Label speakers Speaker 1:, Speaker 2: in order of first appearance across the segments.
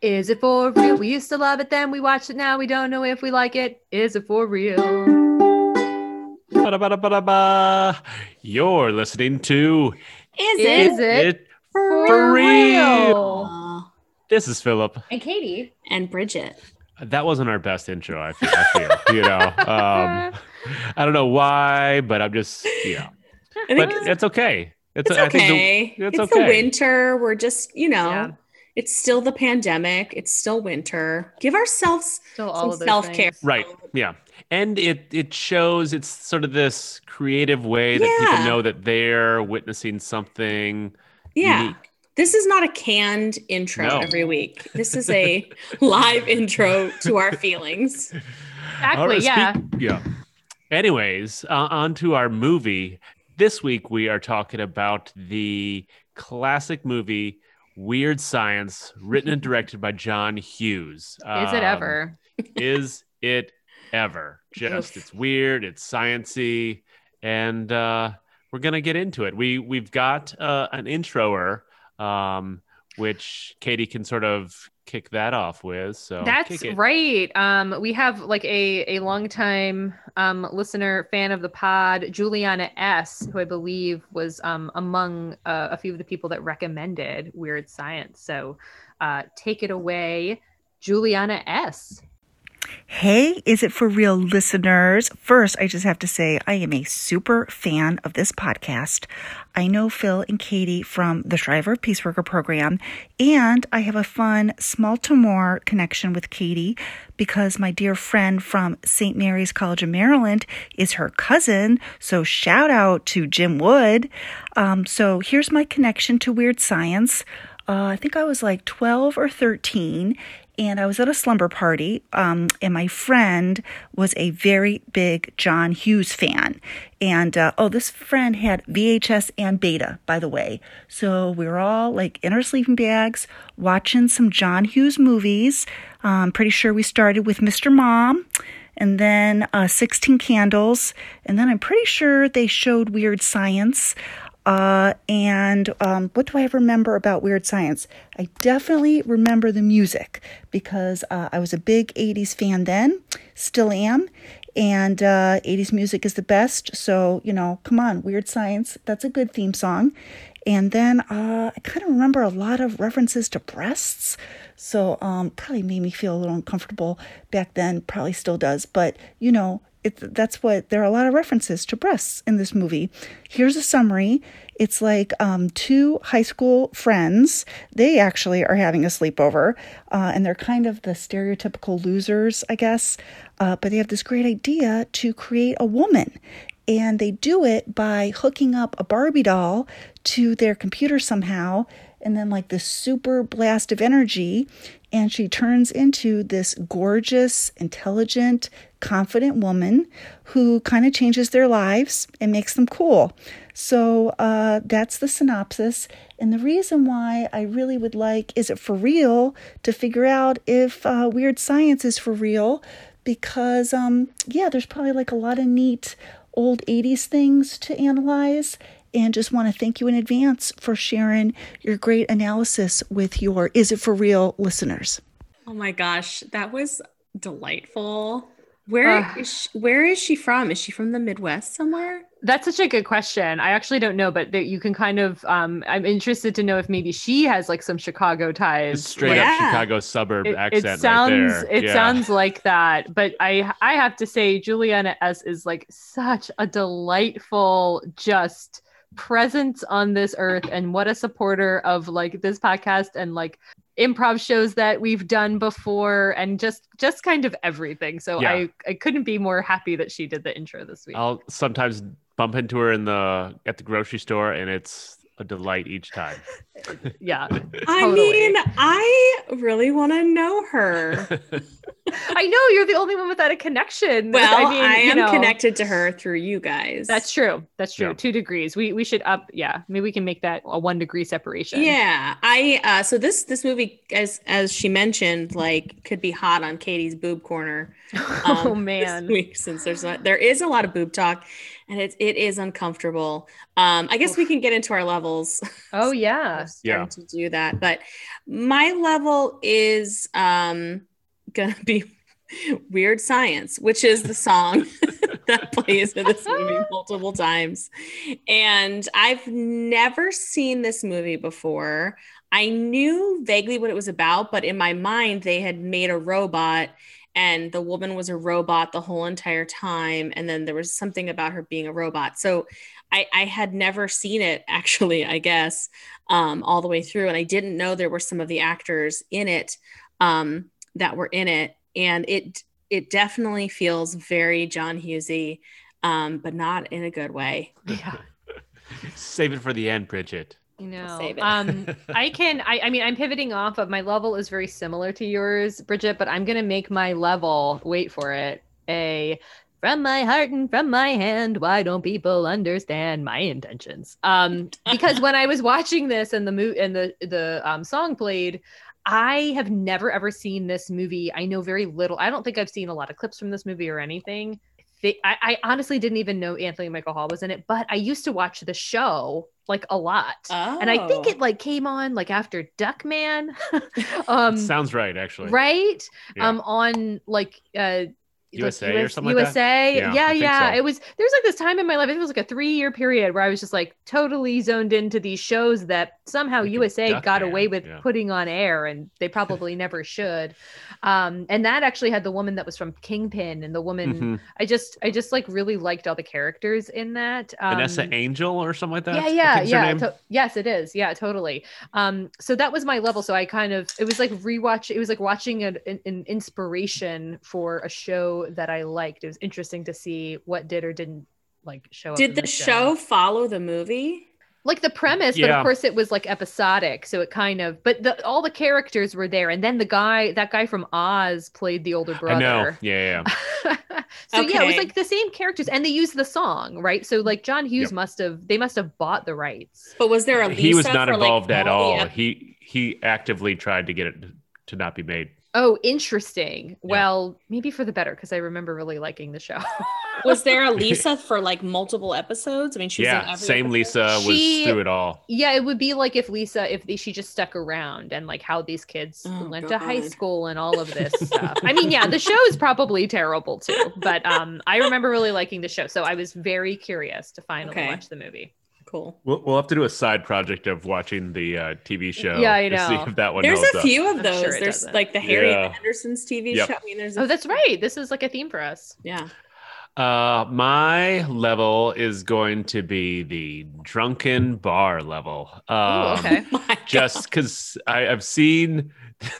Speaker 1: Is it for real? We used to love it then. We watched it now. We don't know if we like it. Is it for real?
Speaker 2: Ba-da-ba-da-ba-da-ba. You're listening to
Speaker 3: Is,
Speaker 1: Is
Speaker 3: it?
Speaker 1: it,
Speaker 3: for
Speaker 2: for real?
Speaker 1: real?
Speaker 3: Aw.
Speaker 2: This is Philip.
Speaker 1: And Katie.
Speaker 3: And Bridget.
Speaker 2: That wasn't our best intro. I feel. I feel you know, um, I don't know why, but I'm just yeah.
Speaker 3: I think
Speaker 2: But
Speaker 3: it's,
Speaker 2: it's okay.
Speaker 3: it's
Speaker 2: I think the-
Speaker 3: okay.
Speaker 2: it's
Speaker 3: it's
Speaker 2: okay.
Speaker 3: the winter. We're just, you know,
Speaker 1: Yeah.
Speaker 3: it's still the pandemic. It's still winter. Give ourselves
Speaker 1: Still all
Speaker 3: some
Speaker 1: of those
Speaker 3: self care.
Speaker 1: things.
Speaker 2: Right. Yeah. And it it shows it's sort of this creative way that people
Speaker 3: Yeah.
Speaker 2: know that they're witnessing something
Speaker 3: Yeah.
Speaker 2: unique.
Speaker 3: This is not a canned intro
Speaker 2: Mm-hmm. No.
Speaker 3: every week. This is a live intro to our feelings.
Speaker 1: Exactly.
Speaker 2: All right,
Speaker 1: yeah.
Speaker 2: speak- yeah. Anyways, uh, on to our movie. This week we are talking about the classic movie Weird Science, written and directed by John Hughes.
Speaker 1: Is it
Speaker 2: Um,
Speaker 1: ever?
Speaker 2: is it ever? Just it's weird, it's sciency, and uh, we're gonna get into it. We we've got uh, an introer, um, which Katie can sort of kick that off with. Um, So
Speaker 1: That's
Speaker 2: kick it.
Speaker 1: right. Um, we have like a a longtime um, listener, fan of the pod, Juliana S, who I believe was um, among uh, a few of the people that recommended Weird Science. So, uh, take it away, Juliana S.
Speaker 4: Hey, is it for real listeners? First, I just have to say I am a super fan of this podcast. I know Phil and Katie from the Shriver Peaceworker program, and I have a fun small to more connection with Katie because my dear friend from St. Mary's College of Maryland is her cousin. So, shout out to Jim Wood. Um, so, here's my connection to Weird Science uh, I think I was like 12 or 13, and I was at a slumber party, um, and my friend was a very big John Hughes fan. And uh, oh, this friend had VHS and beta, by the way. So we were all like in our sleeping bags watching some John Hughes movies. Um, pretty sure we started with Mr. Mom and then uh, 16 Candles. And then I'm pretty sure they showed Weird Science. Uh, and um, what do I remember about Weird Science? I definitely remember the music because uh, I was a big 80s fan then, still am. And uh, 80s music is the best. So, you know, come on, Weird Science, that's a good theme song. And then uh, I kind of remember a lot of references to breasts. So, um, probably made me feel a little uncomfortable back then, probably still does. But, you know, it, that's what there are a lot of references to breasts in this movie. Here's a summary. It's like um, two high school friends. They actually are having a sleepover, uh, and they're kind of the stereotypical losers, I guess. Uh, but they have this great idea to create a woman, and they do it by hooking up a Barbie doll to their computer somehow, and then like this super blast of energy, and she turns into this gorgeous, intelligent, confident woman who kind of changes their lives and makes them cool. So uh, that's the synopsis. And the reason why I really would like Is It For Real to figure out if uh, Weird Science is for real because, um, yeah, there's probably like a lot of neat old 80s things to analyze. And just want to thank you in advance for sharing your great analysis with your Is It For Real listeners.
Speaker 3: Oh my gosh, that was delightful. Where is
Speaker 1: Ugh.
Speaker 3: she, where is she from? Is she from the Midwest somewhere?
Speaker 1: That's such a good question. I actually don't know, but that you can kind of. Um, I'm interested to know if maybe she has like some Chicago ties.
Speaker 2: It's straight
Speaker 3: Yeah.
Speaker 2: up Chicago suburb
Speaker 1: it,
Speaker 2: accent
Speaker 1: it sounds
Speaker 2: right there.
Speaker 1: it
Speaker 2: Yeah.
Speaker 1: sounds like that but i i have to say juliana s is like such a delightful just presence on this earth and what a supporter of like this podcast and like improv shows that we've done before and just just kind of everything so
Speaker 2: Yeah.
Speaker 1: i i couldn't be more happy that she did the intro this week
Speaker 2: I'll sometimes bump into her in the at the grocery store, and it's a delight each time.
Speaker 1: yeah
Speaker 3: I
Speaker 1: Totally.
Speaker 3: mean, I really want to know her.
Speaker 1: I know you're the only one without a connection.
Speaker 3: Well, I,
Speaker 1: mean,
Speaker 3: am
Speaker 1: you know,
Speaker 3: connected to her through you guys.
Speaker 1: That's true. That's true.
Speaker 2: Yeah.
Speaker 1: Two degrees. We we should up. Yeah, maybe we can make that a one degree separation.
Speaker 3: Yeah, I uh so this this movie as as she mentioned like could be hot on Katie's boob corner. um,
Speaker 1: oh
Speaker 3: this
Speaker 1: man.
Speaker 3: week since there's not there is a lot of boob talk and it's it is uncomfortable. Um I guess we can get into our levels.
Speaker 1: Oh yeah.
Speaker 2: Yeah.
Speaker 3: to do that, but my level is um going to be Weird Science, which is the song that plays in this movie multiple times. And I've never seen this movie before. I knew vaguely what it was about, but in my mind, they had made a robot and the woman was a robot the whole entire time. And then there was something about her being a robot. So I, I had never seen it actually, I guess, um, all the way through. And I didn't know there were some of the actors in it um, that were in it. And it it definitely feels very John Hughesy, um, but not in a good way.
Speaker 1: Yeah.
Speaker 2: Save it for the end, Bridget.
Speaker 1: You
Speaker 3: I'll
Speaker 1: know.
Speaker 3: save it.
Speaker 1: Um. I can I, I mean I'm pivoting off of my level is very similar to yours, Bridget, but I'm gonna make my level, wait for it, a from my heart and from my hand, why don't people understand my intentions? Um, because when I was watching this and the mo- and the the um, song played, I have never ever seen this movie. I know very little. I don't think I've seen a lot of clips from this movie or anything. Thi- I, I honestly didn't even know Anthony Michael Hall was in it, but I used to watch the show like a lot
Speaker 3: Oh.
Speaker 1: and I think it like came on like after Duckman, um,
Speaker 2: Sounds right, actually.
Speaker 1: right?
Speaker 2: Yeah.
Speaker 1: Um, on like uh. like,
Speaker 2: USA or
Speaker 1: US
Speaker 2: something like
Speaker 1: USA.
Speaker 2: Yeah, I
Speaker 1: yeah,
Speaker 2: think
Speaker 1: yeah.
Speaker 2: so.
Speaker 1: It was there was like this time in my life. I think it was like a three year period where I was just like totally zoned into these shows that somehow
Speaker 2: Like a
Speaker 1: USA got
Speaker 2: Duckman,
Speaker 1: away with
Speaker 2: yeah.
Speaker 1: putting on air, and they probably never should. Um, and that actually had the woman that was from Kingpin, and the woman
Speaker 2: Mhm.
Speaker 1: I just I just like really liked all the characters in that. Um,
Speaker 2: Vanessa Angel or something like that.
Speaker 1: yeah,
Speaker 2: I
Speaker 1: yeah,
Speaker 2: think's her
Speaker 1: yeah.
Speaker 2: name.
Speaker 1: to- yes, it is. Yeah, totally. Um, so that was my level. So I kind of it was like rewatch. It was like watching an, an, an inspiration for a show that I liked. It was interesting to see what did or didn't like
Speaker 2: Oh,
Speaker 1: show up. in
Speaker 3: Did the show follow the movie?
Speaker 1: like the premise, but
Speaker 2: Yeah.
Speaker 1: of course it was like episodic, so it kind of. But the, all the characters were there, and then the guy, that guy from Oz, played the older brother Um,
Speaker 2: I know. Yeah, yeah.
Speaker 1: so yeah, it was
Speaker 3: Okay.
Speaker 1: like the same characters, and they used the song, right? So like John Hughes
Speaker 2: Yep.
Speaker 1: must have they must have bought the rights.
Speaker 3: But was there a
Speaker 2: yeah.
Speaker 3: Lisa
Speaker 2: he was not
Speaker 3: for, like,
Speaker 2: involved at all.
Speaker 3: the-
Speaker 2: He he actively tried to get it to not be made.
Speaker 1: Oh, interesting. Well, maybe for the better because I remember really liking the show.
Speaker 3: was there a Lisa for like multiple episodes? I mean, she was in
Speaker 2: yeah,
Speaker 3: every
Speaker 2: same
Speaker 3: episode?
Speaker 2: Lisa
Speaker 1: She-
Speaker 2: was through it all.
Speaker 1: yeah, it would be like if Lisa, if they, she just stuck around and like how these kids
Speaker 3: Oh,
Speaker 1: went to high
Speaker 3: God.
Speaker 1: school and all of this stuff. I mean, yeah, the show is probably terrible too, but um, I remember really liking the show, so I was very curious to finally
Speaker 3: Okay.
Speaker 1: watch the movie.
Speaker 3: Cool.
Speaker 2: We'll, we'll have to do a side project of watching the uh, TV show.
Speaker 1: Yeah, I
Speaker 2: to
Speaker 1: know.
Speaker 2: see if that one
Speaker 3: There's
Speaker 2: holds
Speaker 3: a
Speaker 2: up.
Speaker 3: few of
Speaker 1: I'm
Speaker 3: those.
Speaker 1: sure it
Speaker 3: there's
Speaker 1: doesn't.
Speaker 3: like the Harry
Speaker 2: Yeah.
Speaker 3: Anderson's TV
Speaker 2: Yep.
Speaker 3: show. I mean, there's a
Speaker 1: Oh, that's right. This is like a theme for us.
Speaker 3: yeah.
Speaker 2: Uh, my level is going to be the drunken bar level.
Speaker 1: Oh,
Speaker 2: Um,
Speaker 1: okay.
Speaker 3: My God.
Speaker 2: just because I've seen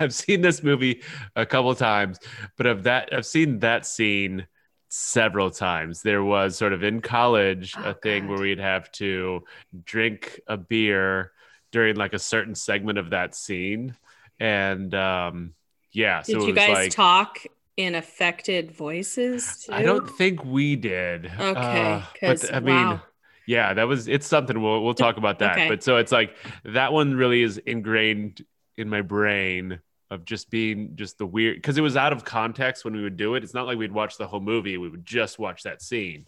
Speaker 2: I've seen this movie a couple times, but of that I've seen that scene several times. There was sort of in college
Speaker 1: Oh,
Speaker 2: a thing
Speaker 1: God.
Speaker 2: where we'd have to drink a beer during like a certain segment of that scene, and um, yeah, so
Speaker 3: Did
Speaker 2: it was
Speaker 3: you guys
Speaker 2: like
Speaker 3: talk in affected voices? Too?
Speaker 2: I don't think we did. uh,
Speaker 3: Okay,
Speaker 2: but
Speaker 3: 'cause-
Speaker 2: I mean,
Speaker 3: wow.
Speaker 2: yeah, that was it's something we'll we'll talk about that.
Speaker 3: Okay.
Speaker 2: But so it's like that one really is ingrained in my brain of just being just the weird because it was out of context when we would do it. It's not like we'd watch the whole movie; we would just watch that scene.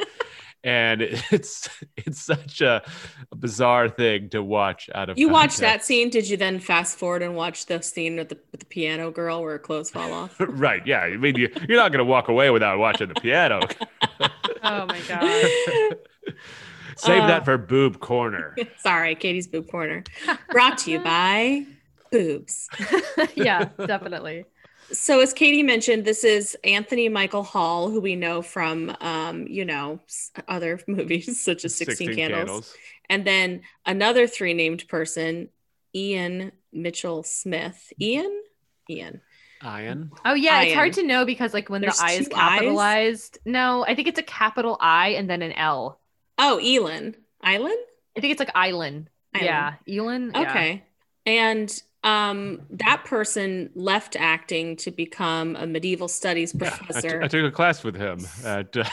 Speaker 2: and it's it's such a bizarre thing to watch out of.
Speaker 3: You watched
Speaker 2: context.
Speaker 3: that scene. Did you then fast forward and watch the scene with the, with the piano girl where her clothes fall off?
Speaker 2: right? Yeah, I mean, you, you're not gonna walk away without watching the piano.
Speaker 1: Oh my god.
Speaker 2: Uh. Save
Speaker 3: Uh.
Speaker 2: that for boob corner.
Speaker 3: Sorry, Katie's boob corner. Brought to you by boobs.
Speaker 1: yeah, definitely.
Speaker 3: So, as Katie mentioned, this is Anthony Michael Hall, who we know from, um, you know, s- other movies such as 16, Candles. And then another three named person, Ian Mitchell Smith. Ian? Ian.
Speaker 2: Iron.
Speaker 1: Oh yeah, it's
Speaker 3: Iron.
Speaker 1: hard to know because like when
Speaker 3: There's
Speaker 1: the I is
Speaker 3: two I's?
Speaker 1: capitalized. No, I think it's a capital I and then an L.
Speaker 3: Oh, Elon. Island?
Speaker 1: I think it's like Island.
Speaker 3: Island.
Speaker 1: Yeah, Elon. yeah.
Speaker 3: Okay. And um, that person left acting to become a medieval studies
Speaker 2: Yeah, I, t-
Speaker 3: professor.
Speaker 2: I took a class with him. At, uh,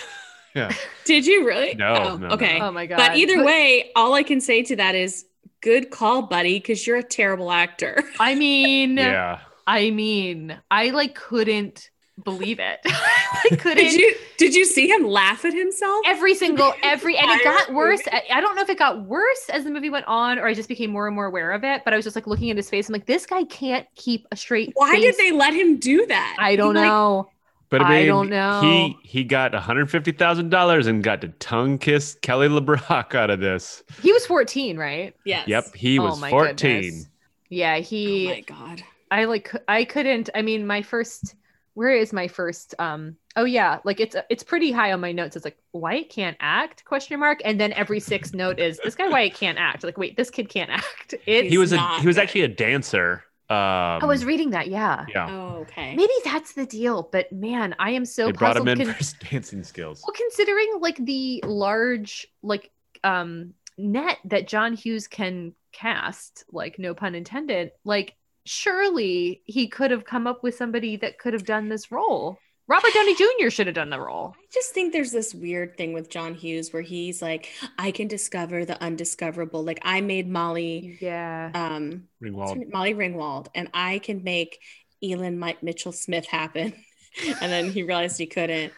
Speaker 2: yeah.
Speaker 3: Did you really?
Speaker 2: No,
Speaker 3: Oh,
Speaker 2: no, no.
Speaker 3: okay.
Speaker 1: Oh my god.
Speaker 3: But either way, all I can say to that is good call, buddy, because you're a terrible actor.
Speaker 1: I mean,
Speaker 2: yeah.
Speaker 1: I mean, I like couldn't believe it. I couldn't.
Speaker 3: Did you did you see him laugh at himself?
Speaker 1: every single every and it got
Speaker 3: Entire
Speaker 1: worse I, I don't know if it got worse as the movie went on or i just became more and more aware of it but i was just like looking at his face i'm like this guy can't keep a straight
Speaker 3: Why did
Speaker 1: face.
Speaker 3: they let him do that?
Speaker 1: i don't
Speaker 3: Like,
Speaker 1: know
Speaker 2: But I
Speaker 1: I
Speaker 2: mean,
Speaker 1: don't know.
Speaker 2: He he got one hundred fifty thousand dollars and got to tongue kiss Kelly LeBrock out of this.
Speaker 1: he was 14 right
Speaker 3: Yes.
Speaker 2: Yep, he
Speaker 1: Oh
Speaker 2: was
Speaker 1: my
Speaker 2: fourteen.
Speaker 1: goodness. yeah
Speaker 3: Oh
Speaker 1: he
Speaker 3: my god.
Speaker 1: I like cou- I couldn't. I mean, my first where is my first um oh yeah, like it's it's pretty high on my notes. It's like Wyatt can't act question mark and then every sixth note is this guy Wyatt can't act. Like wait, this kid can't act. It's
Speaker 2: He was a
Speaker 3: not
Speaker 2: he was
Speaker 3: good.
Speaker 2: actually a dancer. Um,
Speaker 1: I was reading that, yeah.
Speaker 2: yeah.
Speaker 3: Oh, okay.
Speaker 1: Maybe that's the deal, but man, I am so
Speaker 2: they brought him
Speaker 1: puzzled
Speaker 2: in
Speaker 1: con-
Speaker 2: for his dancing skills.
Speaker 1: well considering like the large like um net that John Hughes can cast, like no pun intended, like surely he could have come up with somebody that could have done this role. Robert Downey Jr. should have done the role.
Speaker 3: I just think there's this weird thing with John Hughes where he's like, I can discover the undiscoverable. Like I made Molly
Speaker 1: Yeah.
Speaker 3: um
Speaker 2: Ringwald.
Speaker 3: Molly Ringwald and I can make Elon Mike Mitchell Smith happen. and then he realized he couldn't.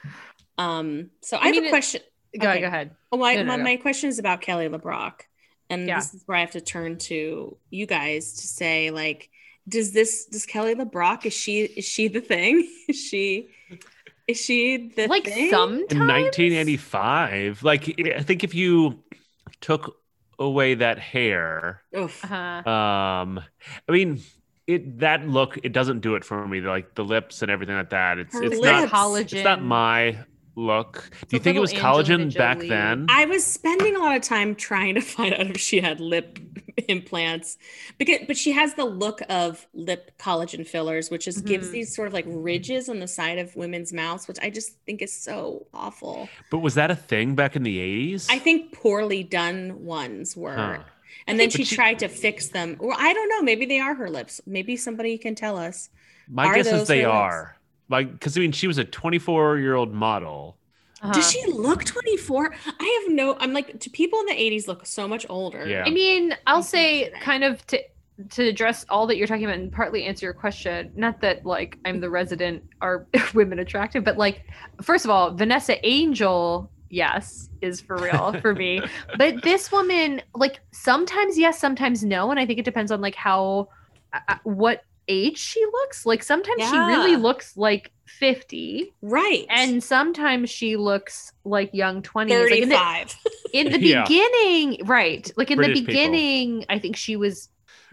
Speaker 3: Um so I,
Speaker 1: I mean,
Speaker 3: have a
Speaker 1: it-
Speaker 3: question.
Speaker 1: Go,
Speaker 3: Okay.
Speaker 1: go ahead.
Speaker 3: Oh, my,
Speaker 1: No, no,
Speaker 3: my,
Speaker 1: no.
Speaker 3: my question is about Kelly LeBrock. And
Speaker 1: Yeah.
Speaker 3: this is where I have to turn to you guys to say, like, does this does Kelly LeBrock is she is she the thing? Is she is she the
Speaker 1: Like
Speaker 3: thing?
Speaker 1: sometimes.
Speaker 2: In 1985, like I think if you took away that hair,
Speaker 3: Oof.
Speaker 1: Uh,
Speaker 2: um, I mean, it that look it doesn't do it for me. Like the lips and everything like that. It's
Speaker 3: Her
Speaker 2: it's
Speaker 3: lips.
Speaker 2: not
Speaker 1: collagen.
Speaker 2: It's not my look. Do you
Speaker 1: a
Speaker 2: think it was
Speaker 1: little Angelina
Speaker 2: collagen back
Speaker 1: Jolie.
Speaker 2: then?
Speaker 3: I was spending a lot of time trying to find out if she had lip implants because but she has the look of lip collagen fillers, which just gives
Speaker 1: Mhm.
Speaker 3: these sort of like ridges on the side of women's mouths, which I just think is so awful.
Speaker 2: but was that a thing back in the 80s?
Speaker 3: I think poorly done ones were.
Speaker 2: Huh.
Speaker 3: And then
Speaker 2: But
Speaker 3: she
Speaker 2: she-
Speaker 3: tried to fix them. Well, I don't know. Maybe they are her lips. Maybe somebody can tell us.
Speaker 2: My
Speaker 3: Are
Speaker 2: guess
Speaker 3: those
Speaker 2: is they
Speaker 3: her lips?
Speaker 2: are. Like, because I mean, she was a 24 year old model.
Speaker 1: uh-huh.
Speaker 3: Does she look 24? I have no. I'm like, do people in the 80s look so much older?
Speaker 2: Yeah.
Speaker 1: I mean, I'll
Speaker 3: can't
Speaker 1: say
Speaker 3: do that.
Speaker 1: kind of to to address all that you're talking about and partly answer your question. Not that like I'm the resident are women attractive, but like first of all, Vanessa Angel, yes, is for real for me. But this woman, like sometimes yes, sometimes no, and I think it depends on like how uh, uh, what age she looks. Like sometimes she really
Speaker 3: Yeah.
Speaker 1: looks like 50
Speaker 3: Right.
Speaker 1: and sometimes she looks like young 20s. Like, in the-
Speaker 3: 35.
Speaker 1: in the
Speaker 2: Yeah.
Speaker 1: beginning, right? Like in
Speaker 2: British
Speaker 1: the
Speaker 2: people.
Speaker 1: beginning, I think she was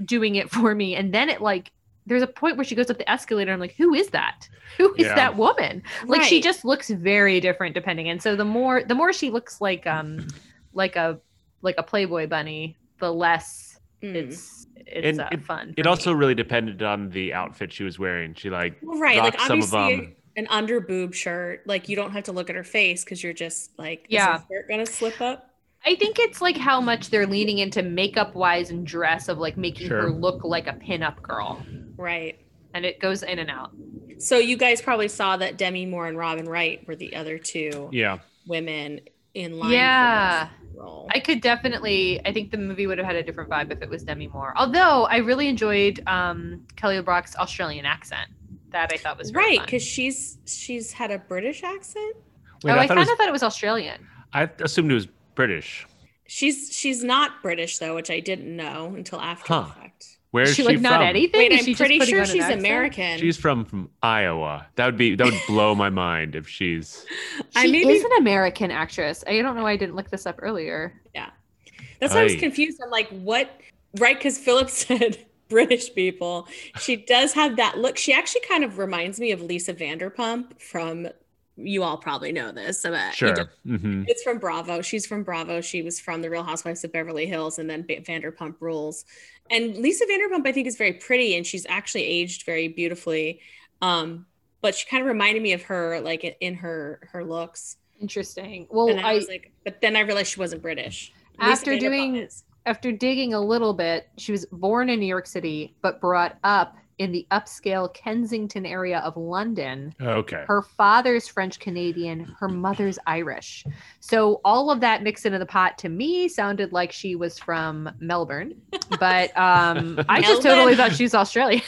Speaker 1: doing it for me, and then it like there's a point where she goes up the escalator. I'm like, who is that? Who is
Speaker 2: Yeah.
Speaker 1: that woman? Like she
Speaker 3: Right.
Speaker 1: just looks very different depending. And so the more the more she looks like um like a like a Playboy bunny, the less
Speaker 3: Mm.
Speaker 1: it's it's
Speaker 2: And
Speaker 1: uh, fun.
Speaker 2: It
Speaker 1: for
Speaker 2: also
Speaker 1: me.
Speaker 2: really depended on the outfit she was wearing. She like
Speaker 3: Well, right.
Speaker 2: rocked
Speaker 3: Like,
Speaker 2: some of
Speaker 3: obviously,
Speaker 2: them.
Speaker 3: an under boob shirt. Like, you don't have to look at her face because you're just like,
Speaker 1: Yeah.
Speaker 3: is her skirt going to slip up?
Speaker 1: I think it's like how much they're leaning into makeup wise and dress of like making
Speaker 2: Sure.
Speaker 1: her look like a pinup girl,
Speaker 3: Right.
Speaker 1: and it goes in and out.
Speaker 3: So, you guys probably saw that Demi Moore and Robin Wright were the other two
Speaker 2: Yeah,
Speaker 3: women in line.
Speaker 1: Yeah.
Speaker 3: For this role.
Speaker 1: I could definitely. I think the movie would have had a different vibe if it was Demi Moore. Although I really enjoyed um, Kelly LeBrock's Australian accent. That I thought was really
Speaker 3: right
Speaker 1: fun.
Speaker 3: because she's she's had a british accent
Speaker 2: Wait,
Speaker 1: oh,
Speaker 2: I,
Speaker 1: I,
Speaker 2: thought
Speaker 1: kind
Speaker 2: it was,
Speaker 1: of thought it was Australian.
Speaker 2: I assumed it was British.
Speaker 3: she's she's not british though which i didn't know until after
Speaker 2: Huh.
Speaker 3: the fact
Speaker 2: Where is
Speaker 1: she
Speaker 2: she
Speaker 1: like
Speaker 2: from?
Speaker 1: not anything.
Speaker 3: wait
Speaker 1: Is
Speaker 3: i'm
Speaker 1: she just
Speaker 3: pretty
Speaker 1: putting
Speaker 3: sure
Speaker 1: on an
Speaker 3: she's
Speaker 1: accent?
Speaker 3: american
Speaker 2: She's from from Iowa. That would be that would blow my mind if she's.
Speaker 1: She
Speaker 3: I maybe-
Speaker 1: is an American actress. I don't know why I didn't look this up earlier.
Speaker 3: that's why i was
Speaker 2: Aye.
Speaker 3: confused i'm like what right because philip said british people she does have that look she actually kind of reminds me of lisa vanderpump from you all probably know this but you
Speaker 2: Sure.
Speaker 3: don't.
Speaker 2: hmm
Speaker 3: It's from Bravo. She's from Bravo. She was from The Real Housewives of Beverly Hills and then Ba- Vanderpump Rules. And Lisa Vanderpump, I think, is very pretty and she's actually aged very beautifully. Um, but she kind of reminded me of her, like in- in her her looks.
Speaker 1: Interesting. Well,
Speaker 3: and I,
Speaker 1: Oh, I,
Speaker 3: was like, but then I realized she wasn't British.
Speaker 1: After
Speaker 3: Vanderpump
Speaker 1: doing-
Speaker 3: is.
Speaker 1: After digging a little bit, she was born in New York City, but brought up in the upscale Kensington area of London.
Speaker 2: Okay.
Speaker 1: Her father's French Canadian, her mother's Irish. So all of that mixed into the pot to me sounded like she was from Melbourne, but um, I just
Speaker 3: Melbourne.
Speaker 1: totally thought she was Australian,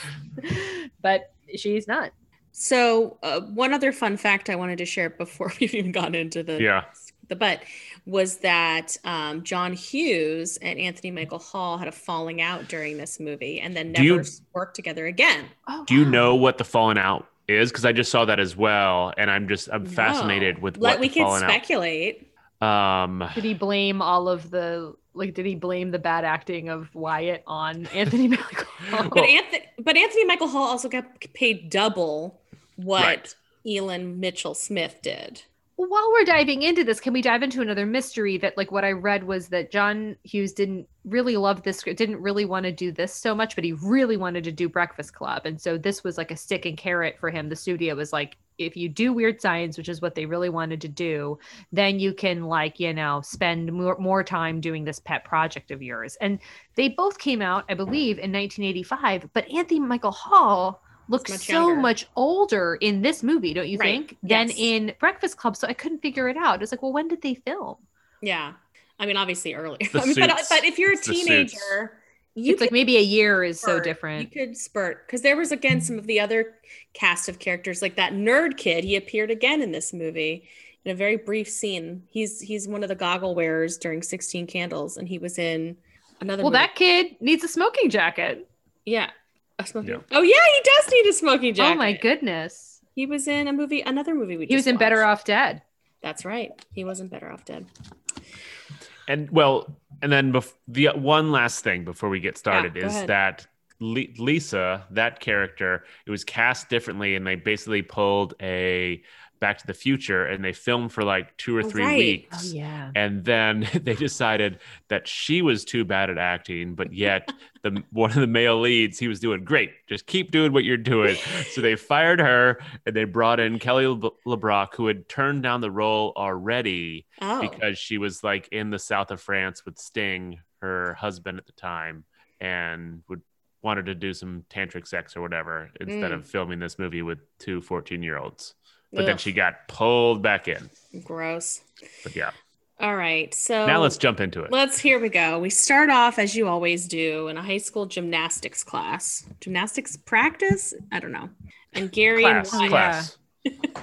Speaker 1: but she's not.
Speaker 3: So, uh, one other fun fact I wanted to share before we've even gotten into the
Speaker 2: Yeah.
Speaker 3: the butt was that um, John Hughes and Anthony Michael Hall had a falling out during this movie, and then
Speaker 2: Do
Speaker 3: never
Speaker 2: you-
Speaker 3: worked together again.
Speaker 1: Oh,
Speaker 2: Do you
Speaker 1: wow.
Speaker 2: know what the falling out is? Because I just saw that as well, and I'm just I'm fascinated
Speaker 3: No.
Speaker 2: with
Speaker 3: Let
Speaker 2: what
Speaker 3: we
Speaker 2: the
Speaker 3: can
Speaker 2: falling
Speaker 3: speculate.
Speaker 2: out. Um,
Speaker 1: Did he blame all of the like? Did he blame the bad acting of Wyatt on Anthony Michael? Hall?
Speaker 3: But Anthony, but Anthony Michael Hall also got paid double what
Speaker 2: Right.
Speaker 3: Elon Mitchell Smith did.
Speaker 1: While we're diving into this, can we dive into another mystery that, like, what I read was that John Hughes didn't really love this script, didn't really want to do this so much, but he really wanted to do Breakfast Club. And so this was like a stick and carrot for him. The studio was like, if you do Weird Science, which is what they really wanted to do, then you can, like, you know, spend more, more time doing this pet project of yours. And they both came out, I believe, in 1985, but Anthony Michael Hall looks
Speaker 3: much
Speaker 1: so
Speaker 3: younger.
Speaker 1: much older in this movie, don't you
Speaker 3: Right.
Speaker 1: think, than
Speaker 3: Yes.
Speaker 1: in Breakfast Club. So I couldn't figure it out. It's like, well, when did they film?
Speaker 3: Yeah, I mean, obviously earlier.
Speaker 2: The
Speaker 3: I mean, but,
Speaker 2: suits.
Speaker 3: but if you're a
Speaker 2: It's the suits.
Speaker 3: teenager, you
Speaker 1: it's like maybe a year is so
Speaker 3: spurt.
Speaker 1: different.
Speaker 3: You could spurt because there was again some of the other cast of characters, like that nerd kid. He appeared again in this movie in a very brief scene. He's he's one of the goggle wearers during Sixteen Candles, and he was in another.
Speaker 1: Well,
Speaker 3: movie.
Speaker 1: that kid needs a smoking jacket.
Speaker 3: yeah, a smoking.
Speaker 2: Yeah.
Speaker 3: Oh yeah, he does need a smoking jacket.
Speaker 1: Oh my goodness.
Speaker 3: He was in a movie, another movie. We
Speaker 1: He was
Speaker 3: just
Speaker 1: in Better
Speaker 3: watched.
Speaker 1: Off Dead.
Speaker 3: That's right. He wasn't better off dead.
Speaker 2: and well, and then bef- the uh, one last thing before we get started
Speaker 3: go
Speaker 2: is
Speaker 3: ahead.
Speaker 2: that Le- Lisa, that character, it was cast differently, and they basically pulled a Back to the Future, and they filmed for like two or
Speaker 3: Oh,
Speaker 2: three
Speaker 3: right.
Speaker 2: weeks.
Speaker 1: yeah.
Speaker 2: and then they decided that she was too bad at acting but yet the one of the male leads he was doing great just keep doing what you're doing so they fired her and they brought in kelly Le- lebrock who had turned down the role already
Speaker 3: Oh,
Speaker 2: because she was like in the south of france with sting her husband at the time and would wanted to do some tantric sex or whatever instead
Speaker 3: Mm.
Speaker 2: of filming this movie with two 14 year olds but then
Speaker 3: Ugh,
Speaker 2: she got pulled back in
Speaker 3: gross.
Speaker 2: but yeah
Speaker 3: All right, so
Speaker 2: now let's jump into it
Speaker 3: Let's here we go. We start off as you always do in a high school gymnastics class. Gymnastics practice? I don't know. And Gary
Speaker 2: class,
Speaker 3: and Wyatt-
Speaker 2: class.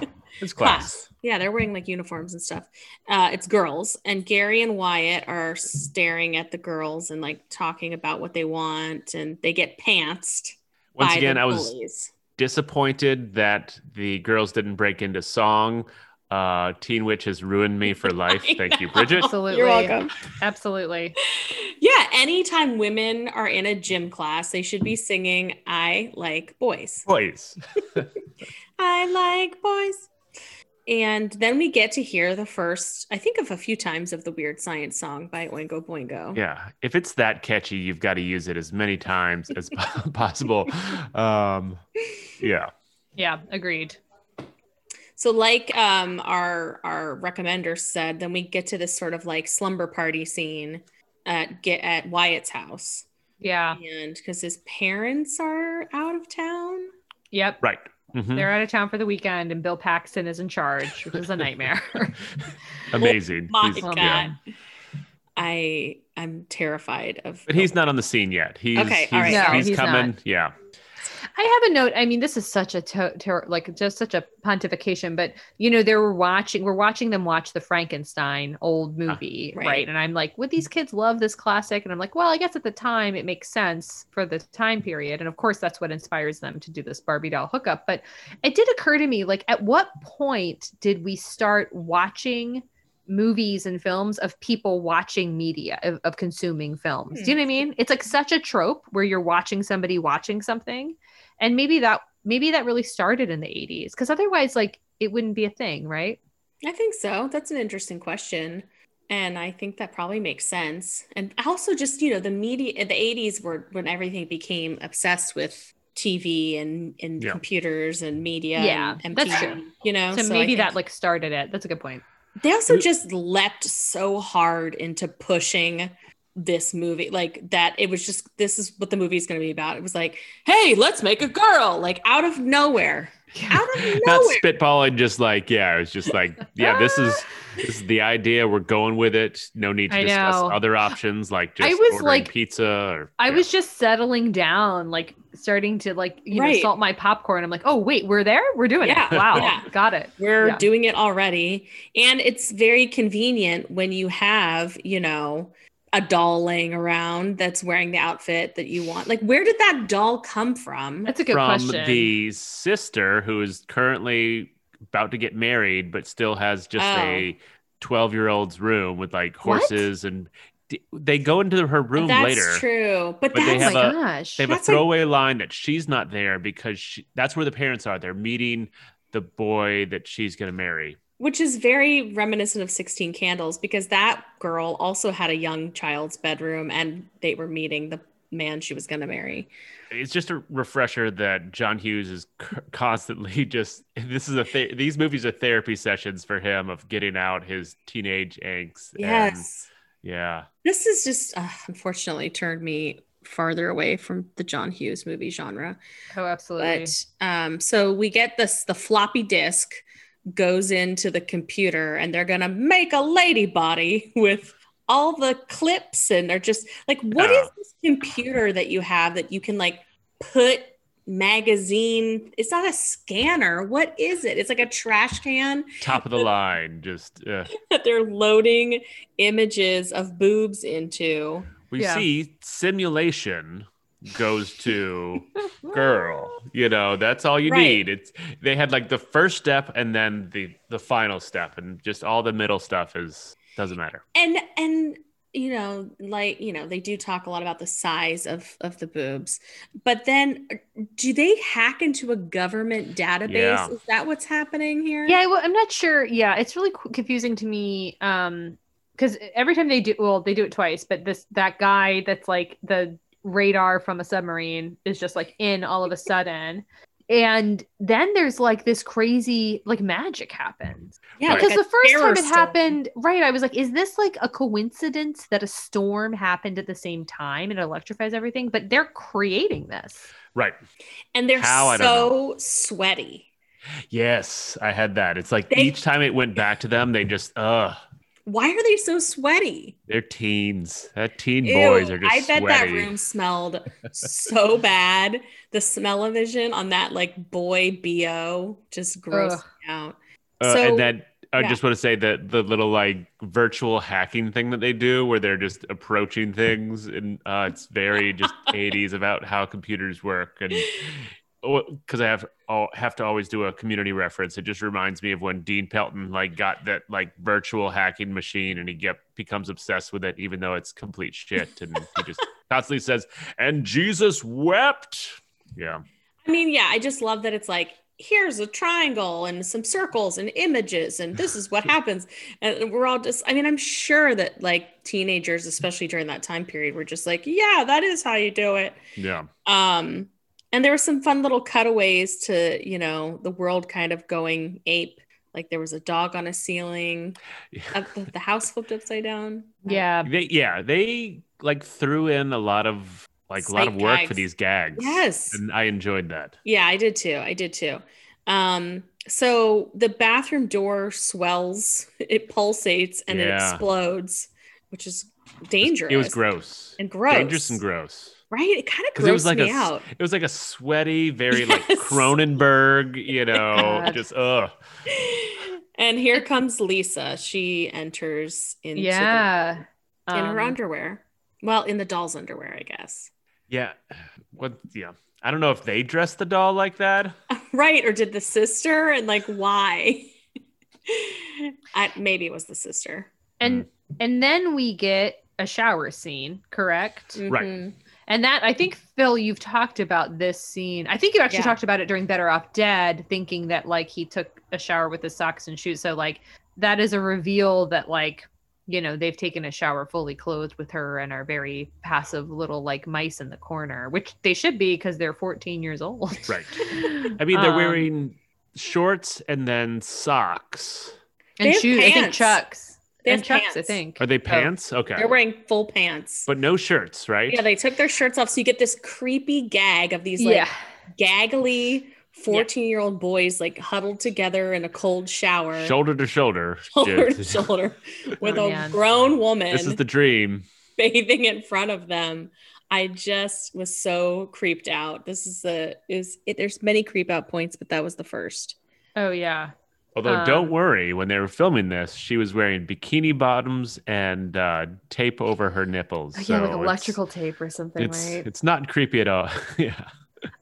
Speaker 2: It's class.
Speaker 3: Yeah, they're wearing like uniforms and stuff. Uh, it's girls, and Gary and Wyatt are staring at the girls and like talking about what they want, and they get pantsed.
Speaker 2: Once
Speaker 3: by
Speaker 2: again,
Speaker 3: the
Speaker 2: I was
Speaker 3: bullies.
Speaker 2: disappointed that the girls didn't break into song. Uh, Teen Witch has ruined me for life.
Speaker 3: I
Speaker 2: Thank you,
Speaker 3: know.
Speaker 2: Bridget.
Speaker 1: Absolutely.
Speaker 3: You're welcome.
Speaker 1: Absolutely.
Speaker 3: Yeah, anytime women are in a gym class, they should be singing "I like boys."
Speaker 2: Boys.
Speaker 3: I like boys. And then we get to hear the first, I think of a few times of the Weird Science song by Oingo Boingo.
Speaker 2: Yeah. If it's that catchy, you've got to use it as many times as po- possible. Um, yeah.
Speaker 1: Yeah. Agreed.
Speaker 3: So like um our our recommender said, then we get to this sort of like slumber party scene at get at Wyatt's house.
Speaker 1: Yeah.
Speaker 3: And because his parents are out of town.
Speaker 1: Yep.
Speaker 2: Right. Mhm.
Speaker 1: They're out of town for the weekend, and Bill Paxton is in charge, which is a nightmare.
Speaker 2: Amazing.
Speaker 3: My
Speaker 2: He's-
Speaker 1: yeah.
Speaker 3: God. I I'm terrified of
Speaker 2: But he's not on the scene yet. He's
Speaker 3: Okay,
Speaker 2: he's,
Speaker 3: all right.
Speaker 1: No,
Speaker 2: he's,
Speaker 1: he's
Speaker 2: coming.
Speaker 1: not.
Speaker 2: Yeah.
Speaker 1: I have a note. I mean, this is such a to- ter- like just such a pontification, but you know, they were watching. We're watching them watch the Frankenstein old movie,
Speaker 3: right.
Speaker 1: right. And I'm like, would these kids love this classic? And I'm like, well, I guess at the time it makes sense for the time period, and of course that's what inspires them to do this Barbie doll hookup. But it did occur to me, like, at what point did we start watching? movies and films of people watching media of, of consuming films do you know what i
Speaker 3: Hmm.
Speaker 1: mean it's like such a trope where you're watching somebody watching something and maybe that maybe that really started in the 80s because otherwise like it wouldn't be a thing right
Speaker 3: I think so. That's an interesting question. And I think that probably makes sense. And also just, you know, the media the 80s were when everything became obsessed with TV and and
Speaker 2: Yeah.
Speaker 3: computers and media
Speaker 1: Yeah,
Speaker 3: and
Speaker 1: that's
Speaker 3: MTV, you know.
Speaker 1: so,
Speaker 3: Oh, I
Speaker 1: maybe
Speaker 3: think-
Speaker 1: that like started it that's a good point
Speaker 3: they also
Speaker 2: Who-
Speaker 3: just leapt so hard into pushing this movie like that it was just this is what the movie is going to be about it was like hey let's make a girl like out of nowhere out of nowhere
Speaker 2: Not spitballing, just like yeah. It was just like yeah. This is this is the idea. We're going with it. No need to
Speaker 1: I
Speaker 2: discuss
Speaker 1: know.
Speaker 2: other options like just
Speaker 1: I was
Speaker 2: ordering
Speaker 1: like-
Speaker 2: pizza. Or,
Speaker 1: I
Speaker 2: yeah.
Speaker 1: was just settling down, like starting to like you know
Speaker 3: Right.
Speaker 1: salt my popcorn. I'm like, oh wait, we're there. We're doing
Speaker 3: Yeah,
Speaker 1: it. Wow,
Speaker 3: yeah.
Speaker 1: got it.
Speaker 3: we're
Speaker 1: Yeah.
Speaker 3: doing it already and it's very convenient when you have you know a doll laying around that's wearing the outfit that you want like where did that doll come from
Speaker 1: That's a good
Speaker 2: from
Speaker 1: question.
Speaker 2: the sister who is currently about to get married, but still has just
Speaker 3: Oh.
Speaker 2: a twelve-year-old's room with like
Speaker 1: What?
Speaker 2: horses, and d- they go into her room
Speaker 3: that's
Speaker 2: later.
Speaker 3: true but,
Speaker 2: But
Speaker 3: that's
Speaker 2: they
Speaker 1: oh my
Speaker 2: have a-
Speaker 1: gosh.
Speaker 2: They have a
Speaker 3: That's like-
Speaker 2: throwaway line that she's not there because she, that's where the parents are. They're meeting the boy that she's going to marry.
Speaker 3: which is very reminiscent of 16 candles because that girl also had a young child's bedroom and they were meeting the man she was going to marry
Speaker 2: It's just a refresher that John Hughes is c- constantly just this is a th- these movies are therapy sessions for him of getting out his teenage angst. and-
Speaker 3: yes
Speaker 2: yeah.
Speaker 3: this is just uh, unfortunately turned me farther away from the john hughes movie genre
Speaker 1: oh, absolutely.
Speaker 3: But um, so we get this the floppy disk goes into the computer and they're gonna make a lady body with all the clips and they're just like what is
Speaker 2: Yeah.
Speaker 3: this computer that you have that you can like put magazine it's not a scanner what is it it's like a trash can
Speaker 2: Top of the line. Just uh,
Speaker 3: that they're loading images of boobs into
Speaker 2: we
Speaker 1: Yeah.
Speaker 2: see simulation goes to girl you know that's all you
Speaker 3: Right.
Speaker 2: need it's they had like the first step and then the the final step and just all the middle stuff is doesn't matter
Speaker 3: and and you know like you know they do talk a lot about the size of of the boobs but then uh, do they hack into a government database
Speaker 2: Yeah.
Speaker 3: is that what's happening here
Speaker 1: Yeah, well, I'm not sure. Yeah, it's really qu- confusing to me. Um, because every time they do, well, they do it twice. But this that guy that's like the radar from a submarine is just like in all of a sudden, and then there's like this crazy like magic happens.
Speaker 3: yeah
Speaker 2: Right.
Speaker 1: Because
Speaker 3: like a
Speaker 1: the first
Speaker 3: terror
Speaker 1: time it
Speaker 3: storm.
Speaker 1: happened, right? I was like, is this like a coincidence that a storm happened at the same time and it electrifies everything? But they're creating this.
Speaker 2: right
Speaker 3: and they're
Speaker 2: How? I don't
Speaker 3: so sweaty
Speaker 2: yes i had that it's like
Speaker 3: They-
Speaker 2: each time it went back to them they just uh
Speaker 3: why are they so sweaty
Speaker 2: they're teens that teen
Speaker 3: Ew,
Speaker 2: boys are just
Speaker 3: i bet that
Speaker 2: sweaty.
Speaker 3: room smelled so bad the smell vision on that like boy bo just grossed
Speaker 1: Ugh.
Speaker 3: me out
Speaker 2: Uh,
Speaker 3: So-
Speaker 2: and then I
Speaker 3: yeah.
Speaker 2: just want to say that the little like virtual hacking thing that they do, where they're just approaching things, and uh, it's very just '80s about how computers work, and because I have all, have to always do a community reference, it just reminds me of when Dean Pelton like got that like virtual hacking machine, and he get, becomes obsessed with it, even though it's complete shit, and he just constantly says, "And Jesus wept." Yeah,
Speaker 3: I mean, yeah, I just love that it's like here's a triangle and some circles and images and this is what happens and we're all just i mean i'm sure that like teenagers especially during that time period were just like yeah that is how you do it
Speaker 2: yeah.
Speaker 3: um and there were some fun little cutaways to you know the world kind of going ape like there was a dog on a ceiling uh, the, the house flipped upside down
Speaker 1: Yeah,
Speaker 2: they yeah they like threw in a lot of like a lot of
Speaker 3: Sight
Speaker 2: work for
Speaker 3: gags.
Speaker 2: these gags
Speaker 3: yes
Speaker 2: and i enjoyed that
Speaker 3: Yeah, I did too. I did too. Um, so the bathroom door swells, it pulsates, and then
Speaker 2: Yeah.
Speaker 3: explodes, which is dangerous.
Speaker 2: it was gross
Speaker 3: and gross.
Speaker 2: dangerous and gross
Speaker 3: right? It kind of
Speaker 2: 'Cause
Speaker 3: grossed
Speaker 2: it was like
Speaker 3: me
Speaker 2: a s-
Speaker 3: out.
Speaker 2: it was like a sweaty very like
Speaker 3: Yes.
Speaker 2: cronenberg you know
Speaker 1: God.
Speaker 2: just ugh
Speaker 3: And here comes Lisa. She enters into the-
Speaker 1: yeah.
Speaker 3: in her
Speaker 1: Um,
Speaker 3: underwear. Well, in the doll's underwear, I guess.
Speaker 2: yeah what yeah i don't know if they dressed the doll like that
Speaker 3: Right? Or did the sister? And like, why? I, maybe it was the sister.
Speaker 1: and and then we get a shower scene correct
Speaker 2: Right.
Speaker 3: Mhm.
Speaker 1: and that i think phil you've talked about this scene i think you actually
Speaker 3: Yeah.
Speaker 1: talked about it during better off dead thinking that like he took a shower with his socks and shoes so like that is a reveal that like you know they've taken a shower fully clothed with her and are very passive little like mice in the corner which they should be because they're 14 years old
Speaker 2: right i mean they're
Speaker 1: Um,
Speaker 2: wearing shorts and then socks
Speaker 3: They
Speaker 1: and
Speaker 3: have
Speaker 1: shoes i think
Speaker 3: pants.
Speaker 1: chucks
Speaker 3: They
Speaker 1: and
Speaker 3: have
Speaker 1: chucks, I
Speaker 3: pants.
Speaker 1: think.
Speaker 2: Are they pants? Okay.
Speaker 3: Oh, They're wearing full pants.
Speaker 2: But no shirts, right?
Speaker 3: yeah, they took their shirts off. So you get this creepy gag of these like
Speaker 1: yeah.
Speaker 3: gaggly 14 year old boys like huddled together in a cold shower,
Speaker 2: shoulder to shoulder.
Speaker 3: shoulder to
Speaker 2: Dude.
Speaker 3: shoulder, with
Speaker 1: Oh,
Speaker 3: a
Speaker 1: man.
Speaker 3: grown woman
Speaker 2: This is the dream.
Speaker 3: bathing in front of them. I just was so creeped out. This is the is it, there's many creep out points, but that was the first.
Speaker 1: Oh yeah.
Speaker 2: Although,
Speaker 1: Um,
Speaker 2: don't worry, when they were filming this, she was wearing bikini bottoms and uh, tape over her nipples.
Speaker 1: Oh,
Speaker 2: so
Speaker 1: yeah, like
Speaker 2: it's-
Speaker 1: electrical tape or something,
Speaker 2: It's
Speaker 1: right?
Speaker 2: it's not creepy at all. yeah.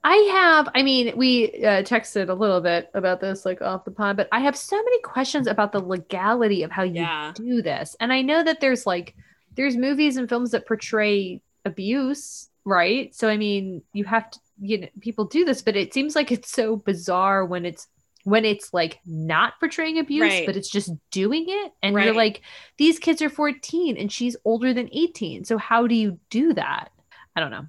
Speaker 1: I have, I mean, we uh, texted a little bit about this, like off the pod, but I have so many questions about the legality of how
Speaker 2: Mm-hmm.
Speaker 1: you
Speaker 3: Yeah.
Speaker 1: do this. And I know that there's like, there's movies and films that portray abuse, right? So, I mean, you have to, you know, people do this, but it seems like it's so bizarre when it's, when it's like not portraying abuse,
Speaker 3: Right.
Speaker 1: but it's just doing it. And
Speaker 3: Right.
Speaker 1: you're like, these kids are 14 and she's older than 18. So, how do you do that? I don't know.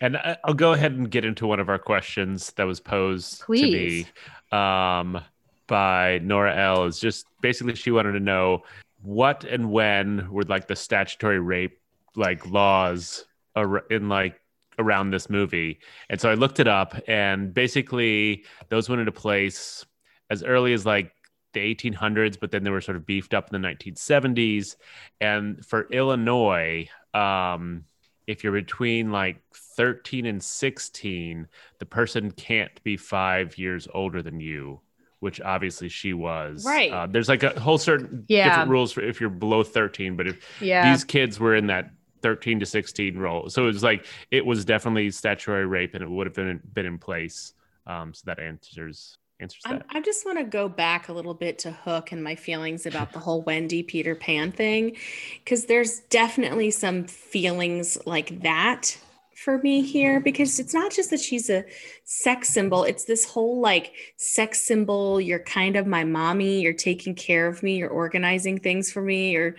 Speaker 2: And I- I'll go ahead and get into one of our questions that was posed
Speaker 1: Please.
Speaker 2: to me um, by Nora L. Is just basically she wanted to know what and when were like the statutory rape like laws ar- in like around this movie, and so I looked it up, and basically those went into place as early as like the 1800s, but then they were sort of beefed up in the 1970s, and for Illinois. Um, if you're between like 13 and 16, the person can't be five years older than you, which obviously she was.
Speaker 3: Right.
Speaker 2: Uh, there's like a whole certain
Speaker 1: Yeah.
Speaker 2: different rules for if you're below 13, but if
Speaker 1: Yeah.
Speaker 2: these kids were in that 13 to 16 role, so it was like it was definitely statutory rape, and it would have been been in place. Um, so that answers answers
Speaker 3: I'm,
Speaker 2: that.
Speaker 3: I just want to go back a little bit to Hook and my feelings about the whole Wendy Peter Pan thing, because there's definitely some feelings like that for me here, because it's not just that she's a sex symbol, it's this whole like sex symbol, you're kind of my mommy, you're taking care of me, you're organizing things for me, or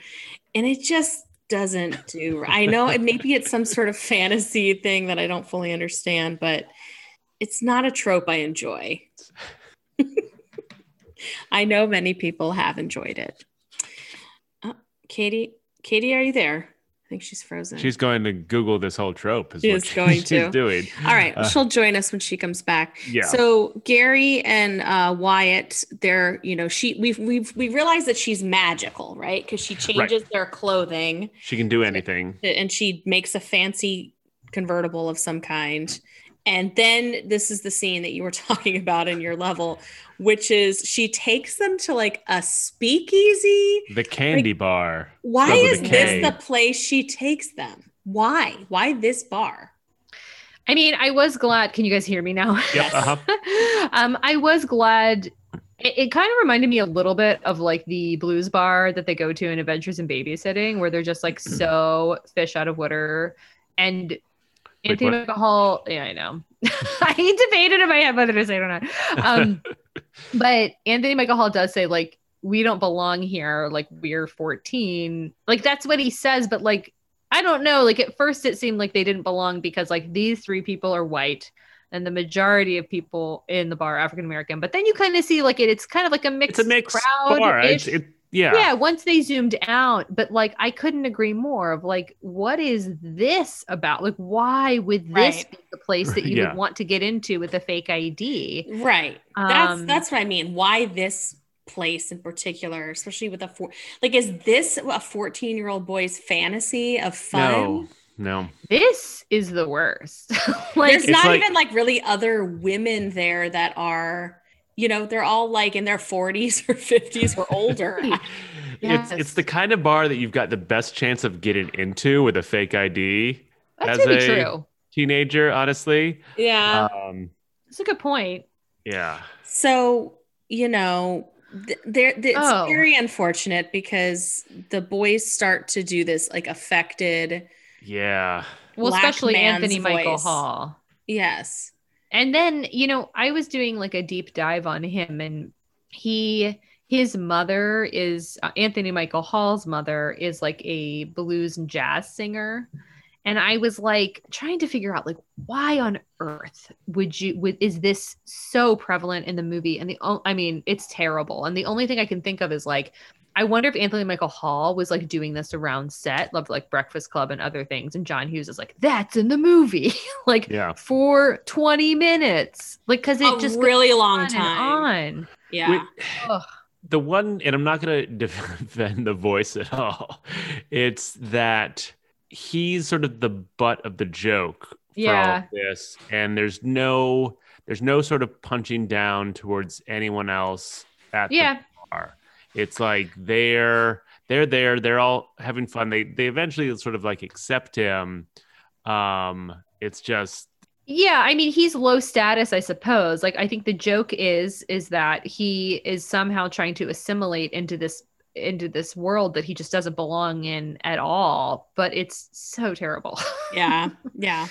Speaker 3: and it just doesn't do. I know it maybe it's some sort of fantasy thing that I don't fully understand, but it's not a trope I enjoy. I know many people have enjoyed it. Uh, Katie, Katie, are you there? I think she's frozen.
Speaker 2: She's going to Google this whole trope. Is
Speaker 3: She
Speaker 2: what
Speaker 3: is going
Speaker 2: she's
Speaker 3: to.
Speaker 2: doing.
Speaker 3: all right.
Speaker 2: Uh,
Speaker 3: she'll join us when she comes back.
Speaker 2: yeah.
Speaker 3: So Gary and uh, Wyatt, they're you know she we've we've we realize that she's magical, right? Because she changes their clothing
Speaker 2: she can do anything.
Speaker 3: and she makes a fancy convertible of some kind. And then this is the scene that you were talking about in your level, which is she takes them to like a speakeasy.
Speaker 2: The candy bar.
Speaker 3: Why
Speaker 2: Starts
Speaker 3: is
Speaker 2: with a K.
Speaker 3: this the place she takes them? Why? Why this bar?
Speaker 1: I mean, I was glad. Can you guys hear me now?
Speaker 2: Yep. Uh-huh.
Speaker 1: um, I was glad. It, it kind of reminded me a little bit of like the blues bar that they go to in Adventures in Babysitting, where they're just like
Speaker 2: Mm-hmm.
Speaker 1: so fish out of water. And Anthony
Speaker 2: what?
Speaker 1: McCall, yeah, I know. I debated in my head whether to say it or not. Um, but Anthony Michael Hall does say like we don't belong here. Like we're 14. Like that's what he says. But like I don't know. Like at first it seemed like they didn't belong because like these three people are white and the majority of people in the bar are African American. But then you kind of see like it, it's kind of like a mixed,
Speaker 2: It's a mixed
Speaker 1: crowd.
Speaker 2: bar. It's, it, yeah.
Speaker 1: yeah. once they zoomed out, but like I couldn't agree more of like what is this about? Like why would this
Speaker 3: Right.
Speaker 1: be the place that you
Speaker 2: Yeah.
Speaker 1: would want to get into with a fake ID?
Speaker 3: Right. That's
Speaker 1: Um,
Speaker 3: that's what I mean. Why this place in particular, especially with a four like is this a 14 year old boy's fantasy of fun?
Speaker 2: No, no.
Speaker 1: This is the worst. like
Speaker 3: There's not
Speaker 2: like-
Speaker 3: even like really other women there that are, you know, they're all like in their 40s or 50s or older.
Speaker 2: It's it's the kind of bar that you've got the best chance of getting into with a fake ID
Speaker 1: that's
Speaker 2: as
Speaker 1: maybe
Speaker 2: a-
Speaker 1: true.
Speaker 2: teenager, honestly.
Speaker 3: yeah.
Speaker 2: Um,
Speaker 1: That's a good point.
Speaker 2: yeah.
Speaker 3: So, you know, th- there th- it's
Speaker 1: Oh.
Speaker 3: very unfortunate because the boys start to do this like affected.
Speaker 2: Yeah.
Speaker 1: Well,
Speaker 3: Black
Speaker 1: especially
Speaker 3: man's
Speaker 1: Anthony Michael
Speaker 3: voice.
Speaker 1: Hall.
Speaker 3: Yes.
Speaker 1: And then, you know, I was doing like a deep dive on him and he his mother is uh, Anthony Michael Hall's mother is like a blues and jazz singer. And I was like trying to figure out like why on earth would you would is this so prevalent in the movie? And the o- I mean, it's terrible. And the only thing I can think of is like I I wonder if Anthony Michael Hall was like doing this around set, love like Breakfast Club and other things, and John Hughes is like, "That's in the movie," like
Speaker 2: Yeah.
Speaker 1: for twenty minutes, like because it
Speaker 3: a
Speaker 1: just goes
Speaker 3: really long
Speaker 1: on and
Speaker 3: time.
Speaker 1: on.
Speaker 3: Yeah.
Speaker 2: Wait, the one, and I'm not going to defend the voice at all. It's that he's sort of the butt of the joke for all
Speaker 1: Yeah.
Speaker 2: of this, and there's no there's no sort of punching down towards anyone else at the
Speaker 1: Yeah,
Speaker 2: are. It's like they're they're there, they're all having fun. They they eventually sort of like accept him. Um it's just
Speaker 1: Yeah, I mean he's low status, I suppose. Like I think the joke is is that he is somehow trying to assimilate into this into this world that he just doesn't belong in at all. But it's so terrible.
Speaker 3: yeah. Yeah.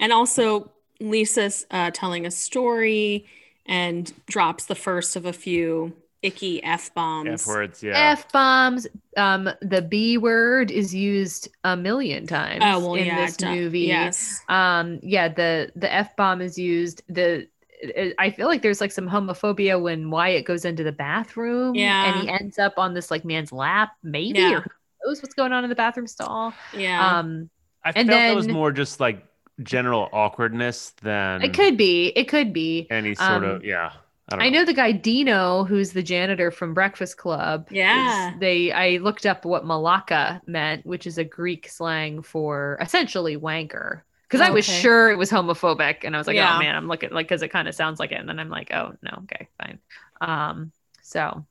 Speaker 3: And also, Lisa's uh, telling a story and drops the first of a few icky F
Speaker 2: F
Speaker 3: bombs.
Speaker 2: words, yeah.
Speaker 1: F bombs. Um, the B word is used a million times
Speaker 3: Oh, well,
Speaker 1: in
Speaker 3: yeah.
Speaker 1: this
Speaker 3: duh.
Speaker 1: movie.
Speaker 3: Yes.
Speaker 1: um yeah the the f-bomb is used the it- I feel like there's like some homophobia when Wyatt goes into the bathroom
Speaker 3: Yeah.
Speaker 1: and he ends up on this like man's lap, maybe
Speaker 3: Yeah.
Speaker 1: or who knows what's going on in the bathroom stall.
Speaker 3: Yeah.
Speaker 1: Um,
Speaker 2: I felt
Speaker 1: and
Speaker 2: that was
Speaker 1: then-
Speaker 2: more just like general awkwardness than
Speaker 1: it could be, it could be.
Speaker 2: any sort
Speaker 1: um,
Speaker 2: of yeah. I don't
Speaker 1: I know the guy Dino, who's the janitor from Breakfast Club. is-
Speaker 3: Yeah.
Speaker 1: they I looked up what Malaka meant, which is a Greek slang for essentially wanker. Because I was
Speaker 3: Oh, Okay.
Speaker 1: sure it was homophobic, and I was like,
Speaker 3: Yeah.
Speaker 1: oh man, I'm looking like because it kind of sounds like it, and then I'm like, oh no, okay, fine. Um, so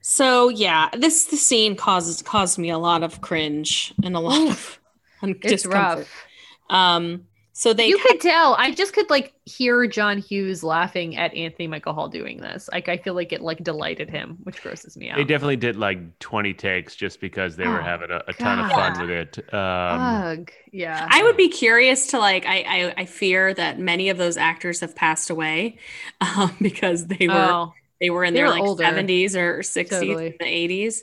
Speaker 3: so yeah, this the scene causes caused me a lot of cringe and a lot of un-
Speaker 1: it's
Speaker 3: discomfort.
Speaker 1: rough.
Speaker 3: Um. So they
Speaker 1: you could tell. I just could like hear John Hughes laughing at Anthony Michael Hall doing this. Like I feel like it like delighted him, which grosses me out.
Speaker 2: They definitely did like 20 takes just because they were
Speaker 1: Oh,
Speaker 2: having a, a ton of fun
Speaker 3: God.
Speaker 2: with it.
Speaker 1: Ugh.
Speaker 2: Um,
Speaker 1: yeah.
Speaker 3: I would be curious to like. I, I I fear that many of those actors have passed away, um, because they were
Speaker 1: oh.
Speaker 3: they were in
Speaker 1: They
Speaker 3: their
Speaker 1: were
Speaker 3: like
Speaker 1: older.
Speaker 3: 70s or 60s
Speaker 1: Totally.
Speaker 3: in the 80s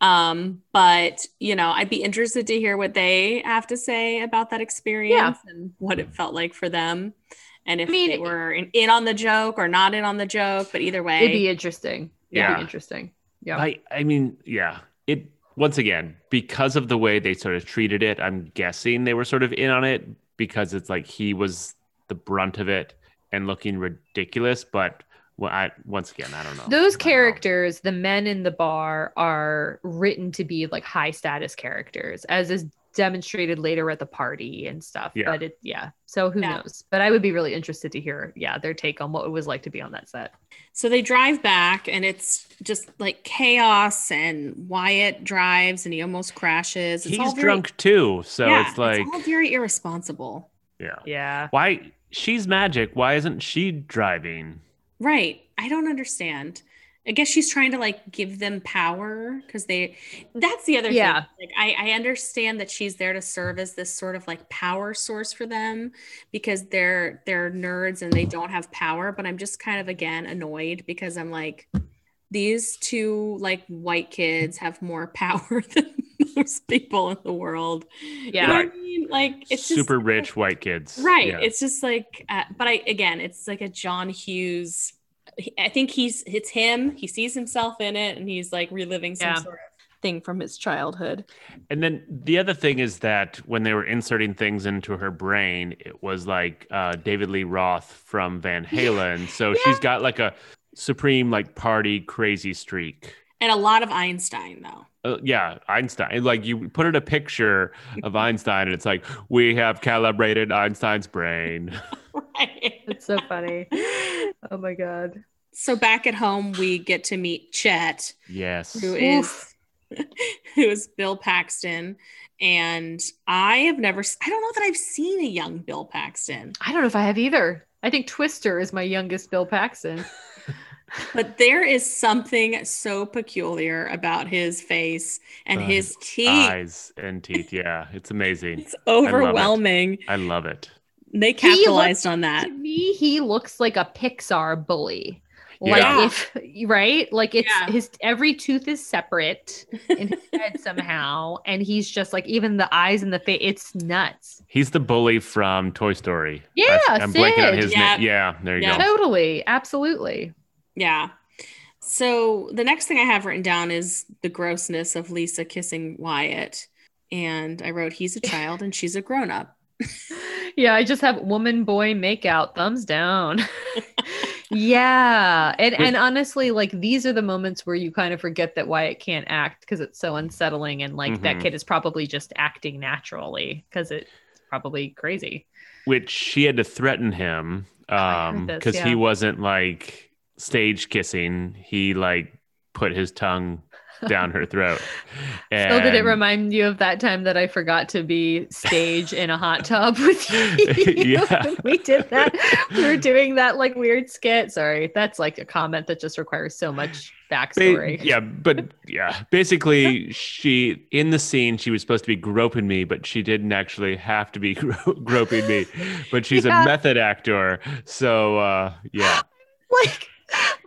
Speaker 3: um but you know i'd be interested to hear what they have to say about that experience and what it felt like for them and if
Speaker 1: I mean,
Speaker 3: they were in, in on the joke or not in on the joke but either way
Speaker 1: It'd be interesting. It'd
Speaker 2: Yeah.
Speaker 1: be interesting. Yeah.
Speaker 2: I I mean, yeah. It once again, because of the way they sort of treated it, I'm guessing they were sort of in on it because it's like he was the brunt of it and looking ridiculous, but well, I once again, I don't know.
Speaker 1: Those
Speaker 2: I don't know.
Speaker 1: characters, the men in the bar, are written to be like high status characters, as is demonstrated later at the party and stuff.
Speaker 2: Yeah.
Speaker 1: But it, yeah. So who
Speaker 3: Yeah.
Speaker 1: knows? But I would be really interested to hear, yeah, their take on what it was like to be on that set.
Speaker 3: so they drive back and it's just like chaos and wyatt drives and he almost crashes it's all
Speaker 2: He's
Speaker 3: very-
Speaker 2: drunk too, so
Speaker 3: yeah,
Speaker 2: it's like
Speaker 3: all very irresponsible
Speaker 2: yeah.
Speaker 1: Yeah.
Speaker 2: Why she's magic, why isn't she driving?
Speaker 3: Right. I don't understand. I guess she's trying to like give them power because they that's the other
Speaker 1: Yeah.
Speaker 3: thing. Like I, I understand that she's there to serve as this sort of like power source for them because they're they're nerds and they don't have power. But I'm just kind of again annoyed because I'm like, these two like white kids have more power than most people in the world. You know what I
Speaker 2: Right.
Speaker 3: mean? Like it's just-
Speaker 2: Super rich white kids.
Speaker 3: right
Speaker 2: Yeah.
Speaker 3: it's just like uh, but i again it's like a john hughes i think he's it's him he sees himself in it and he's like reliving some
Speaker 1: Yeah.
Speaker 3: sort of thing from his childhood
Speaker 2: And then the other thing is that when they were inserting things into her brain, it was like uh, David Lee Roth from Van Halen. So she's got like a supreme like party crazy streak.
Speaker 3: and a lot of einstein though
Speaker 2: Uh, yeah, Einstein. Like you put in a picture of Einstein, and it's like we have calibrated Einstein's brain.
Speaker 3: right
Speaker 1: It's so funny. oh my God.
Speaker 3: so back at home we get to meet chet
Speaker 2: Yes.
Speaker 3: who
Speaker 1: Oof.
Speaker 3: is who is bill paxton and i have never s- i don't know that i've seen a young bill paxton
Speaker 1: I don't know if I have either. I think Twister is my youngest Bill Paxton.
Speaker 3: But there is something so peculiar about his face and
Speaker 2: Uh,
Speaker 3: his teeth.
Speaker 2: Eyes and teeth. Yeah, it's amazing.
Speaker 3: It's overwhelming.
Speaker 2: I love it.
Speaker 3: They capitalized on that.
Speaker 1: to me, he looks like a Pixar bully.
Speaker 3: Yeah.
Speaker 1: Like if right, like it's
Speaker 3: Yeah.
Speaker 1: his every tooth is separate in his head somehow, and he's just like even the eyes and the face. It's nuts.
Speaker 2: He's the bully from Toy Story.
Speaker 1: Yeah,
Speaker 2: I, am blanking on
Speaker 1: Sid.
Speaker 2: his
Speaker 3: Yeah.
Speaker 2: name. Yeah, there you
Speaker 3: Yeah.
Speaker 2: go.
Speaker 1: Totally, absolutely.
Speaker 3: Yeah. So the next thing I have written down is the grossness of Lisa kissing Wyatt. And I wrote, he's a child and she's a grown up.
Speaker 1: yeah, I just have woman boy makeout, thumbs down. yeah. And and honestly, like these are the moments where you kind of forget that Wyatt can't act because it's so unsettling and like that
Speaker 2: Mhm.
Speaker 1: kid is probably just acting naturally because it's probably crazy.
Speaker 2: which she had to threaten him
Speaker 1: Oh, I
Speaker 2: because
Speaker 1: heard this, yeah.
Speaker 2: he wasn't like stage kissing. He like put his tongue down her throat. And
Speaker 1: So did it remind you of that time that I forgot to be stage in a hot tub with you?
Speaker 2: Yeah.
Speaker 1: when we did that. We were doing that like weird skit. Sorry, that's like a comment that just requires so much backstory.
Speaker 2: Ba- yeah, but yeah, basically, she in the scene she was supposed to be groping me, but she didn't actually have to be gro- groping me. But she's
Speaker 1: Yeah.
Speaker 2: a method actor, so uh, yeah,
Speaker 1: Like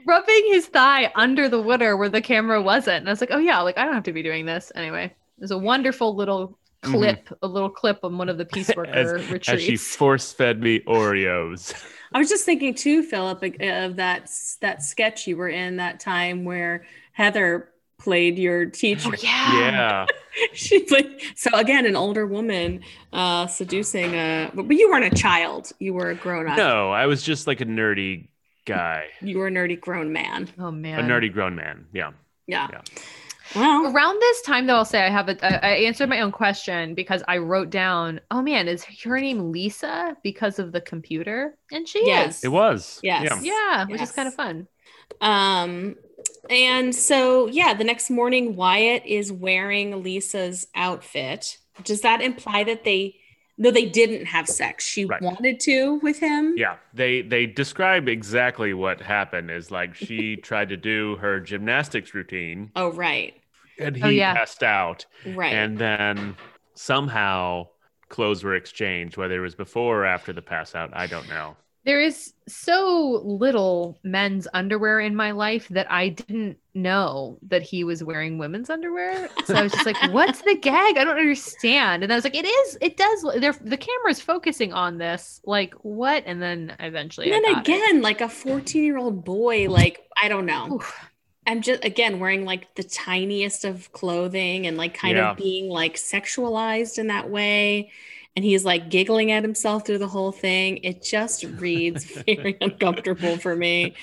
Speaker 1: rubbing his thigh under the water where the camera wasn't. And I was like, oh yeah, like I don't have to be doing this. Anyway, it was a wonderful little
Speaker 2: Mhm.
Speaker 1: clip, a little clip on one of the peace worker
Speaker 2: as she
Speaker 1: retreats.
Speaker 2: force fed me Oreos.
Speaker 3: I was just thinking too, Philip, of that that sketch you were in that time where Heather played your teacher.
Speaker 1: Oh, yeah.
Speaker 2: yeah,
Speaker 3: she played so again an older woman uh, seducing a. But you weren't a child. You were a grown up.
Speaker 2: no, I was just like a nerdy guy.
Speaker 3: You were a nerdy grown man.
Speaker 1: Oh man.
Speaker 2: a nerdy grown man. Yeah.
Speaker 3: Yeah.
Speaker 2: Yeah.
Speaker 3: Well,
Speaker 1: around this time though i'll say i have a I I answered my own question because i wrote down oh man is her name lisa because of the computer and she
Speaker 3: yes,
Speaker 1: is
Speaker 2: It was.
Speaker 3: Yes.
Speaker 2: Yeah.
Speaker 1: yeah which is
Speaker 3: Yes.
Speaker 1: kind of fun
Speaker 3: Um, and so yeah, the next morning Wyatt is wearing Lisa's outfit. Does that imply that they? No, they didn't have sex. She
Speaker 2: Right.
Speaker 3: wanted to with him.
Speaker 2: Yeah. They they describe exactly what happened is like she tried to do her gymnastics routine
Speaker 3: Oh, right.
Speaker 2: and he
Speaker 1: Oh, yeah.
Speaker 2: passed out.
Speaker 3: Right.
Speaker 2: And then somehow clothes were exchanged, whether it was before or after the pass out, I don't know.
Speaker 1: there is so little men's underwear in my life that i didn't know that he was wearing women's underwear so i was just like what's the gag i don't understand and i was like it is it does they're the camera's focusing on this like what and then eventually
Speaker 3: and then
Speaker 1: I got it.
Speaker 3: again, like a 14 year old boy, like, I don't know.
Speaker 1: Oof.
Speaker 3: I'm just, again, wearing like the tiniest of clothing and like kind
Speaker 2: Yeah.
Speaker 3: of being like sexualized in that way. And he's like giggling at himself through the whole thing. It just reads very uncomfortable for me.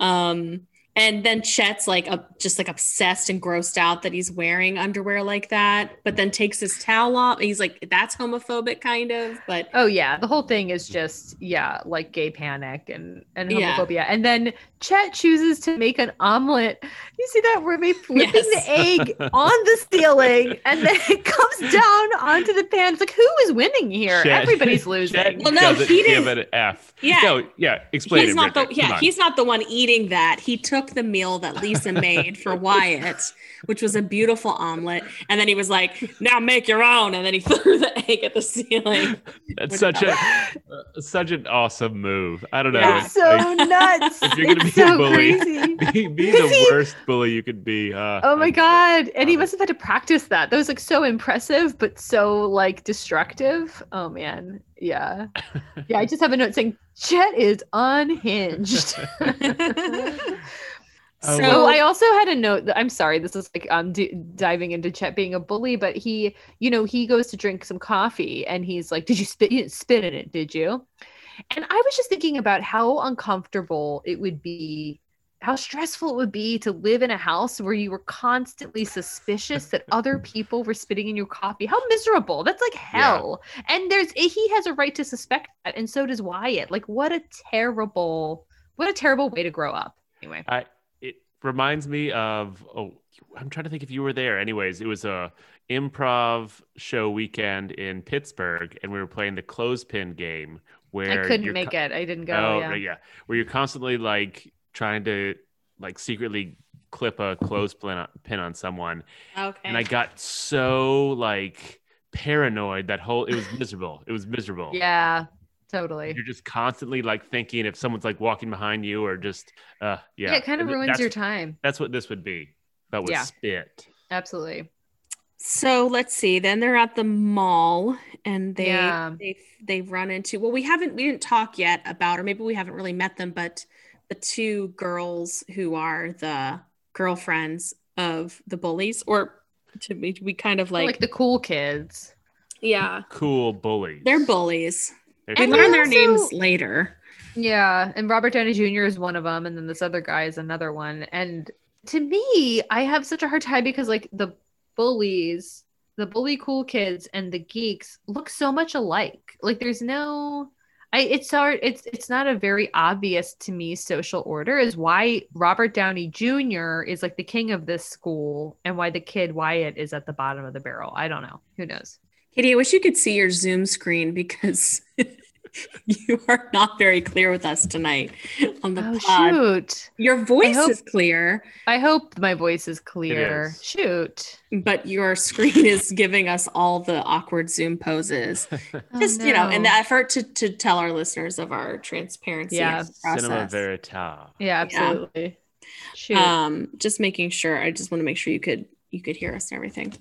Speaker 3: Um, and then Chet's like up, just like obsessed and grossed out that he's wearing underwear like that, but then takes his towel off. He's like, that's homophobic, kind of. But
Speaker 1: Oh yeah, the whole thing is just yeah, like gay panic and and
Speaker 3: Yeah.
Speaker 1: homophobia. And then Chet chooses to make an omelet. You see that where he flipping
Speaker 3: Yes.
Speaker 1: the egg on the ceiling, and then it comes down onto the pan. It's like who is winning here?
Speaker 2: Chet-
Speaker 1: Everybody's
Speaker 2: Chet
Speaker 1: losing.
Speaker 3: Well, no,
Speaker 2: doesn't
Speaker 3: he
Speaker 2: give
Speaker 3: didn't-
Speaker 2: it an F.
Speaker 3: Yeah.
Speaker 2: No, yeah. Explain
Speaker 3: he's
Speaker 2: it.
Speaker 3: not the
Speaker 2: Bridget. Come
Speaker 3: yeah
Speaker 2: on.
Speaker 3: he's not the one eating that he took the meal that lisa made for wyatt which was a beautiful omelet and then he was like now make your own and then he threw the egg at the ceiling
Speaker 2: That's such a uh, such an awesome move. I don't know.
Speaker 3: Yeah.
Speaker 1: It's so nuts.
Speaker 2: If you're gonna
Speaker 1: It's
Speaker 2: be a
Speaker 1: so
Speaker 2: bully.
Speaker 1: crazy.
Speaker 2: be, be
Speaker 1: Because
Speaker 2: the
Speaker 1: he-
Speaker 2: worst bully you could be. Huh?
Speaker 1: Oh my god! And he
Speaker 2: Wow.
Speaker 1: must have had to practice that. That was like so impressive, but so like destructive. Oh man, yeah, yeah. I just have a note saying Chet is unhinged.
Speaker 2: Oh,
Speaker 3: so
Speaker 1: Oh, I also had a note. That, I'm sorry, this is like um d- diving into Chet being a bully, but he, you know, he goes to drink some coffee and he's like, "Did you spit? You didn't spit in it, did you?" And I was just thinking about how uncomfortable it would be, how stressful it would be to live in a house where you were constantly suspicious that other people were spitting in your coffee. How miserable! That's like hell. And there's eh, he has a right to suspect that, and so does Wyatt. Like, what a terrible, what a terrible way to grow up. Anyway.
Speaker 2: It reminds me of oh, I'm trying to think if you were there. Anyways, it was a improv show weekend in Pittsburgh, and we were playing the clothespin game
Speaker 1: I
Speaker 2: where
Speaker 1: couldn't
Speaker 2: you're
Speaker 1: make
Speaker 2: co-
Speaker 1: it. I didn't go.
Speaker 2: Oh,
Speaker 1: yeah.
Speaker 2: right, yeah, where you're constantly like trying to like secretly clip a clothespin on- pin on someone,
Speaker 3: okay
Speaker 2: and I
Speaker 1: Eh.
Speaker 2: got so like paranoid that whole it was miserable. It was miserable.
Speaker 1: Yeah, totally.
Speaker 2: you're just constantly like thinking if someone's like walking behind you or just uh yeah,
Speaker 1: Yeah, it kind of
Speaker 2: Th-
Speaker 1: ruins
Speaker 2: that's,
Speaker 1: your time.
Speaker 2: that's what this would be but with
Speaker 1: Yeah.
Speaker 2: spit
Speaker 1: Absolutely.
Speaker 3: So let's see. Then they're at the mall and they
Speaker 1: Yeah.
Speaker 3: they they run into well, we haven't we didn't talk yet about, or maybe we haven't really met them, but the two girls who are the girlfriends of the bullies, or to be we kind of
Speaker 1: Like,
Speaker 3: like,
Speaker 1: the cool kids.
Speaker 3: yeah,
Speaker 2: Cool bullies.
Speaker 3: they're bullies.
Speaker 2: They're
Speaker 3: We
Speaker 1: And
Speaker 2: cool.
Speaker 3: learn their
Speaker 1: also-
Speaker 3: names later.
Speaker 1: Yeah, and Robert Downey Jr. is one of them, and then this other guy is another one. And to me, I have such a hard time because like the bullies, the bully cool kids, and the geeks look so much alike. Like there's no, I it's hard. It's it's not a very obvious to me social order is why Robert Downey Jr. is like the king of this school, and why the kid Wyatt is at the bottom of the barrel. I don't know. Who knows?
Speaker 3: Katie, I wish you could see your Zoom screen because you are not very clear with us tonight on the
Speaker 1: oh
Speaker 3: pod.
Speaker 1: shoot!
Speaker 3: Your voice
Speaker 1: hope-
Speaker 3: is clear.
Speaker 1: I hope my voice is clear.
Speaker 2: is.
Speaker 1: Shoot.
Speaker 3: but your screen is giving us all the awkward zoom poses
Speaker 1: Oh,
Speaker 3: just you know in
Speaker 1: no.
Speaker 3: the effort to, to tell our listeners of our transparency
Speaker 1: Yeah.
Speaker 3: of the
Speaker 2: Cinema
Speaker 3: process
Speaker 2: verita.
Speaker 1: Yeah,
Speaker 3: Yeah.
Speaker 1: absolutely. Shoot.
Speaker 3: um just making sure i just want to make sure you could you could hear us and everything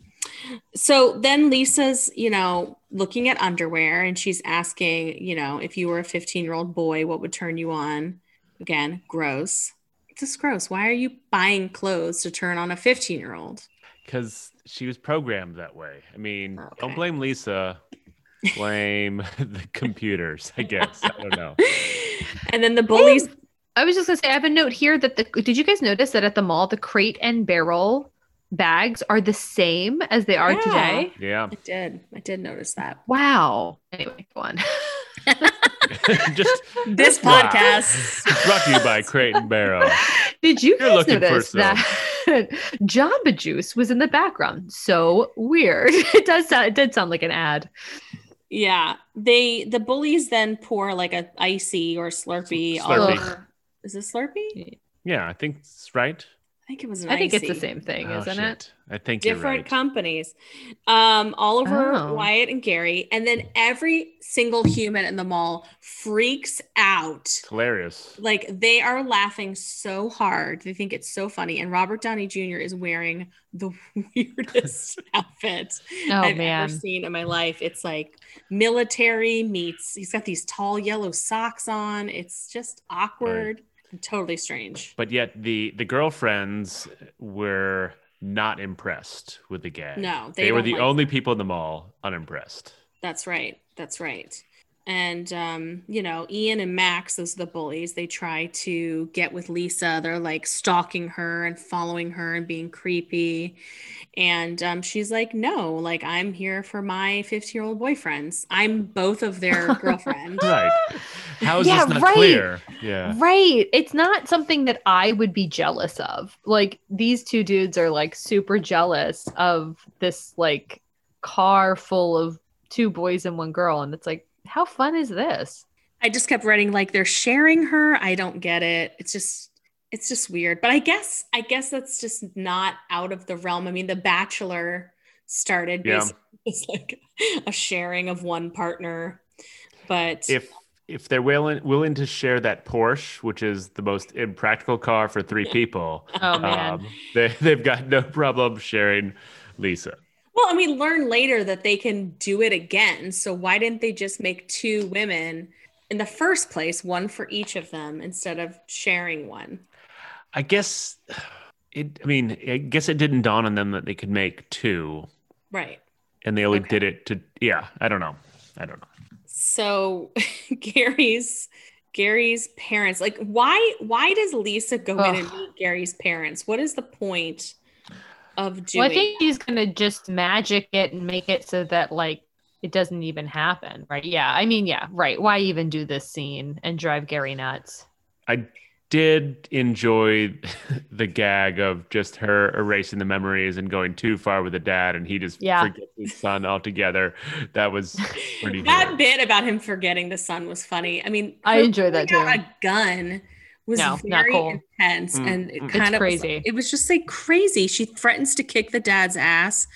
Speaker 3: so then lisa's you know looking at underwear and she's asking you know if you were a 15 year old boy what would turn you on again gross just gross why are you buying clothes to turn on a 15 year old
Speaker 2: because she was programmed that way. I mean,
Speaker 3: Okay.
Speaker 2: don't blame Lisa. Blame the computers, I guess. I don't know.
Speaker 3: and then the bullies
Speaker 1: I was just gonna say, I have a note here that the did you guys notice that at the mall the crate and barrel bags are the same as they are
Speaker 3: Yeah.
Speaker 1: today?
Speaker 2: Yeah,
Speaker 3: I did. I did notice that.
Speaker 1: Wow. Anyway, go on.
Speaker 2: just
Speaker 3: This
Speaker 2: Wow.
Speaker 3: podcast.
Speaker 2: brought to you by Crate and Barrel.
Speaker 1: Did you
Speaker 2: You're
Speaker 1: guys
Speaker 2: looking for
Speaker 1: notice
Speaker 2: some.
Speaker 1: that Jamba Juice was in the background? So weird. It does sound it did sound like an ad.
Speaker 3: Yeah. They the bullies then pour like a icy or Slurpee. all
Speaker 2: Slurpee.
Speaker 3: over- Is it Slurpee? I
Speaker 2: Yeah, I think it's right.
Speaker 3: think it was an
Speaker 1: I think it's the
Speaker 3: icy.
Speaker 1: same thing,
Speaker 2: Oh,
Speaker 1: isn't it?
Speaker 2: shit. I think
Speaker 3: Different
Speaker 2: you're right.
Speaker 3: companies. Um, all over
Speaker 1: Oh.
Speaker 3: Wyatt and Gary. And then every single human in the mall freaks out.
Speaker 2: It's hilarious.
Speaker 3: Like they are laughing so hard. They think it's so funny. And Robert Downey Jr. is wearing the weirdest outfit
Speaker 1: Oh
Speaker 3: I've
Speaker 1: man.
Speaker 3: ever seen in my life. It's like military meets, he's got these tall yellow socks on. It's just awkward and totally strange.
Speaker 2: But yet the the girlfriends were not impressed with the gag.
Speaker 3: No, they
Speaker 2: they, were
Speaker 3: don't
Speaker 2: the
Speaker 3: like
Speaker 2: only people in the mall unimpressed.
Speaker 3: That's right. That's right. And um, you know, Ian and Max, those are the bullies. They try to get with Lisa. They're like stalking her and following her and being creepy. And um, she's like, "No, like I'm here for my 15-year-old boyfriends. I'm both of their girlfriend."
Speaker 2: Right? How is
Speaker 1: Yeah,
Speaker 2: this not
Speaker 1: right.
Speaker 2: clear? Yeah.
Speaker 1: Right. It's not something that I would be jealous of. Like these two dudes are like super jealous of this like car full of two boys and one girl and it's like how fun is this?
Speaker 3: I just kept writing like they're sharing her. I don't get it. It's just it's just weird. But I guess I guess that's just not out of the realm. I mean, The Bachelor started
Speaker 2: Yeah.
Speaker 3: basically as like a sharing of one partner. But
Speaker 2: if if they're willing willing to share that Porsche, which is the most impractical car for three people, um,
Speaker 1: Oh man.
Speaker 2: they they've got no problem sharing Lisa.
Speaker 3: well, and we learn later that they can do it again. So why didn't they just make two women in the first place, one for each of them instead of sharing one?
Speaker 2: I guess it. I mean, I guess it didn't dawn on them that they could make two,
Speaker 3: Right.
Speaker 2: and they only
Speaker 3: Okay.
Speaker 2: did it to. Yeah, I don't know. I don't know.
Speaker 3: so gary's gary's parents like why why does lisa go in and
Speaker 1: Ugh.
Speaker 3: meet gary's parents what is the point of doing
Speaker 1: Well, I think he's going to just magic it and make it so that like it doesn't even happen, right? Yeah. I mean, yeah, right. Why even do this scene and drive Gary nuts?
Speaker 2: I did enjoy the gag of just her erasing the memories and going too far with the dad, and he just
Speaker 1: Yeah.
Speaker 2: forgets his son altogether. That was pretty.
Speaker 3: that
Speaker 2: good.
Speaker 3: bit about him forgetting the son was funny i mean
Speaker 1: I
Speaker 3: her
Speaker 1: enjoy that
Speaker 3: pulling out
Speaker 1: too.
Speaker 3: a gun was
Speaker 1: No, not
Speaker 3: very
Speaker 1: cool.
Speaker 3: intense
Speaker 2: Mm,
Speaker 3: and it
Speaker 2: mm.
Speaker 3: kind
Speaker 1: It's
Speaker 3: of was like-
Speaker 1: crazy.
Speaker 3: it was just like crazy she threatens to kick the dad's ass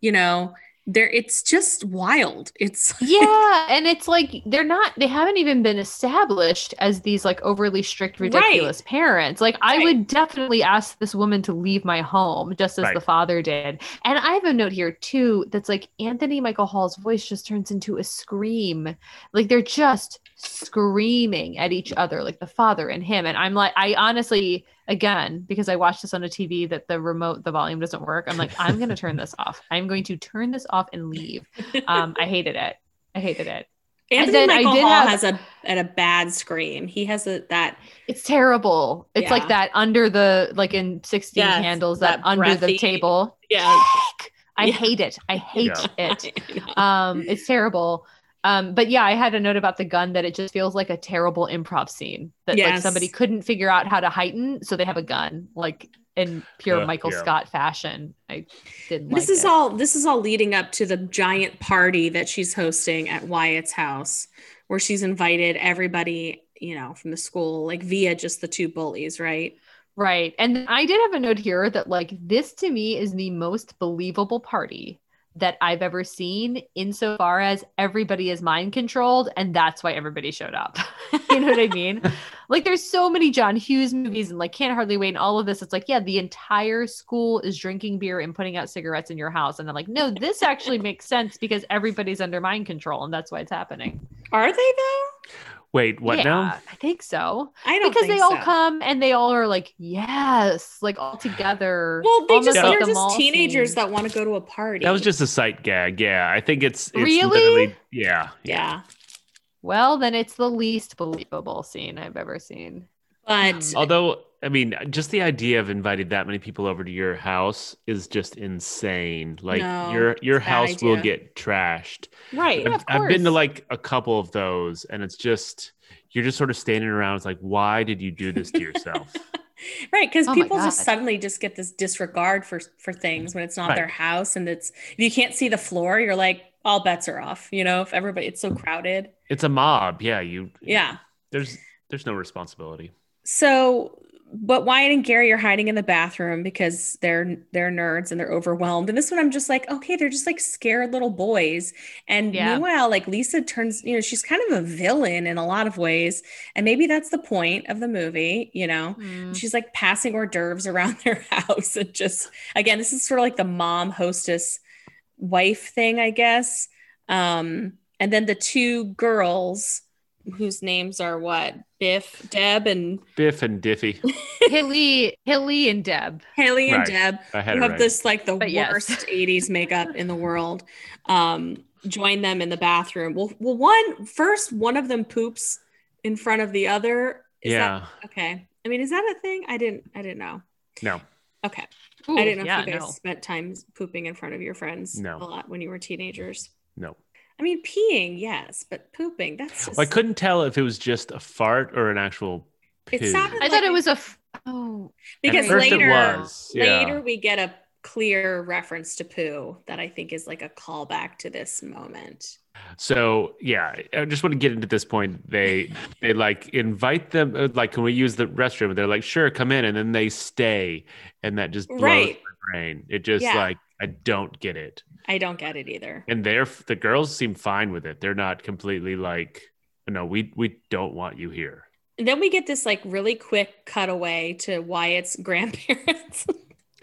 Speaker 3: you know there it's just wild it's
Speaker 1: yeah and it's like they're not they haven't even been established as these like overly strict ridiculous parents like i
Speaker 3: Right.
Speaker 1: would definitely ask this woman to leave my home just as
Speaker 2: Right.
Speaker 1: the father did and i have a note here too that's like anthony michael hall's voice just turns into a scream like they're just screaming at each other like the father and him and i'm like i honestly again because i watched this on a tv that the remote the volume doesn't work i'm like i'm going to turn this off i'm going to turn this off and leave um, I hated it. I hated it.
Speaker 3: anthony
Speaker 1: then I
Speaker 3: michael
Speaker 1: did
Speaker 3: hall
Speaker 1: have-
Speaker 3: has a at a bad scream he has a that
Speaker 1: It's terrible. It's
Speaker 3: Yeah.
Speaker 1: like that under the like in 16
Speaker 3: Yes,
Speaker 1: candles that,
Speaker 3: that
Speaker 1: under
Speaker 3: breathy-
Speaker 1: the table.
Speaker 3: yeah
Speaker 1: I
Speaker 3: Yeah.
Speaker 1: hate it. I hate it.
Speaker 3: I know.
Speaker 1: Um, it's terrible. Um, but yeah, I had a note about the gun that it just feels like a terrible improv scene that like
Speaker 3: Yes.
Speaker 1: somebody couldn't figure out how to heighten, so they have a gun, like in pure
Speaker 2: Uh,
Speaker 1: Michael
Speaker 2: yeah.
Speaker 1: Scott fashion. I didn't.
Speaker 3: this
Speaker 1: like
Speaker 3: is
Speaker 1: it.
Speaker 3: all this is all leading up to the giant party that she's hosting at Wyatt's house where she's invited everybody, you know, from the school like via just the two bullies, right?
Speaker 1: Right. And I did have a note here that, like, this to me is the most believable party that I've ever seen insofar as everybody is mind controlled. And that's why everybody showed up. you know what I mean? like, there's so many John Hughes movies and, like, Can't Hardly Wait and all of this. It's like, yeah, the entire school is drinking beer and putting out cigarettes in your house. And I'm like, no, this actually makes sense because everybody's under mind control. And that's why it's happening.
Speaker 3: Are they though?
Speaker 2: Wait, what
Speaker 1: yeah,
Speaker 2: now?
Speaker 1: I think so
Speaker 3: I don't
Speaker 1: because
Speaker 3: think
Speaker 1: they all
Speaker 3: so.
Speaker 1: come and they all are like yes like all together
Speaker 3: Well, they
Speaker 1: almost
Speaker 3: just
Speaker 2: like
Speaker 3: they're
Speaker 1: the
Speaker 3: just
Speaker 1: mall
Speaker 3: teenagers
Speaker 1: scene.
Speaker 3: that want to go to a party.
Speaker 2: That was just a sight gag. Yeah, I think it's, it's
Speaker 1: Really?
Speaker 2: literally yeah,
Speaker 3: yeah.
Speaker 1: well then it's the least believable scene i've ever seen
Speaker 3: But
Speaker 1: Oh.
Speaker 2: Although, I mean, just the idea of inviting that many people over to your house is just insane. Like
Speaker 3: No,
Speaker 2: your your
Speaker 3: it's a bad
Speaker 2: house will
Speaker 3: idea.
Speaker 2: get trashed.
Speaker 3: right.
Speaker 1: Yeah,
Speaker 2: I've,
Speaker 1: of
Speaker 2: I've been to
Speaker 1: course.
Speaker 2: like a couple of those, and it's just you're just sort of standing around. It's like, why did you do this to yourself?
Speaker 3: Right, because
Speaker 1: Oh my
Speaker 3: people just
Speaker 1: God.
Speaker 3: suddenly just get this disregard for for things when it's not
Speaker 2: Right.
Speaker 3: their house and it's if you can't see the floor, you're like all bets are off, you know, if everybody it's so crowded.
Speaker 2: it's a mob. Yeah, you.
Speaker 3: Yeah.
Speaker 2: There's there's no responsibility.
Speaker 3: So, but Wyatt and Gary are hiding in the bathroom because they're they're nerds and they're overwhelmed. And this one, I'm just like, okay, they're just like scared little boys. And
Speaker 1: Yeah.
Speaker 3: meanwhile, like Lisa turns, you know, she's kind of a villain in a lot of ways, and maybe that's the point of the movie, you know.
Speaker 1: Mm-hmm.
Speaker 3: She's like passing hors d'oeuvres around their house and just again, this is sort of like the mom hostess wife thing, I guess. Um, and then the two girls whose names are what Biff, Deb, and
Speaker 2: Biff and Diffie.
Speaker 1: hilly hilly and deb
Speaker 3: Haley and
Speaker 2: Right.
Speaker 3: Deb,
Speaker 2: I had
Speaker 3: who
Speaker 2: it
Speaker 3: have
Speaker 2: right.
Speaker 3: this like the
Speaker 1: But yes.
Speaker 3: worst 80s makeup in the world, um, join them in the bathroom. Well, well, one first one of them poops in front of the other. Is
Speaker 2: yeah.
Speaker 3: That, okay. I mean, is that a thing? I didn't. I didn't know.
Speaker 2: No.
Speaker 3: Okay.
Speaker 1: Ooh,
Speaker 3: I didn't know
Speaker 1: yeah,
Speaker 3: if you guys
Speaker 1: no.
Speaker 3: spent time pooping in front of your friends
Speaker 2: No.
Speaker 3: a lot when you were teenagers.
Speaker 2: No.
Speaker 3: I mean, peeing, yes, but pooping, that's just.
Speaker 2: I couldn't tell if it was just a fart or an actual.
Speaker 3: It
Speaker 2: poo.
Speaker 3: sounded-
Speaker 1: i thought it was a f- oh
Speaker 2: At
Speaker 3: because
Speaker 2: first
Speaker 3: later,
Speaker 2: it was. Yeah.
Speaker 3: later we get a clear reference to poo that I think is like a callback to this moment.
Speaker 2: So yeah, I just want to get into this point. They they like invite them uh, like can we use the restroom? They're like sure, come in, and then they stay, and that just blows
Speaker 3: Right.
Speaker 2: my brain. It just
Speaker 3: Yeah.
Speaker 2: like I don't get it.
Speaker 3: I don't get it either.
Speaker 2: And they're the girls seem fine with it. They're not completely like no, we we don't want you here.
Speaker 3: And then we get this like really quick cutaway to Wyatt's grandparents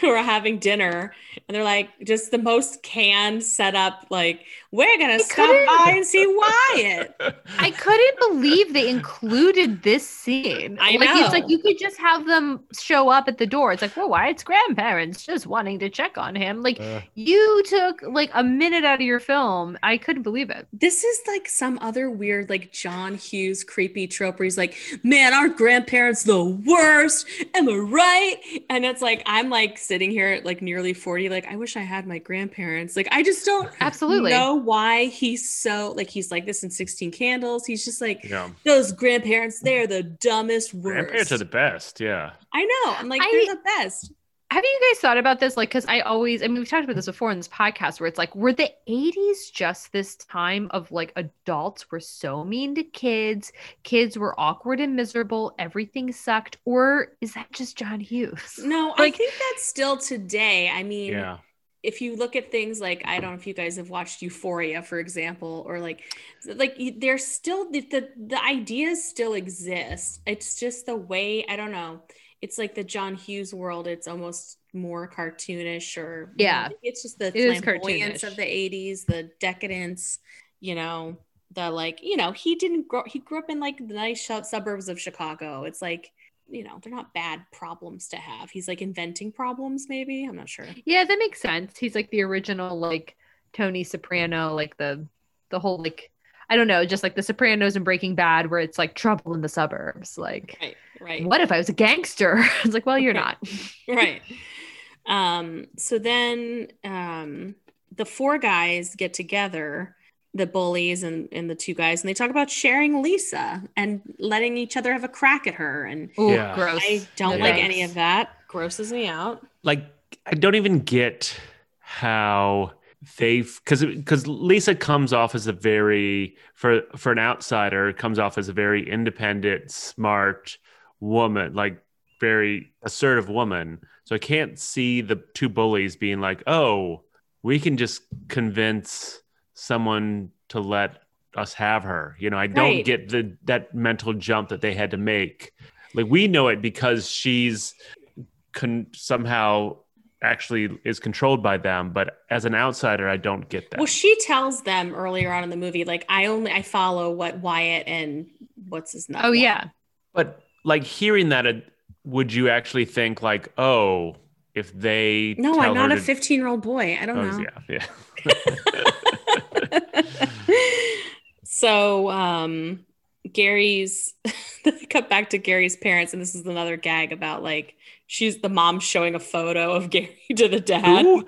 Speaker 3: who are having dinner and they're like just the most canned setup like we're going to stop
Speaker 1: couldn't-
Speaker 3: by and see Wyatt.
Speaker 1: i couldn't believe they included this scene
Speaker 3: I
Speaker 1: like
Speaker 3: know.
Speaker 1: it's like you could just have them show up at the door it's like well why it's grandparents just wanting to check on him like
Speaker 2: Uh,
Speaker 1: you took like a minute out of your film i couldn't believe it
Speaker 3: This is like some other weird like John Hughes creepy trope where he's like, "Man, our grandparents the worst." Am I right? And it's like I'm like sitting here at like nearly 40 like I wish I had my grandparents. Like I just don't
Speaker 1: absolutely
Speaker 3: know why he's so like he's like this in 16 candles he's just like
Speaker 2: yeah.
Speaker 3: those grandparents they're the dumbest worst
Speaker 2: Grandparents are the best. Yeah.
Speaker 3: i know i'm like
Speaker 1: I-
Speaker 3: they're the best
Speaker 1: Have you guys thought about this? Like, because I always, I mean, we've talked about this before in this podcast where it's like, were the 80s just this time of like adults were so mean to kids, kids were awkward and miserable, everything sucked, or is that just John Hughes?
Speaker 3: no i
Speaker 1: Like-
Speaker 3: think that's still today i mean
Speaker 2: Yeah.
Speaker 3: if you look at things like I don't know if you guys have watched Euphoria, for example, or like like there's still the, the the ideas still exist. It's just the way I don't know. It's like the John Hughes world. It's almost more cartoonish, or
Speaker 1: Yeah.
Speaker 3: it's just the
Speaker 1: It is
Speaker 3: flamboyance
Speaker 1: cartoonish.
Speaker 3: of the '80s, the decadence. You know, the like you know he didn't grow. He grew up in like the nice sh- suburbs of Chicago. It's like you know they're not bad problems to have. He's like inventing problems, maybe. I'm not sure.
Speaker 1: Yeah, that makes sense. He's like the original like Tony Soprano, like the the whole like I don't know, just like the Sopranos and Breaking Bad where it's like trouble in the suburbs. Like
Speaker 3: Right, right.
Speaker 1: what if I was a gangster? it's like, well, you're not.
Speaker 3: right um so then um the four guys get together the bullies and, and the two guys and they talk about sharing lisa and letting each other have a crack at her and
Speaker 1: Ooh,
Speaker 2: Yeah.
Speaker 1: gross.
Speaker 3: i don't
Speaker 2: Yeah.
Speaker 3: like any of that grosses me out
Speaker 2: like I don't even get how they because because Lisa comes off as a very for for an outsider comes off as a very independent, smart woman, like very assertive woman. So I can't see the two bullies being like, "Oh, we can just convince someone to let us have her." You know, I don't
Speaker 3: Right.
Speaker 2: get the that mental jump that they had to make. Like we know it because she's con- somehow actually is controlled by them, but as an outsider, I don't get that.
Speaker 3: well she tells them earlier on in the movie like i only i follow what wyatt and what's his name
Speaker 1: Oh yeah.
Speaker 2: But like hearing that, it, would you actually think like, oh, if they
Speaker 3: no
Speaker 2: tell
Speaker 3: i'm not
Speaker 2: her
Speaker 3: a
Speaker 2: to-
Speaker 3: 15 year old boy i don't
Speaker 2: Oh,
Speaker 3: know
Speaker 2: yeah,
Speaker 3: so um gary's cut back to gary's parents and this is another gag about like she's the mom showing a photo of gary to the
Speaker 2: yeah.
Speaker 3: dad
Speaker 2: Who?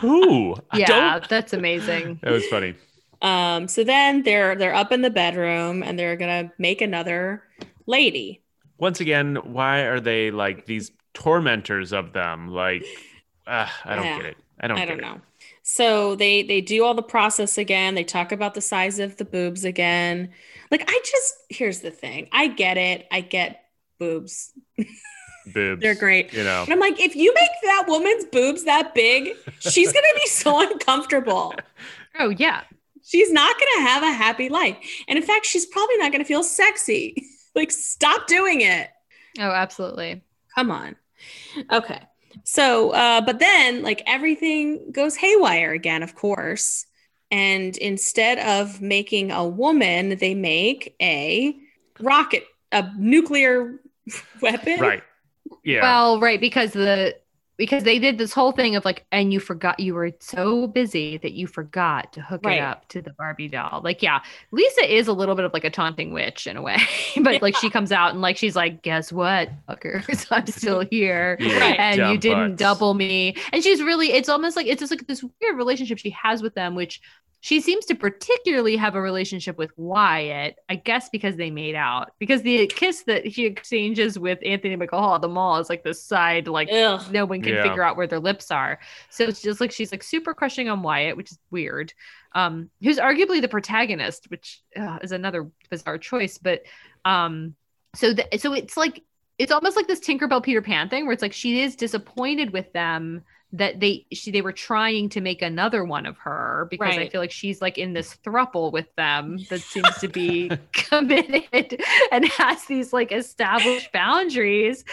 Speaker 2: Who? I
Speaker 1: Yeah,
Speaker 2: don't-
Speaker 1: that's amazing.
Speaker 2: That was funny.
Speaker 3: um so then they're they're up in the bedroom and they're gonna make another lady
Speaker 2: Once again, why are they like these tormentors of them? Like, uh, I don't
Speaker 3: Yeah.
Speaker 2: get it. I don't.
Speaker 3: i
Speaker 2: get
Speaker 3: don't
Speaker 2: it.
Speaker 3: know so they they do all the process again they talk about the size of the boobs again like i just here's the thing i get it i get boobs
Speaker 2: Boobs.
Speaker 3: they're great
Speaker 2: You know.
Speaker 3: And I'm like, if you make that woman's boobs that big, she's going to be so uncomfortable.
Speaker 1: Oh yeah.
Speaker 3: She's not going to have a happy life. And in fact, she's probably not going to feel sexy. Like, stop doing it.
Speaker 1: Oh, absolutely.
Speaker 3: Come on. Okay. So, uh, but then, like, everything goes haywire again, of course. And instead of making a woman, they make a rocket, a nuclear weapon.
Speaker 2: Right. Yeah.
Speaker 1: Well, right, because the because they did this whole thing of like, and you forgot you were so busy that you forgot to hook
Speaker 3: Right.
Speaker 1: it up to the Barbie doll. Like, yeah, Lisa is a little bit of like a taunting witch in a way, but like she comes out and like she's like, guess what, fuckers, I'm still here.
Speaker 2: Yeah,
Speaker 3: Right.
Speaker 1: And you
Speaker 2: dumb
Speaker 1: didn't
Speaker 2: butts.
Speaker 1: double me. And she's really, it's almost like it's just like this weird relationship she has with them, which she seems to particularly have a relationship with Wyatt, I guess because they made out. Because the kiss that she exchanges with Anthony McCall at the mall is like this side, like
Speaker 3: Ugh.
Speaker 1: no one can
Speaker 2: Yeah.
Speaker 1: figure out where their lips are. So it's just like she's like super crushing on Wyatt, which is weird. Um, who's arguably the protagonist, which uh, is another bizarre choice. But um, so the, so it's like it's almost like this Tinkerbell Peter Pan thing, where it's like she is disappointed with them that they she they were trying to make another one of her because I
Speaker 3: Right.
Speaker 1: feel like she's like in this thruple with them that seems to be committed and has these like established boundaries.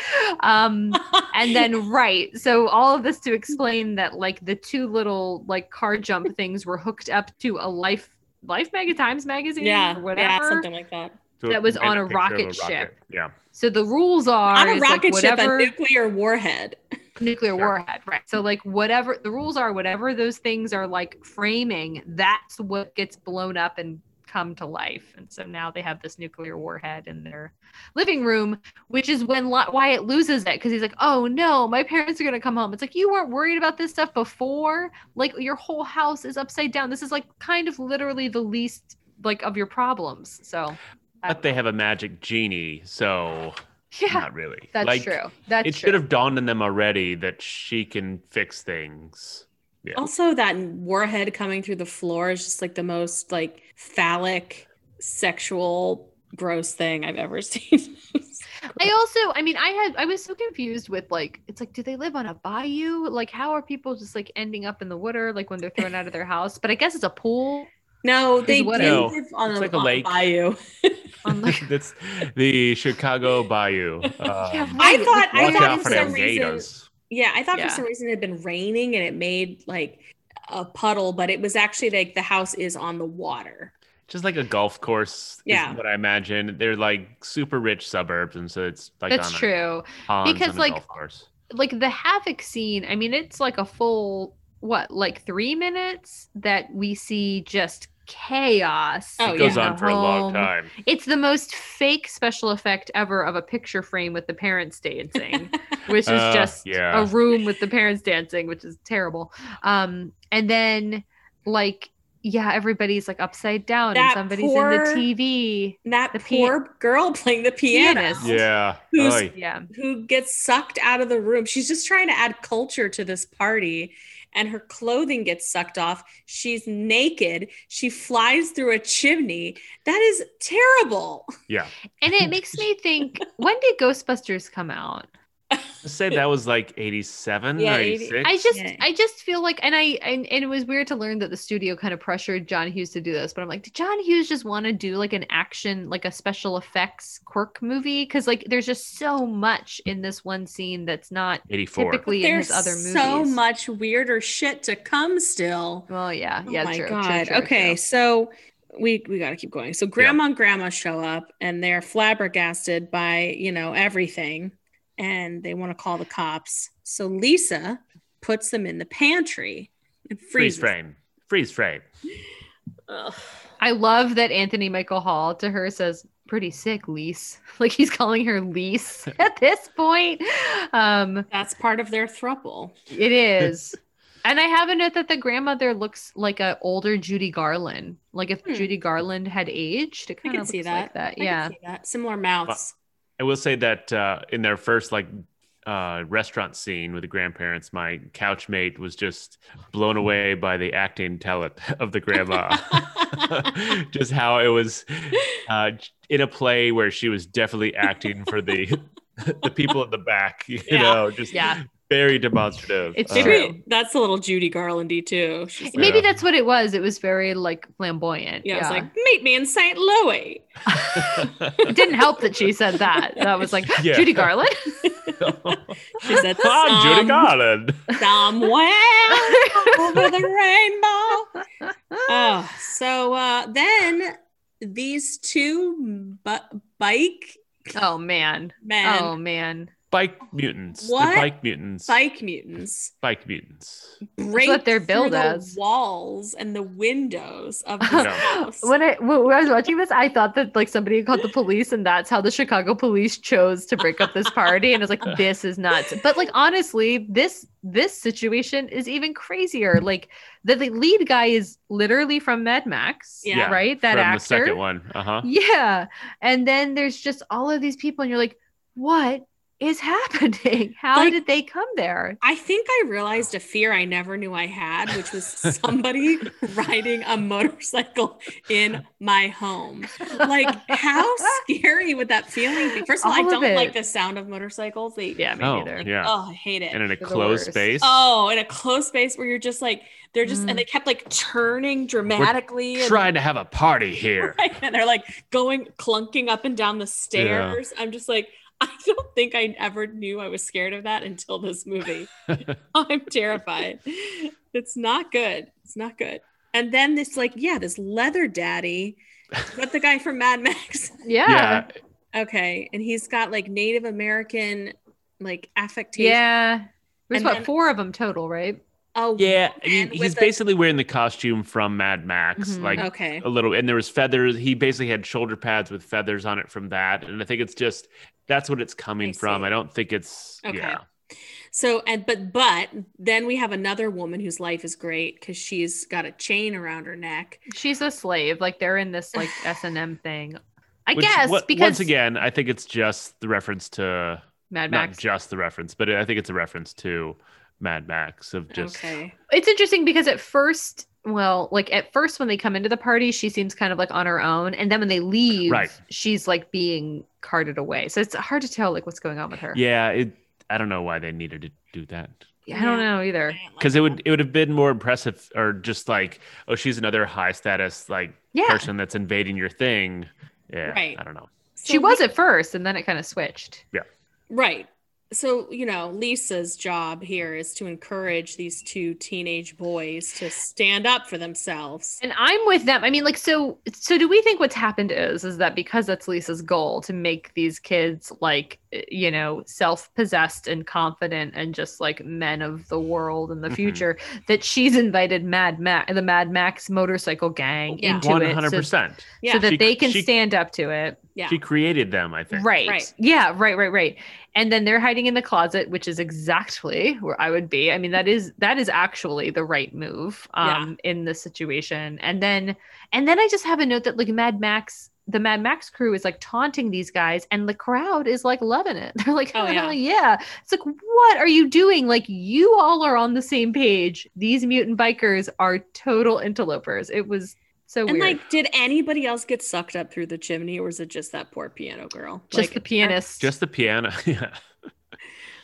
Speaker 1: Um, and then right so all of this to explain that like the two little like car jump things were hooked up to a life life mag times magazine
Speaker 3: yeah,
Speaker 1: or
Speaker 3: yeah,
Speaker 1: whatever
Speaker 3: something like that.
Speaker 2: So
Speaker 1: that was
Speaker 2: paint
Speaker 1: on a
Speaker 2: picture of
Speaker 1: rocket ship.
Speaker 2: Yeah.
Speaker 1: so the rules are
Speaker 3: on a
Speaker 1: is, like,
Speaker 3: rocket ship, a
Speaker 1: whatever
Speaker 3: nuclear warhead.
Speaker 1: nuclear
Speaker 2: Sure.
Speaker 1: warhead right so like whatever the rules are whatever those things are like framing that's what gets blown up and come to life and so now they have this nuclear warhead in their living room which is when Lo- wyatt loses it because he's like oh no my parents are going to come home it's like you weren't worried about this stuff before like your whole house is upside down this is like kind of literally the least like of your problems so I
Speaker 2: But
Speaker 1: don't
Speaker 2: they have a magic genie, so
Speaker 1: know. yeah
Speaker 2: not really.
Speaker 1: that's
Speaker 2: Like,
Speaker 1: true that's
Speaker 2: it
Speaker 1: true
Speaker 2: should have dawned on them already that she can fix things. Yeah.
Speaker 3: Also, that warhead coming through the floor is just like the most like phallic, sexual, gross thing I've ever seen.
Speaker 1: I also, I mean, I had, I was so confused with like, it's like, do they live on a bayou? Like, how are people just like ending up in the water, like when they're thrown out of their house? But I guess it's a pool.
Speaker 3: No, they do
Speaker 1: what
Speaker 2: else?
Speaker 3: live on
Speaker 2: It's
Speaker 3: a,
Speaker 2: like a
Speaker 3: on a
Speaker 2: lake.
Speaker 3: bayou.
Speaker 1: On like,
Speaker 2: That's the Chicago Bayou.
Speaker 1: Yeah,
Speaker 2: Um,
Speaker 3: I
Speaker 1: right.
Speaker 3: thought- I
Speaker 2: watch
Speaker 3: thought
Speaker 2: out
Speaker 3: for
Speaker 2: for them
Speaker 3: some reason-
Speaker 2: gators.
Speaker 3: Yeah, I thought
Speaker 1: Yeah.
Speaker 3: for some reason it had been raining and it made like a puddle, but it was actually like the house is on the water.
Speaker 2: Just like a golf course.
Speaker 3: Yeah.
Speaker 2: Is what I imagine. They're like super rich suburbs, and so it's like
Speaker 1: that's
Speaker 2: on a
Speaker 1: true.
Speaker 2: ponds
Speaker 1: Because,
Speaker 2: on a
Speaker 1: like,
Speaker 2: golf course.
Speaker 1: Like the havoc scene. I mean, it's like a full what, like three minutes that we see just chaos.
Speaker 3: Oh,
Speaker 2: it goes
Speaker 1: in
Speaker 3: yeah.
Speaker 2: on
Speaker 1: the
Speaker 2: for a long
Speaker 1: home.
Speaker 2: time.
Speaker 1: It's the most fake special effect ever of a picture frame with the parents dancing, which is
Speaker 2: Uh,
Speaker 1: just
Speaker 2: yeah.
Speaker 1: a room with the parents dancing, which is terrible. Um, and then like yeah, everybody's like upside down
Speaker 3: That
Speaker 1: and somebody's in
Speaker 3: poor
Speaker 1: the TV.
Speaker 3: And that
Speaker 1: The pia-
Speaker 3: poor girl playing the piano.
Speaker 1: Pianist.
Speaker 2: Yeah.
Speaker 3: Who's-
Speaker 2: Oy.
Speaker 1: Yeah.
Speaker 3: who gets sucked out of the room. She's just trying to add culture to this party and her clothing gets sucked off. She's naked. She flies through a chimney. That is terrible.
Speaker 1: And it makes me think when did Ghostbusters come out?
Speaker 2: Let's say that was like 87
Speaker 3: Yeah,
Speaker 2: or
Speaker 3: 80.
Speaker 2: 86.
Speaker 1: I just
Speaker 3: Yeah.
Speaker 1: I just feel like and I and, and it was weird to learn that the studio kind of pressured John Hughes to do this, but I'm like, did John Hughes just want to do like an action, like a special effects quirk movie? Because like there's just so much in this one scene that's not
Speaker 2: 84.
Speaker 1: typically in his
Speaker 3: There's
Speaker 1: other movies.
Speaker 3: so much weirder shit to come still.
Speaker 1: Well, yeah,
Speaker 3: Oh
Speaker 1: yeah,
Speaker 3: my
Speaker 1: true, true,
Speaker 3: god.
Speaker 1: true,
Speaker 3: okay,
Speaker 1: true.
Speaker 3: so we we got to keep going. So grandma and grandma show up and they're flabbergasted by, you know, everything and they want to call the cops. So Lisa puts them in the pantry and
Speaker 2: Freeze
Speaker 3: freezes.
Speaker 2: frame. Freeze frame.
Speaker 3: Ugh.
Speaker 1: I love that Anthony Michael Hall to her says, "Pretty sick, Lise." Like he's calling her Lise at this point. Um,
Speaker 3: That's part of their thruple.
Speaker 1: It is. and I have a note that the grandmother looks like an older Judy Garland. Like if
Speaker 3: Hmm.
Speaker 1: Judy Garland had aged, it
Speaker 3: I
Speaker 1: kind
Speaker 3: can
Speaker 1: of
Speaker 3: see
Speaker 1: looks
Speaker 3: that.
Speaker 1: like
Speaker 3: I
Speaker 1: that.
Speaker 3: can
Speaker 1: Yeah.
Speaker 3: see that. Similar mouths.
Speaker 2: I will say that uh, in their first like uh, restaurant scene with the grandparents, my couch mate was just blown away by the acting talent of the grandma. just how it was uh, in a play where she was definitely acting for the the people at the back. You
Speaker 3: Yeah.
Speaker 2: know, just
Speaker 1: Yeah.
Speaker 2: very demonstrative.
Speaker 1: It's
Speaker 2: Uh,
Speaker 1: true.
Speaker 3: Maybe that's a little Judy Garlandy too. She's like,
Speaker 1: Maybe that's what it was. It was very like flamboyant.
Speaker 3: yeah, it's like meet me in St. Louis.
Speaker 1: it didn't help that she said that. That was like
Speaker 2: Yeah.
Speaker 1: Judy Garland.
Speaker 3: She said,
Speaker 2: Ah, Judy
Speaker 3: "Some-
Speaker 2: Garland.
Speaker 3: somewhere over the rainbow. Oh, so uh, then these two bu- bike
Speaker 1: oh man.
Speaker 3: men,
Speaker 1: Oh man.
Speaker 2: Bike mutants.
Speaker 3: What?
Speaker 2: They're bike mutants.
Speaker 3: bike mutants,
Speaker 2: bike mutants.
Speaker 3: break
Speaker 1: what they're
Speaker 3: through
Speaker 1: billed
Speaker 3: the
Speaker 1: as.
Speaker 3: walls and the windows of this
Speaker 2: No.
Speaker 3: house.
Speaker 1: When I when I was watching this, I thought that like somebody called the police, and that's how the Chicago police chose to break up this party. And I was like, this is nuts. But like honestly, this this situation is even crazier. Like the, the lead guy is literally from Mad Max,
Speaker 3: Yeah.
Speaker 1: right? That
Speaker 2: From
Speaker 1: actor.
Speaker 2: the second one. Uh huh.
Speaker 1: Yeah, and then there's just all of these people, and you're like, what is happening? How
Speaker 3: Like-
Speaker 1: did they come there?
Speaker 3: I think I realized a fear I never knew I had, which was somebody riding a motorcycle in my home. Like, how scary would that feeling be? First of all,
Speaker 1: All
Speaker 3: I
Speaker 1: of
Speaker 3: don't like
Speaker 1: it.
Speaker 3: the sound of motorcycles. They,
Speaker 1: Yeah, me
Speaker 2: Oh,
Speaker 1: neither.
Speaker 2: yeah.
Speaker 3: oh, I hate it.
Speaker 2: and in a
Speaker 1: They're the
Speaker 2: closed
Speaker 1: worst.
Speaker 2: space.
Speaker 3: oh, in a closed space where you're just like, they're just,
Speaker 1: Mm.
Speaker 3: and they kept like turning dramatically. and-
Speaker 2: trying to have a party here.
Speaker 3: Right, and they're like going clunking up and down the stairs. I'm just like, I don't think I ever knew I was scared of that until this movie. I'm terrified. It's not good. It's not good. And then this, like, yeah, this leather daddy, is that the guy from Mad Max.
Speaker 1: Yeah,
Speaker 3: Okay, and he's got like Native American, like affectation.
Speaker 1: yeah. There's
Speaker 3: And
Speaker 1: what
Speaker 3: then-
Speaker 1: four of them total, right?
Speaker 3: Oh,
Speaker 2: Yeah. I mean,
Speaker 3: woman
Speaker 2: he's
Speaker 3: with a-
Speaker 2: basically wearing the costume from Mad Max,
Speaker 1: Mhm.
Speaker 2: like
Speaker 3: okay.
Speaker 2: a little, and there was feathers. He basically had shoulder pads with feathers on it from that. And I think it's just that's what it's coming
Speaker 3: I
Speaker 2: from.
Speaker 3: see.
Speaker 2: I don't think it's
Speaker 3: Okay.
Speaker 2: yeah.
Speaker 3: So and but but then we have another woman whose life is great because she's got a chain around her neck.
Speaker 1: She's a slave. Like they're in this like S and M thing. I
Speaker 2: Which,
Speaker 1: guess
Speaker 2: what-
Speaker 1: because
Speaker 2: once again, I think it's just the reference to
Speaker 1: Mad
Speaker 2: not
Speaker 1: Max.
Speaker 2: just the reference, but I think it's a reference to Mad Max of just
Speaker 3: okay.
Speaker 1: It's interesting because at first well, like at first when they come into the party, she seems kind of like on her own, and then when they leave,
Speaker 2: Right.
Speaker 1: she's like being carted away. So it's hard to tell like what's going on with her.
Speaker 2: Yeah, it, I don't know why they needed to do that.
Speaker 1: I don't know either.
Speaker 2: Because it would it would have been more impressive, or just like, oh, she's another high status like
Speaker 1: Yeah,
Speaker 2: person that's invading your thing. Yeah,
Speaker 3: Right.
Speaker 2: I don't know.
Speaker 1: she was at first, and then it kind of switched.
Speaker 3: Right. So, you know, Lisa's job here is to encourage these two teenage boys to stand up for themselves.
Speaker 1: And I'm with them. I mean, like, so, so do we think what's happened is, is that because that's Lisa's goal to make these kids like, eh, you know, self possessed and confident and just like men of the world in the
Speaker 2: Mhm.
Speaker 1: future, that she's invited Mad Max, the Mad Max motorcycle gang
Speaker 3: Yeah.
Speaker 1: into
Speaker 2: One
Speaker 1: it.
Speaker 2: hundred
Speaker 1: So,
Speaker 2: percent.
Speaker 3: Yeah.
Speaker 1: so that
Speaker 2: She-
Speaker 1: they can
Speaker 2: she-
Speaker 1: stand up to it.
Speaker 3: Yeah.
Speaker 2: She created them, I think.
Speaker 1: Right.
Speaker 3: Right.
Speaker 1: Yeah. Right. Right. Right. And then they're hiding in the closet, which is exactly where I would be. I mean, that is that is actually the right move um, in this situation. And then and then I just have a note that like Mad Max, the Mad Max crew is like taunting these guys, and the crowd is like loving it. They're like,
Speaker 3: Oh,
Speaker 1: oh
Speaker 3: yeah.
Speaker 1: yeah, It's like, what are you doing? Like, you all are on the same page. These mutant bikers are total interlopers. It was so
Speaker 3: And
Speaker 1: weird.
Speaker 3: like, did anybody else get sucked up through the chimney, or is it just that poor piano girl?
Speaker 1: just
Speaker 3: like,
Speaker 1: the pianist.
Speaker 2: Just the piano. yeah.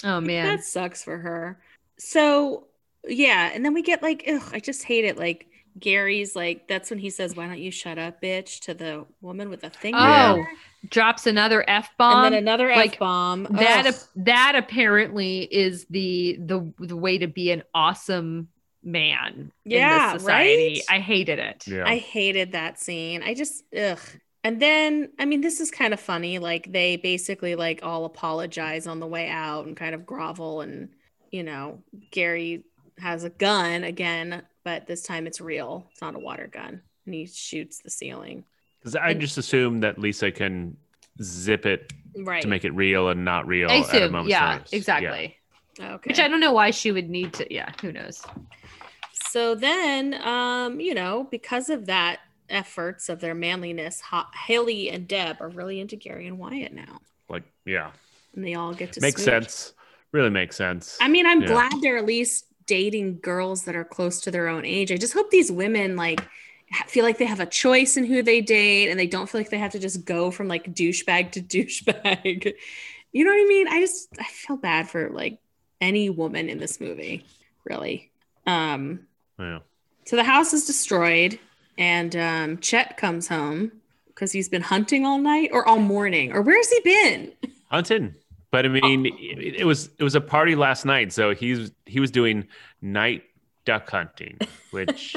Speaker 1: oh man.
Speaker 3: That sucks for her. So yeah, and then we get like, ugh, I just hate it. Like Gary's like, that's when he says, "Why don't you shut up, bitch?" to the woman with a thing.
Speaker 1: Oh,
Speaker 3: on her.
Speaker 1: drops another f
Speaker 3: and then
Speaker 1: bomb.
Speaker 3: another
Speaker 1: Oh, um, like,
Speaker 3: f bomb.
Speaker 1: That that apparently is the the the way to be an awesome man.
Speaker 3: Yeah,
Speaker 1: in this society.
Speaker 3: right?
Speaker 1: I hated it.
Speaker 2: Yeah.
Speaker 3: I hated that scene. I just ugh. And then I mean this is kind of funny like they basically like all apologize on the way out and kind of grovel and you know Gary has a gun again but this time it's real. It's not a water gun and he shoots the ceiling.
Speaker 2: 'Cause I just assume that Lisa can zip it
Speaker 3: Right.
Speaker 2: to make it real and not real
Speaker 1: I
Speaker 2: at a
Speaker 1: assume,
Speaker 2: moment's
Speaker 1: yeah,
Speaker 2: notice.
Speaker 1: exactly.
Speaker 3: okay.
Speaker 1: Which I don't know why she would need to. Yeah, who knows?
Speaker 3: So then, um, you know, because of that efforts of their manliness, ha- Haley and Deb are really into Gary and Wyatt now,
Speaker 2: Like, yeah,
Speaker 3: and they all get to
Speaker 2: makes
Speaker 3: smooch.
Speaker 2: sense. Really makes sense.
Speaker 3: I mean, I'm
Speaker 2: Yeah.
Speaker 3: glad they're at least dating girls that are close to their own age. I just hope these women like ha- feel like they have a choice in who they date, and they don't feel like they have to just go from like douchebag to douchebag. you know what I mean? I just I feel bad for like any woman in this movie, really. Um,
Speaker 2: yeah.
Speaker 3: so the house is destroyed, and um, Chet comes home because he's been hunting all night or all morning, or where's he been?
Speaker 2: Hunting. But I mean, it, it was it was a party last night, so he's he was doing night duck hunting, which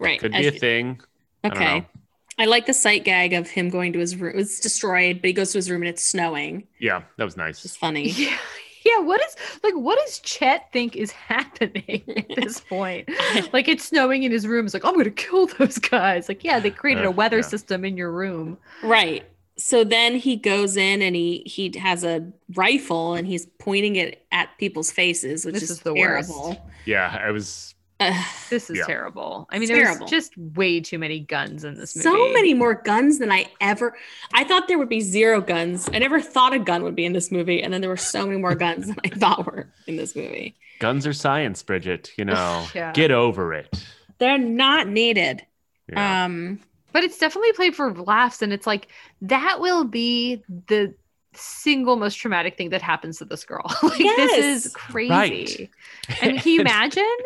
Speaker 3: Right.
Speaker 2: could
Speaker 3: as
Speaker 2: be a
Speaker 3: you-
Speaker 2: thing. don't
Speaker 3: Okay.
Speaker 2: know.
Speaker 3: I like the sight gag of him going to his room. It's destroyed, but he goes to his room and it's snowing.
Speaker 2: Yeah, that was nice.
Speaker 3: It's funny.
Speaker 1: Yeah, yeah. What is like? What does Chet think is happening at this point? like it's snowing in his room. It's like I'm gonna kill those guys. Like yeah, they created
Speaker 2: Uh,
Speaker 1: a weather
Speaker 2: yeah.
Speaker 1: system in your room.
Speaker 3: Right. So then he goes in and he he has a rifle and he's pointing it at people's faces, which
Speaker 1: This
Speaker 3: is,
Speaker 1: is the worst.
Speaker 3: terrible.
Speaker 2: yeah, I was
Speaker 3: Ugh.
Speaker 1: This is
Speaker 2: Yeah.
Speaker 1: terrible. I
Speaker 3: It's
Speaker 1: mean, there's
Speaker 3: terrible.
Speaker 1: just way too many guns in this movie.
Speaker 3: So many more guns than I ever. I thought there would be zero guns. I never thought a gun would be in this movie, and then there were so many more guns than I thought were in this movie.
Speaker 2: guns are science, Bridget. You know,
Speaker 1: Yeah.
Speaker 2: get over it.
Speaker 3: They're not needed.
Speaker 2: Yeah.
Speaker 3: Um,
Speaker 1: But it's definitely played for laughs, and it's like that will be the single most traumatic thing that happens to this girl. like
Speaker 3: Yes.
Speaker 1: this is crazy.
Speaker 2: Right.
Speaker 1: And can you imagine?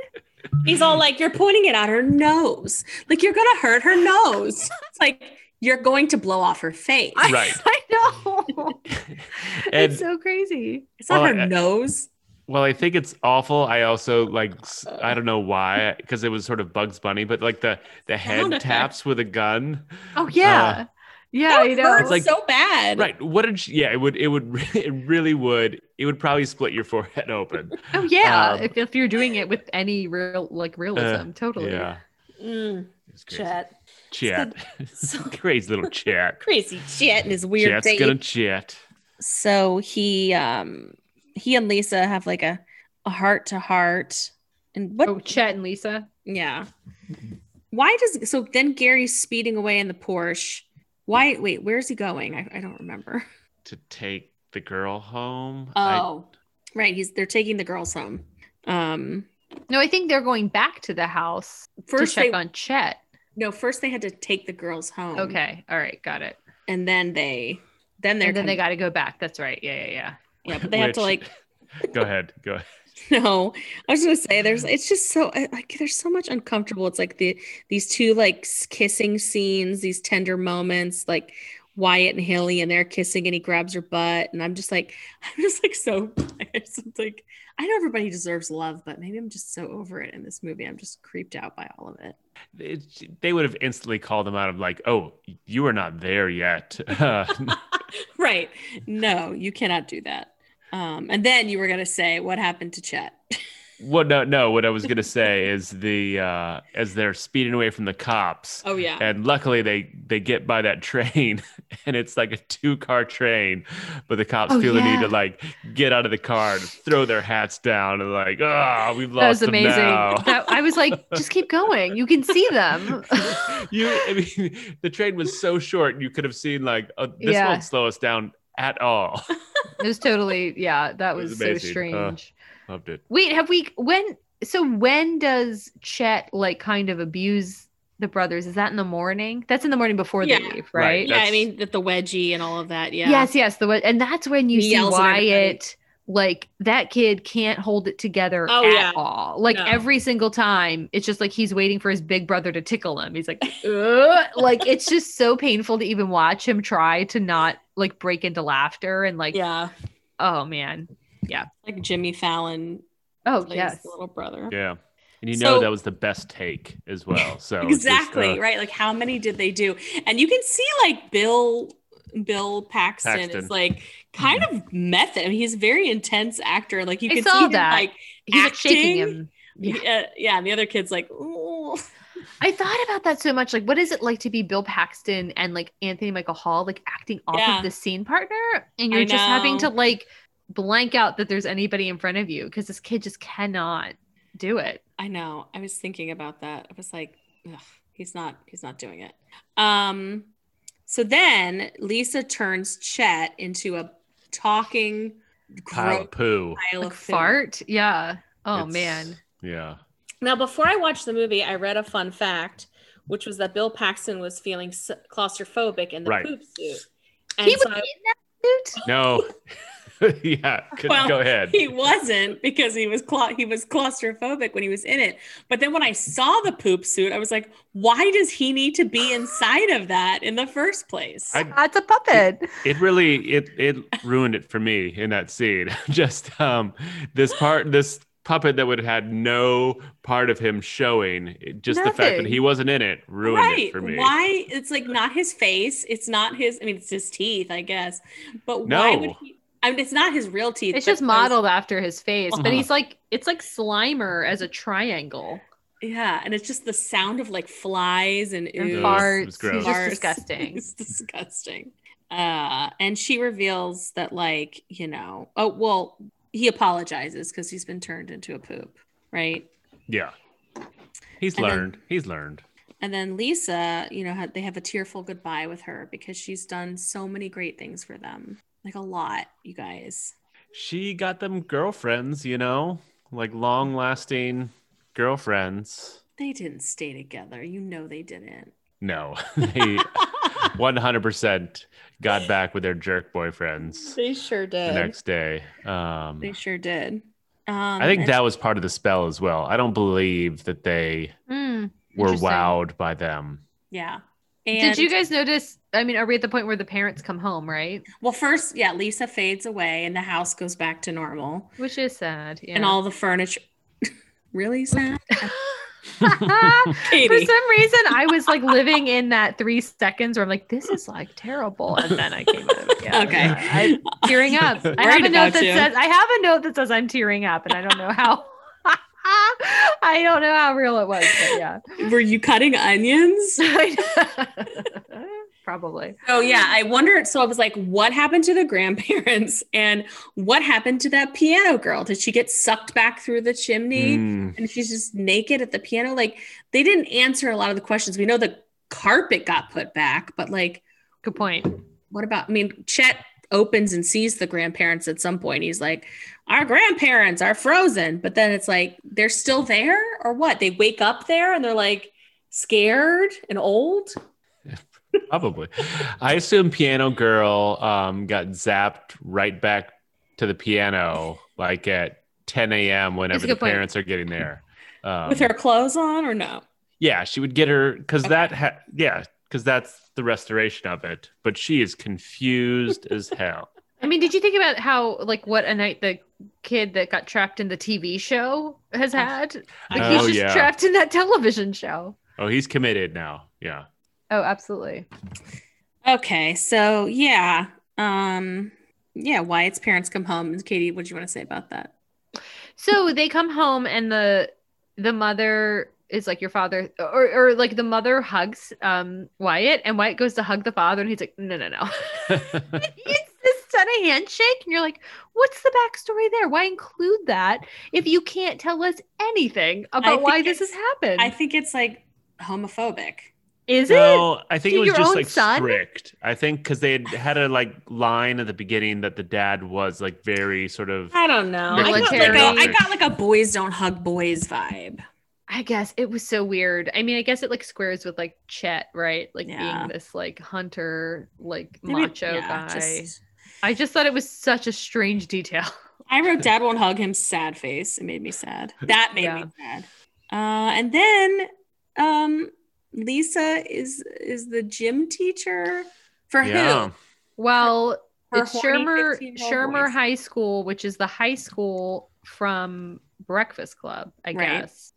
Speaker 3: he's all like, "You're pointing it at her nose. Like you're gonna hurt her nose. It's like you're going to blow off her face.
Speaker 1: I-
Speaker 2: Right.
Speaker 1: I, know.
Speaker 2: and
Speaker 1: it's so crazy.
Speaker 3: It's not
Speaker 2: Well,
Speaker 3: her
Speaker 2: I-
Speaker 3: nose.
Speaker 2: Well, I think it's awful. I also like s- I don't know why because it was sort of Bugs Bunny, but like the the head
Speaker 3: effect.
Speaker 2: taps with a gun.
Speaker 1: Oh yeah. yeah,
Speaker 3: That
Speaker 1: you know.
Speaker 3: hurts
Speaker 2: Uh, Like-
Speaker 3: so bad.
Speaker 2: Right. What did she, yeah, it would it would it really would. It would probably split your forehead open.
Speaker 1: oh yeah.
Speaker 2: Um, uh,
Speaker 1: if, if you're doing it with any real like realism, totally.
Speaker 2: Yeah.
Speaker 3: Mm,
Speaker 2: It's crazy.
Speaker 3: Chet.
Speaker 2: Chat.
Speaker 3: So
Speaker 2: crazy little chat.
Speaker 3: crazy Chet and his weird
Speaker 2: Chat's
Speaker 3: date.
Speaker 2: gonna chat.
Speaker 3: so he um he and lisa have like a a heart to heart and what
Speaker 1: Oh, Chet and Lisa.
Speaker 3: yeah why does so then gary's speeding away in the porsche why wait where's he going i, I don't remember
Speaker 2: To take the girl home. I-
Speaker 3: oh right he's they're taking the girls home um
Speaker 1: No, I think they're going back to the house
Speaker 3: First,
Speaker 1: to check
Speaker 3: they,
Speaker 1: on Chet.
Speaker 3: no, first they had to take the girls home.
Speaker 1: Okay. All right. Got it.
Speaker 3: and then they, then they're
Speaker 1: and then they
Speaker 3: coming-
Speaker 1: got to go back. That's right. Yeah. Yeah. Yeah.
Speaker 3: yeah, but they have to
Speaker 2: Which-
Speaker 3: like
Speaker 2: go ahead. Go ahead.
Speaker 3: No, I was gonna say there's it's just so I- like there's so much uncomfortable. It's like the these two like s- kissing scenes, these tender moments, like Wyatt and Haley, and they're kissing, and he grabs her butt, and I'm just like I'm just like so it's like I know everybody deserves love, but maybe I'm just so over it in this movie. I'm just creeped out by all of it.
Speaker 2: It, they would have instantly called him out of like, oh, you are not there yet.
Speaker 3: Right? No, you cannot do that. Um, and then you were gonna say what happened to Chet.
Speaker 2: what? No, no. What I was gonna say is the uh, as they're speeding away from the cops,
Speaker 3: Oh yeah.
Speaker 2: and luckily they they get by that train and it's like a two car train but the cops
Speaker 1: Oh,
Speaker 2: feel the need
Speaker 1: yeah.
Speaker 2: to like get out of the car and throw their hats down and like ah we've
Speaker 1: That was
Speaker 2: lost them
Speaker 1: amazing.
Speaker 2: now
Speaker 1: That, I was like, just keep going. You can see them.
Speaker 2: you i mean the train was so short you could have seen like oh, this
Speaker 1: Yeah.
Speaker 2: won't slow us down at all
Speaker 1: it was totally, yeah, that
Speaker 2: It was
Speaker 1: was, so
Speaker 2: amazing. Uh,
Speaker 1: strange.
Speaker 2: loved it
Speaker 1: Wait, have we, when, so when does Chet like kind of abuse the brothers? Is that in the morning? That's in the morning before
Speaker 3: Yeah.
Speaker 1: they leave,
Speaker 2: Right.
Speaker 1: right?
Speaker 3: yeah, I
Speaker 2: that's-
Speaker 3: mean that the wedgie and all of that. Yeah.
Speaker 1: Yes, yes. The one, and that's when you
Speaker 3: He
Speaker 1: see
Speaker 3: yells at everybody.
Speaker 1: Wyatt like that kid can't hold it together
Speaker 3: Oh,
Speaker 1: at
Speaker 3: yeah.
Speaker 1: all. Like
Speaker 3: No.
Speaker 1: every single time, it's just like he's waiting for his big brother to tickle him. He's like, "Ugh." like it's just so painful to even watch him try to not like break into laughter and like,
Speaker 3: Yeah.
Speaker 1: oh man,
Speaker 3: like Jimmy Fallon
Speaker 1: oh
Speaker 3: plays
Speaker 1: yes,
Speaker 3: the little brother.
Speaker 2: yeah and you know
Speaker 3: So-
Speaker 2: that was the best take as well so it's just,
Speaker 3: Exactly,
Speaker 2: uh,
Speaker 3: right? Like how many did they do? And you can see like Bill Bill Paxton,
Speaker 2: Paxton.
Speaker 3: is like kind of method. I mean, he's a very intense actor. Like you
Speaker 1: I
Speaker 3: can
Speaker 1: saw
Speaker 3: see him,
Speaker 1: that.
Speaker 3: like
Speaker 1: he's like shaking
Speaker 3: acting.
Speaker 1: him. Yeah.
Speaker 3: yeah. yeah, and the other kid's like, ooh.
Speaker 1: I thought about that so much. Like, what is it like to be Bill Paxton and like Anthony Michael Hall, like acting off
Speaker 3: Yeah.
Speaker 1: of the scene partner? And
Speaker 3: I
Speaker 1: you're just having to
Speaker 3: know.
Speaker 1: like blank out that there's anybody in front of you because this kid just cannot do it.
Speaker 3: I know. I was thinking about that. I was like, Ugh, he's not he's not doing it. Um so then Lisa turns Chet into a talking
Speaker 2: pile
Speaker 3: gross
Speaker 2: of poo
Speaker 3: pile
Speaker 1: Like,
Speaker 3: of food.
Speaker 1: fart. Yeah. Oh,
Speaker 2: It's-
Speaker 1: man.
Speaker 2: yeah
Speaker 3: Now, before I watched the movie, I read a fun fact, which was that Bill Paxton was feeling s- claustrophobic in the
Speaker 2: Right.
Speaker 3: poop suit. And
Speaker 1: He was
Speaker 3: so
Speaker 1: in
Speaker 3: I-
Speaker 1: that suit.
Speaker 2: no yeah go-
Speaker 3: Well,
Speaker 2: go ahead
Speaker 3: he wasn't because he was cla- he was claustrophobic when he was in it. But then when I saw the poop suit, I was like, why does he need to be inside of that in the first place?
Speaker 2: I-
Speaker 1: That's a puppet.
Speaker 2: it really it it ruined it for me in that scene just um this part this puppet that would have had no part of him showing it- just the fact that
Speaker 1: Nothing.
Speaker 2: he wasn't in it ruined it for me
Speaker 3: Why? It's like not his face. It's not his. I mean, it's his teeth, I guess. But why
Speaker 2: No.
Speaker 3: would he? I mean, it's not his real teeth.
Speaker 1: It's
Speaker 3: but
Speaker 1: just
Speaker 3: those-
Speaker 1: modeled after his face, but
Speaker 2: Uh-huh.
Speaker 1: he's like, it's like Slimer as a triangle
Speaker 3: Yeah, and it's just the sound of like flies and
Speaker 1: and
Speaker 3: ooze.
Speaker 2: Ugh,
Speaker 1: farts.
Speaker 2: it was gross.
Speaker 1: He's just
Speaker 3: Farts.
Speaker 1: disgusting.
Speaker 3: It's disgusting. Uh, and she reveals that, like, you know, oh well, he apologizes because he's been turned into a poop, right?
Speaker 2: yeah he's
Speaker 3: And then-
Speaker 2: learned he's learned
Speaker 3: And then Lisa, you know, had, they have a tearful goodbye with her because she's done so many great things for them, like a lot, you guys.
Speaker 2: she got them girlfriends you know like long lasting girlfriends
Speaker 3: They didn't stay together, you know, they didn't.
Speaker 2: no they 100% got back with their jerk boyfriends
Speaker 3: they sure
Speaker 2: the
Speaker 3: did.
Speaker 2: next day um
Speaker 3: They sure did. Um,
Speaker 2: I think
Speaker 3: and-
Speaker 2: that was part of the spell as well. I don't believe that they
Speaker 1: Mm,
Speaker 2: were
Speaker 1: interesting.
Speaker 2: wowed by them.
Speaker 3: yeah.
Speaker 1: Did you guys notice? I mean, are we at the point where the parents come home, right?
Speaker 3: Well, first, yeah, Lisa fades away and the house goes back to normal
Speaker 1: Which is sad. Yeah.
Speaker 3: and all the furniture. really sad?
Speaker 1: For
Speaker 3: Katie.
Speaker 1: some reason, I was like living in that three seconds where I'm like, this is like terrible. And then I came out of it. Yeah,
Speaker 3: Okay.
Speaker 1: yeah. I'm tearing up. I have
Speaker 3: Worried
Speaker 1: a note
Speaker 3: about
Speaker 1: that
Speaker 3: you.
Speaker 1: says, I have a note that says I'm tearing up, and I don't know how. I don't know how real it was, but yeah.
Speaker 3: Were you cutting onions?
Speaker 1: Probably.
Speaker 3: Oh, yeah. I wondered. So I was like, what happened to the grandparents? And what happened to that piano girl? Did she get sucked back through the chimney?
Speaker 2: Mm,
Speaker 3: And she's just naked at the piano. Like, they didn't answer a lot of the questions. We know the carpet got put back, but like,
Speaker 1: Good point.
Speaker 3: what about, I mean, Chet opens and sees the grandparents at some point. He's like, Our grandparents are frozen. But then it's like, they're still there or what? They wake up there and they're like scared and old.
Speaker 2: Probably. I assume Piano Girl um, got zapped right back to the piano like at 10 a.m. whenever
Speaker 1: a
Speaker 2: the
Speaker 1: good point.
Speaker 2: parents are getting there. Um,
Speaker 3: With her clothes on or no?
Speaker 2: Yeah, she would get her because
Speaker 3: Okay.
Speaker 2: that ha- yeah because that's the restoration of it. But she is confused as hell.
Speaker 1: I mean, did you think about how like what a night the kid that got trapped in the TV show has had? Like he's
Speaker 2: Oh,
Speaker 1: just
Speaker 2: yeah.
Speaker 1: trapped in that television show.
Speaker 2: Oh, he's committed now. Yeah,
Speaker 1: Oh, absolutely.
Speaker 3: Okay, so yeah, um, yeah, Wyatt's parents come home. Katie, what do you want to say about that?
Speaker 1: So they come home and the the mother is like your father or, or like the mother hugs um Wyatt and Wyatt goes to hug the father and he's like, No, no, no. It's this on a handshake, and you're like, what's the backstory there? Why include that if you can't tell us anything about
Speaker 3: think
Speaker 1: why this has
Speaker 3: it's-
Speaker 1: happened?
Speaker 3: I think it's like homophobic.
Speaker 1: Is it?
Speaker 2: no, I think
Speaker 1: To
Speaker 2: it was
Speaker 1: your
Speaker 2: just
Speaker 1: own
Speaker 2: like
Speaker 1: son?
Speaker 2: strict. I think because they had had a like line at the beginning that the dad was like very sort of
Speaker 3: I don't know. I got, like
Speaker 1: Military.
Speaker 3: a, I got like a boys don't hug boys vibe.
Speaker 1: I guess it was so weird. I mean, I guess it like squares with like Chet, right? Like
Speaker 3: Yeah.
Speaker 1: being this like hunter, like
Speaker 3: Maybe-
Speaker 1: macho
Speaker 3: yeah,
Speaker 1: guy.
Speaker 3: just-
Speaker 1: I just thought it was such a strange detail.
Speaker 3: I wrote dad won't hug him sad face. It made me sad. That made
Speaker 1: Yeah.
Speaker 3: me sad. Uh, and then um, Lisa is is the gym teacher for
Speaker 2: yeah.
Speaker 3: who?
Speaker 1: Well,
Speaker 3: For
Speaker 1: it's
Speaker 3: horny
Speaker 1: Shermer
Speaker 3: 15-year-old
Speaker 1: Shermer
Speaker 3: boys.
Speaker 1: High School, which is the high school from Breakfast Club, I
Speaker 3: Right.
Speaker 1: guess.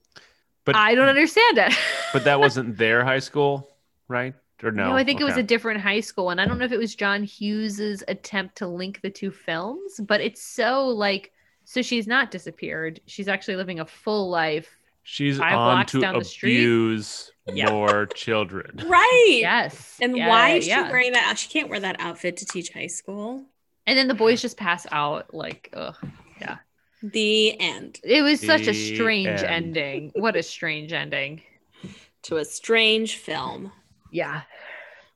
Speaker 2: But
Speaker 1: I don't understand it.
Speaker 2: but that wasn't their high school, right? Or no?
Speaker 1: No, I think it was
Speaker 2: Okay.
Speaker 1: a different high school, and I don't know if it was John Hughes's attempt to link the two films, but it's so like so she's not disappeared; she's actually living a full life.
Speaker 2: She's
Speaker 1: five
Speaker 2: on
Speaker 1: blocks
Speaker 2: to
Speaker 1: down the street.
Speaker 2: abuse
Speaker 3: Yeah.
Speaker 2: more children.
Speaker 3: Right.
Speaker 1: Yes,
Speaker 3: And
Speaker 1: Yeah,
Speaker 3: why is she
Speaker 1: yeah.
Speaker 3: wearing that? She can't wear that outfit to teach high school.
Speaker 1: And then the boys just pass out. Like, ugh.
Speaker 3: The end
Speaker 1: it was such a
Speaker 2: The
Speaker 1: strange
Speaker 2: end.
Speaker 1: ending. What a strange ending.
Speaker 3: to a strange film.
Speaker 1: Yeah,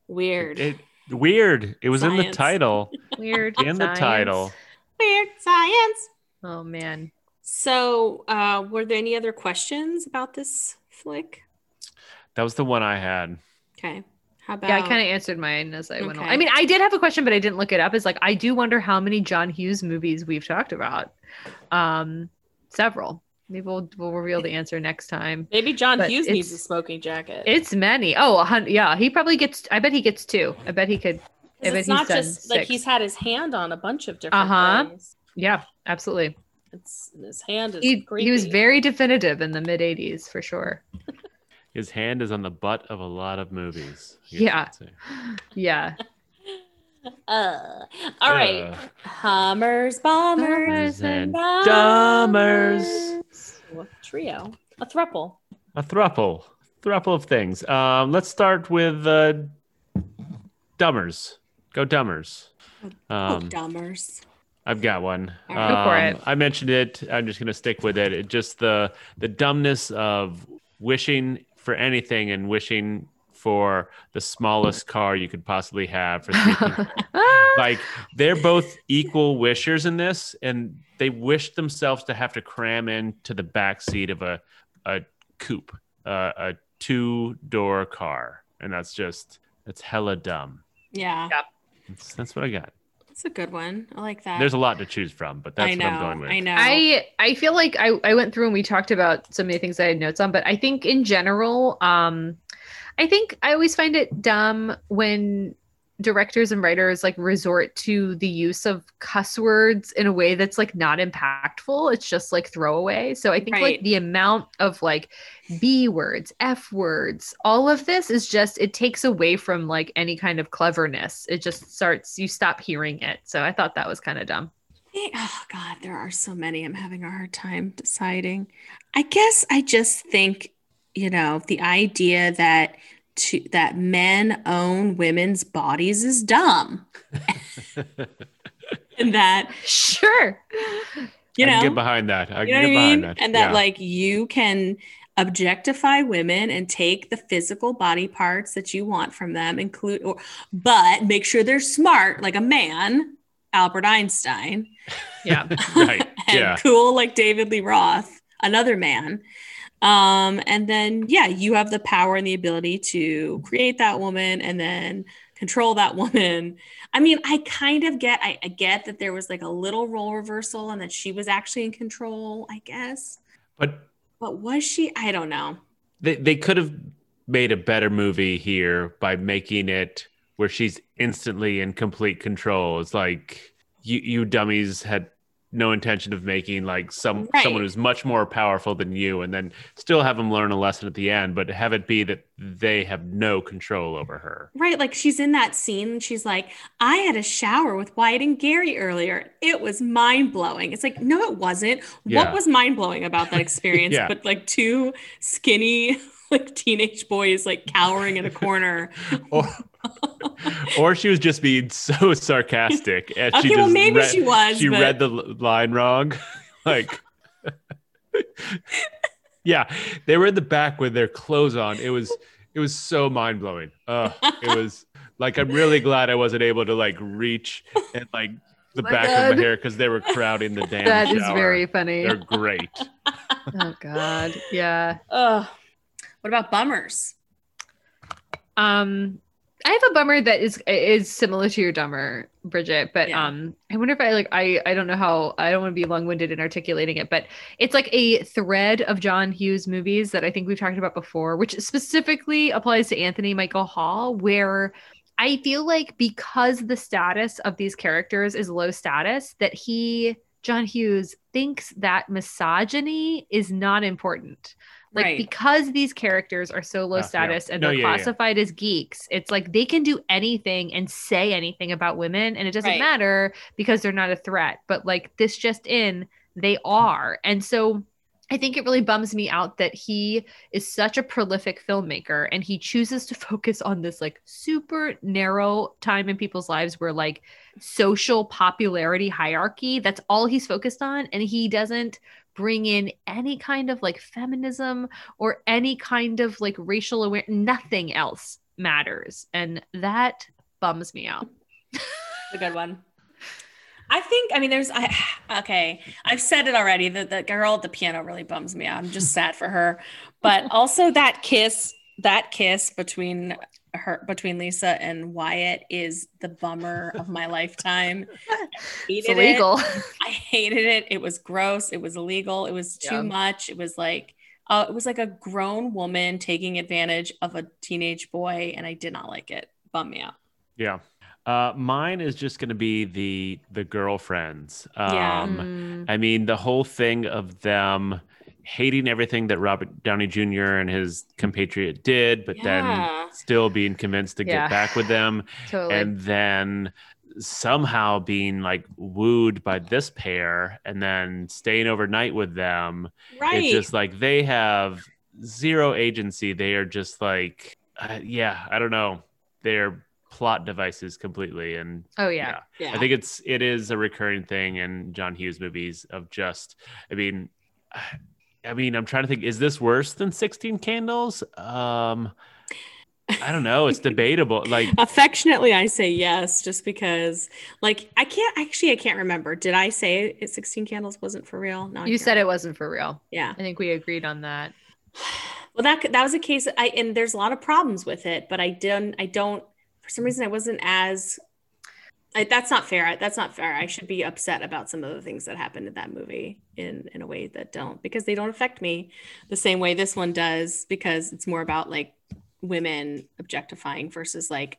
Speaker 3: Weird.
Speaker 2: It, weird. It was in the
Speaker 3: Science.
Speaker 2: title.
Speaker 1: weird.
Speaker 2: In the
Speaker 1: science.
Speaker 2: title.
Speaker 3: Weird science.
Speaker 1: Oh man.
Speaker 3: So, uh, were there any other questions about this flick?
Speaker 2: That was the one I had.
Speaker 3: Okay. How about
Speaker 1: Yeah, I kind of answered mine as I went along.
Speaker 3: Okay.
Speaker 1: I mean, I did have a question, but I didn't look it up. It's like I do wonder how many John Hughes movies we've talked about. Um, several. Maybe we'll, we'll reveal the answer next time.
Speaker 3: Maybe John
Speaker 1: But
Speaker 3: Hughes needs a
Speaker 1: it's-
Speaker 3: smoking jacket.
Speaker 1: It's many. Oh, a hun- yeah. He probably gets. I bet he gets two. I bet he could.
Speaker 3: 'Cause
Speaker 1: I bet
Speaker 3: it's
Speaker 1: he's
Speaker 3: not
Speaker 1: done
Speaker 3: just like
Speaker 1: six.
Speaker 3: he's had his hand on a bunch of different
Speaker 1: Uh-huh.
Speaker 3: things.
Speaker 1: Yeah, absolutely.
Speaker 3: It's his hand is
Speaker 1: He,
Speaker 3: creepy.
Speaker 1: he was very definitive in the mid '80s for sure.
Speaker 2: His hand is on the butt of a lot of movies. I guess you
Speaker 1: Yeah.
Speaker 2: could say.
Speaker 1: Yeah.
Speaker 3: Uh, all right.
Speaker 2: Uh,
Speaker 3: Hummers, bombers,
Speaker 1: Bombers and
Speaker 2: dumbers.
Speaker 3: Trio. A thruple.
Speaker 2: a thruple, thruple of things. Um, let's start with uh, dumbers. Go dumbers.
Speaker 3: Oh,
Speaker 2: Um,
Speaker 3: dumbers.
Speaker 2: I've got one.
Speaker 3: All right. Go
Speaker 1: for
Speaker 2: Um,
Speaker 1: it.
Speaker 2: I mentioned it. I'm just gonna stick with it. it. Just the the dumbness of wishing for anything and wishing for the smallest car you could possibly have for three people. like they're both equal wishers in this and they wish themselves to have to cram into the back seat of a a coupe uh, a two door car and that's just that's hella dumb
Speaker 3: Yeah.
Speaker 2: that's, that's what i got
Speaker 3: That's a good one. I like that.
Speaker 2: there's a lot to choose from but that's
Speaker 3: I know.
Speaker 2: what i'm going with
Speaker 3: I know.
Speaker 1: I I feel like I I went through and we talked about so many things I had notes on, but I think in general, um, I think I always find it dumb when directors and writers like resort to the use of cuss words in a way that's like not impactful. It's just like throwaway. So I think
Speaker 3: Right.
Speaker 1: like the amount of like B words, F words, all of this is just it takes away from like any kind of cleverness. It just starts you stop hearing it. So I thought that was kind of dumb.
Speaker 3: Think- Oh God, there are so many. I'm having a hard time deciding. I guess I just think, you know, the idea that to, that men own women's bodies is dumb, and that
Speaker 1: Sure.
Speaker 3: you
Speaker 2: I can
Speaker 3: know,
Speaker 2: get behind that i
Speaker 3: you
Speaker 2: can
Speaker 3: know
Speaker 2: get
Speaker 3: what I
Speaker 2: behind
Speaker 3: mean,
Speaker 2: that
Speaker 3: and that
Speaker 2: Yeah.
Speaker 3: like you can objectify women and take the physical body parts that you want from them, include, or, but make sure they're smart, like a man. Albert Einstein.
Speaker 1: Yeah.
Speaker 2: Right.
Speaker 3: and
Speaker 2: Yeah.
Speaker 3: cool like David Lee Roth, another man. Um, and then yeah, you have the power and the ability to create that woman and then control that woman. I mean, I kind of get I, I get that there was like a little role reversal and that she was actually in control, I guess.
Speaker 2: But
Speaker 3: But was she? I don't know.
Speaker 2: they, they could have made a better movie here by making it where she's instantly in complete control. It's like you you dummies had no intention of making like some
Speaker 3: Right.
Speaker 2: someone who's much more powerful than you and then still have them learn a lesson at the end, but have it be that they have no control over her.
Speaker 3: Right, like she's in that scene and she's like, I had a shower with Wyatt and Gary earlier. It was mind blowing. It's like, no, it wasn't.
Speaker 2: Yeah.
Speaker 3: What was mind blowing about that experience?
Speaker 2: Yeah.
Speaker 3: But like two skinny, like teenage boys, like cowering in a corner.
Speaker 2: Or or she was just being so sarcastic and
Speaker 3: Okay,
Speaker 2: she just
Speaker 3: well, maybe
Speaker 2: read,
Speaker 3: she was.
Speaker 2: she
Speaker 3: but
Speaker 2: read the l- line wrong. like, yeah, they were in the back with their clothes on. It was it was so mind blowing. Uh, it was like I'm really glad I wasn't able to like reach and like the
Speaker 1: My
Speaker 2: back of
Speaker 1: God.
Speaker 2: my hair because they were crowding the damn.
Speaker 1: That is
Speaker 2: shower.
Speaker 1: very funny.
Speaker 2: They're great.
Speaker 1: Oh God. Yeah.
Speaker 3: Ugh. What about bummers?
Speaker 1: Um, I have a bummer that is is similar to your dumber, Bridget. But
Speaker 3: Yeah.
Speaker 1: um, I wonder if I like I I don't know how I don't want to be long winded in articulating it, but it's like a thread of John Hughes movies that I think we've talked about before, which specifically applies to Anthony Michael Hall, where I feel like because the status of these characters is low status, that he John Hughes thinks that misogyny is not important. Like
Speaker 3: Right.
Speaker 1: because these characters are so low
Speaker 2: Ah, yeah.
Speaker 1: status and
Speaker 2: No,
Speaker 1: they're
Speaker 2: yeah, yeah, yeah.
Speaker 1: classified as geeks, it's like they can do anything and say anything about women and it doesn't
Speaker 3: Right.
Speaker 1: matter because they're not a threat. But like this just in, they are. And so I think it really bums me out that he is such a prolific filmmaker and he chooses to focus on this like super narrow time in people's lives where like social popularity hierarchy that's all he's focused on and he doesn't bring in any kind of like feminism or any kind of like racial aware nothing else matters and that bums me out
Speaker 3: a good one. I think, I mean, there's, I, okay, I've said it already. The, the girl at the piano really bums me out. I'm just sad for her. But also that kiss, that kiss between her, between Lisa and Wyatt is the bummer of my lifetime. I
Speaker 1: it's
Speaker 3: hated it.
Speaker 1: illegal
Speaker 3: I hated it. It was gross. It was illegal. It was too
Speaker 1: Yeah.
Speaker 3: much. It was like, uh, it was like a grown woman taking advantage of a teenage boy. And I did not like it. Bummed me out.
Speaker 2: Yeah. Uh, mine is just going to be the the girlfriends. Um,
Speaker 3: Yeah.
Speaker 1: Mm.
Speaker 2: I mean, the whole thing of them hating everything that Robert Downey Jr. and his compatriot did, but
Speaker 3: Yeah.
Speaker 2: then still being convinced to
Speaker 1: Yeah.
Speaker 2: get back with them,
Speaker 1: totally
Speaker 2: and then somehow being like wooed by this pair and then staying overnight with them.
Speaker 3: Right.
Speaker 2: It's just like they have zero agency. They are just like, uh, yeah, I don't know. They're plot devices completely. And
Speaker 1: oh yeah,
Speaker 3: yeah.
Speaker 2: I think it's it is a recurring thing in John Hughes movies of just I mean I mean I'm trying to think is this worse than 16 candles? Um I don't know, it's debatable. Like
Speaker 3: affectionately i say yes just because like i can't actually i can't remember did i say it 16 candles wasn't for real no I
Speaker 1: you
Speaker 3: can't
Speaker 1: said it wasn't for real
Speaker 3: yeah
Speaker 1: i think we agreed on that
Speaker 3: well that that was a case i and there's a lot of problems with it but i didn't i don't for some reason i wasn't as I, that's not fair I- that's not fair i should be upset about some of the things that happened in that movie in in a way that don't because they don't affect me the same way this one does because it's more about like women objectifying versus like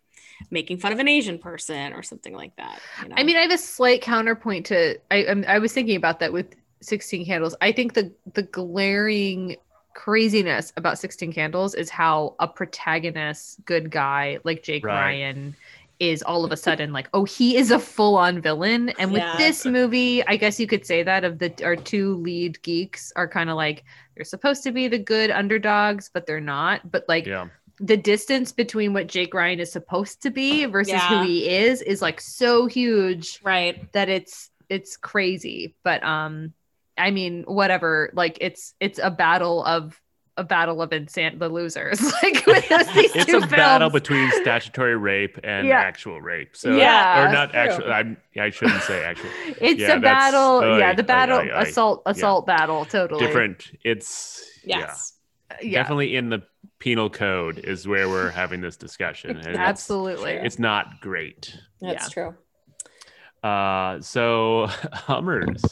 Speaker 3: making fun of an asian person or something like that you know?
Speaker 1: I mean, I have a slight counterpoint to. I I'm- I was thinking about that with Sixteen Candles. I think the the glaring craziness about Sixteen Candles is how a protagonist, good guy like Jake
Speaker 2: Right.
Speaker 1: Ryan, is all of a sudden like, oh, he is a full on villain. And with
Speaker 3: Yeah.
Speaker 1: this movie, I guess you could say that of the our two lead geeks are kind of like they're supposed to be the good underdogs, but they're not. But like
Speaker 2: yeah.
Speaker 1: the distance between what Jake Ryan is supposed to be versus
Speaker 3: Yeah.
Speaker 1: who he is is like so huge
Speaker 3: right
Speaker 1: that it's it's crazy but um i mean whatever like it's it's a battle of a battle of insan- the losers. like with those, these
Speaker 2: it's
Speaker 1: two
Speaker 2: a
Speaker 1: films.
Speaker 2: battle between statutory rape and
Speaker 1: Yeah.
Speaker 2: actual rape. So
Speaker 1: Yeah,
Speaker 2: or not
Speaker 3: true.
Speaker 2: actual. I'm, I shouldn't say actual.
Speaker 1: It's
Speaker 2: Yeah,
Speaker 1: a
Speaker 2: that's-
Speaker 1: battle. yeah,
Speaker 2: oy,
Speaker 1: the battle
Speaker 2: oy, oy, oy.
Speaker 1: assault assault battle totally.
Speaker 2: Different. It's yeah.
Speaker 3: Yes.
Speaker 1: Yeah.
Speaker 2: definitely in the penal code is where we're having this discussion. and it's-
Speaker 1: Absolutely.
Speaker 2: It's not great.
Speaker 3: That's true.
Speaker 2: Uh, so Hummers.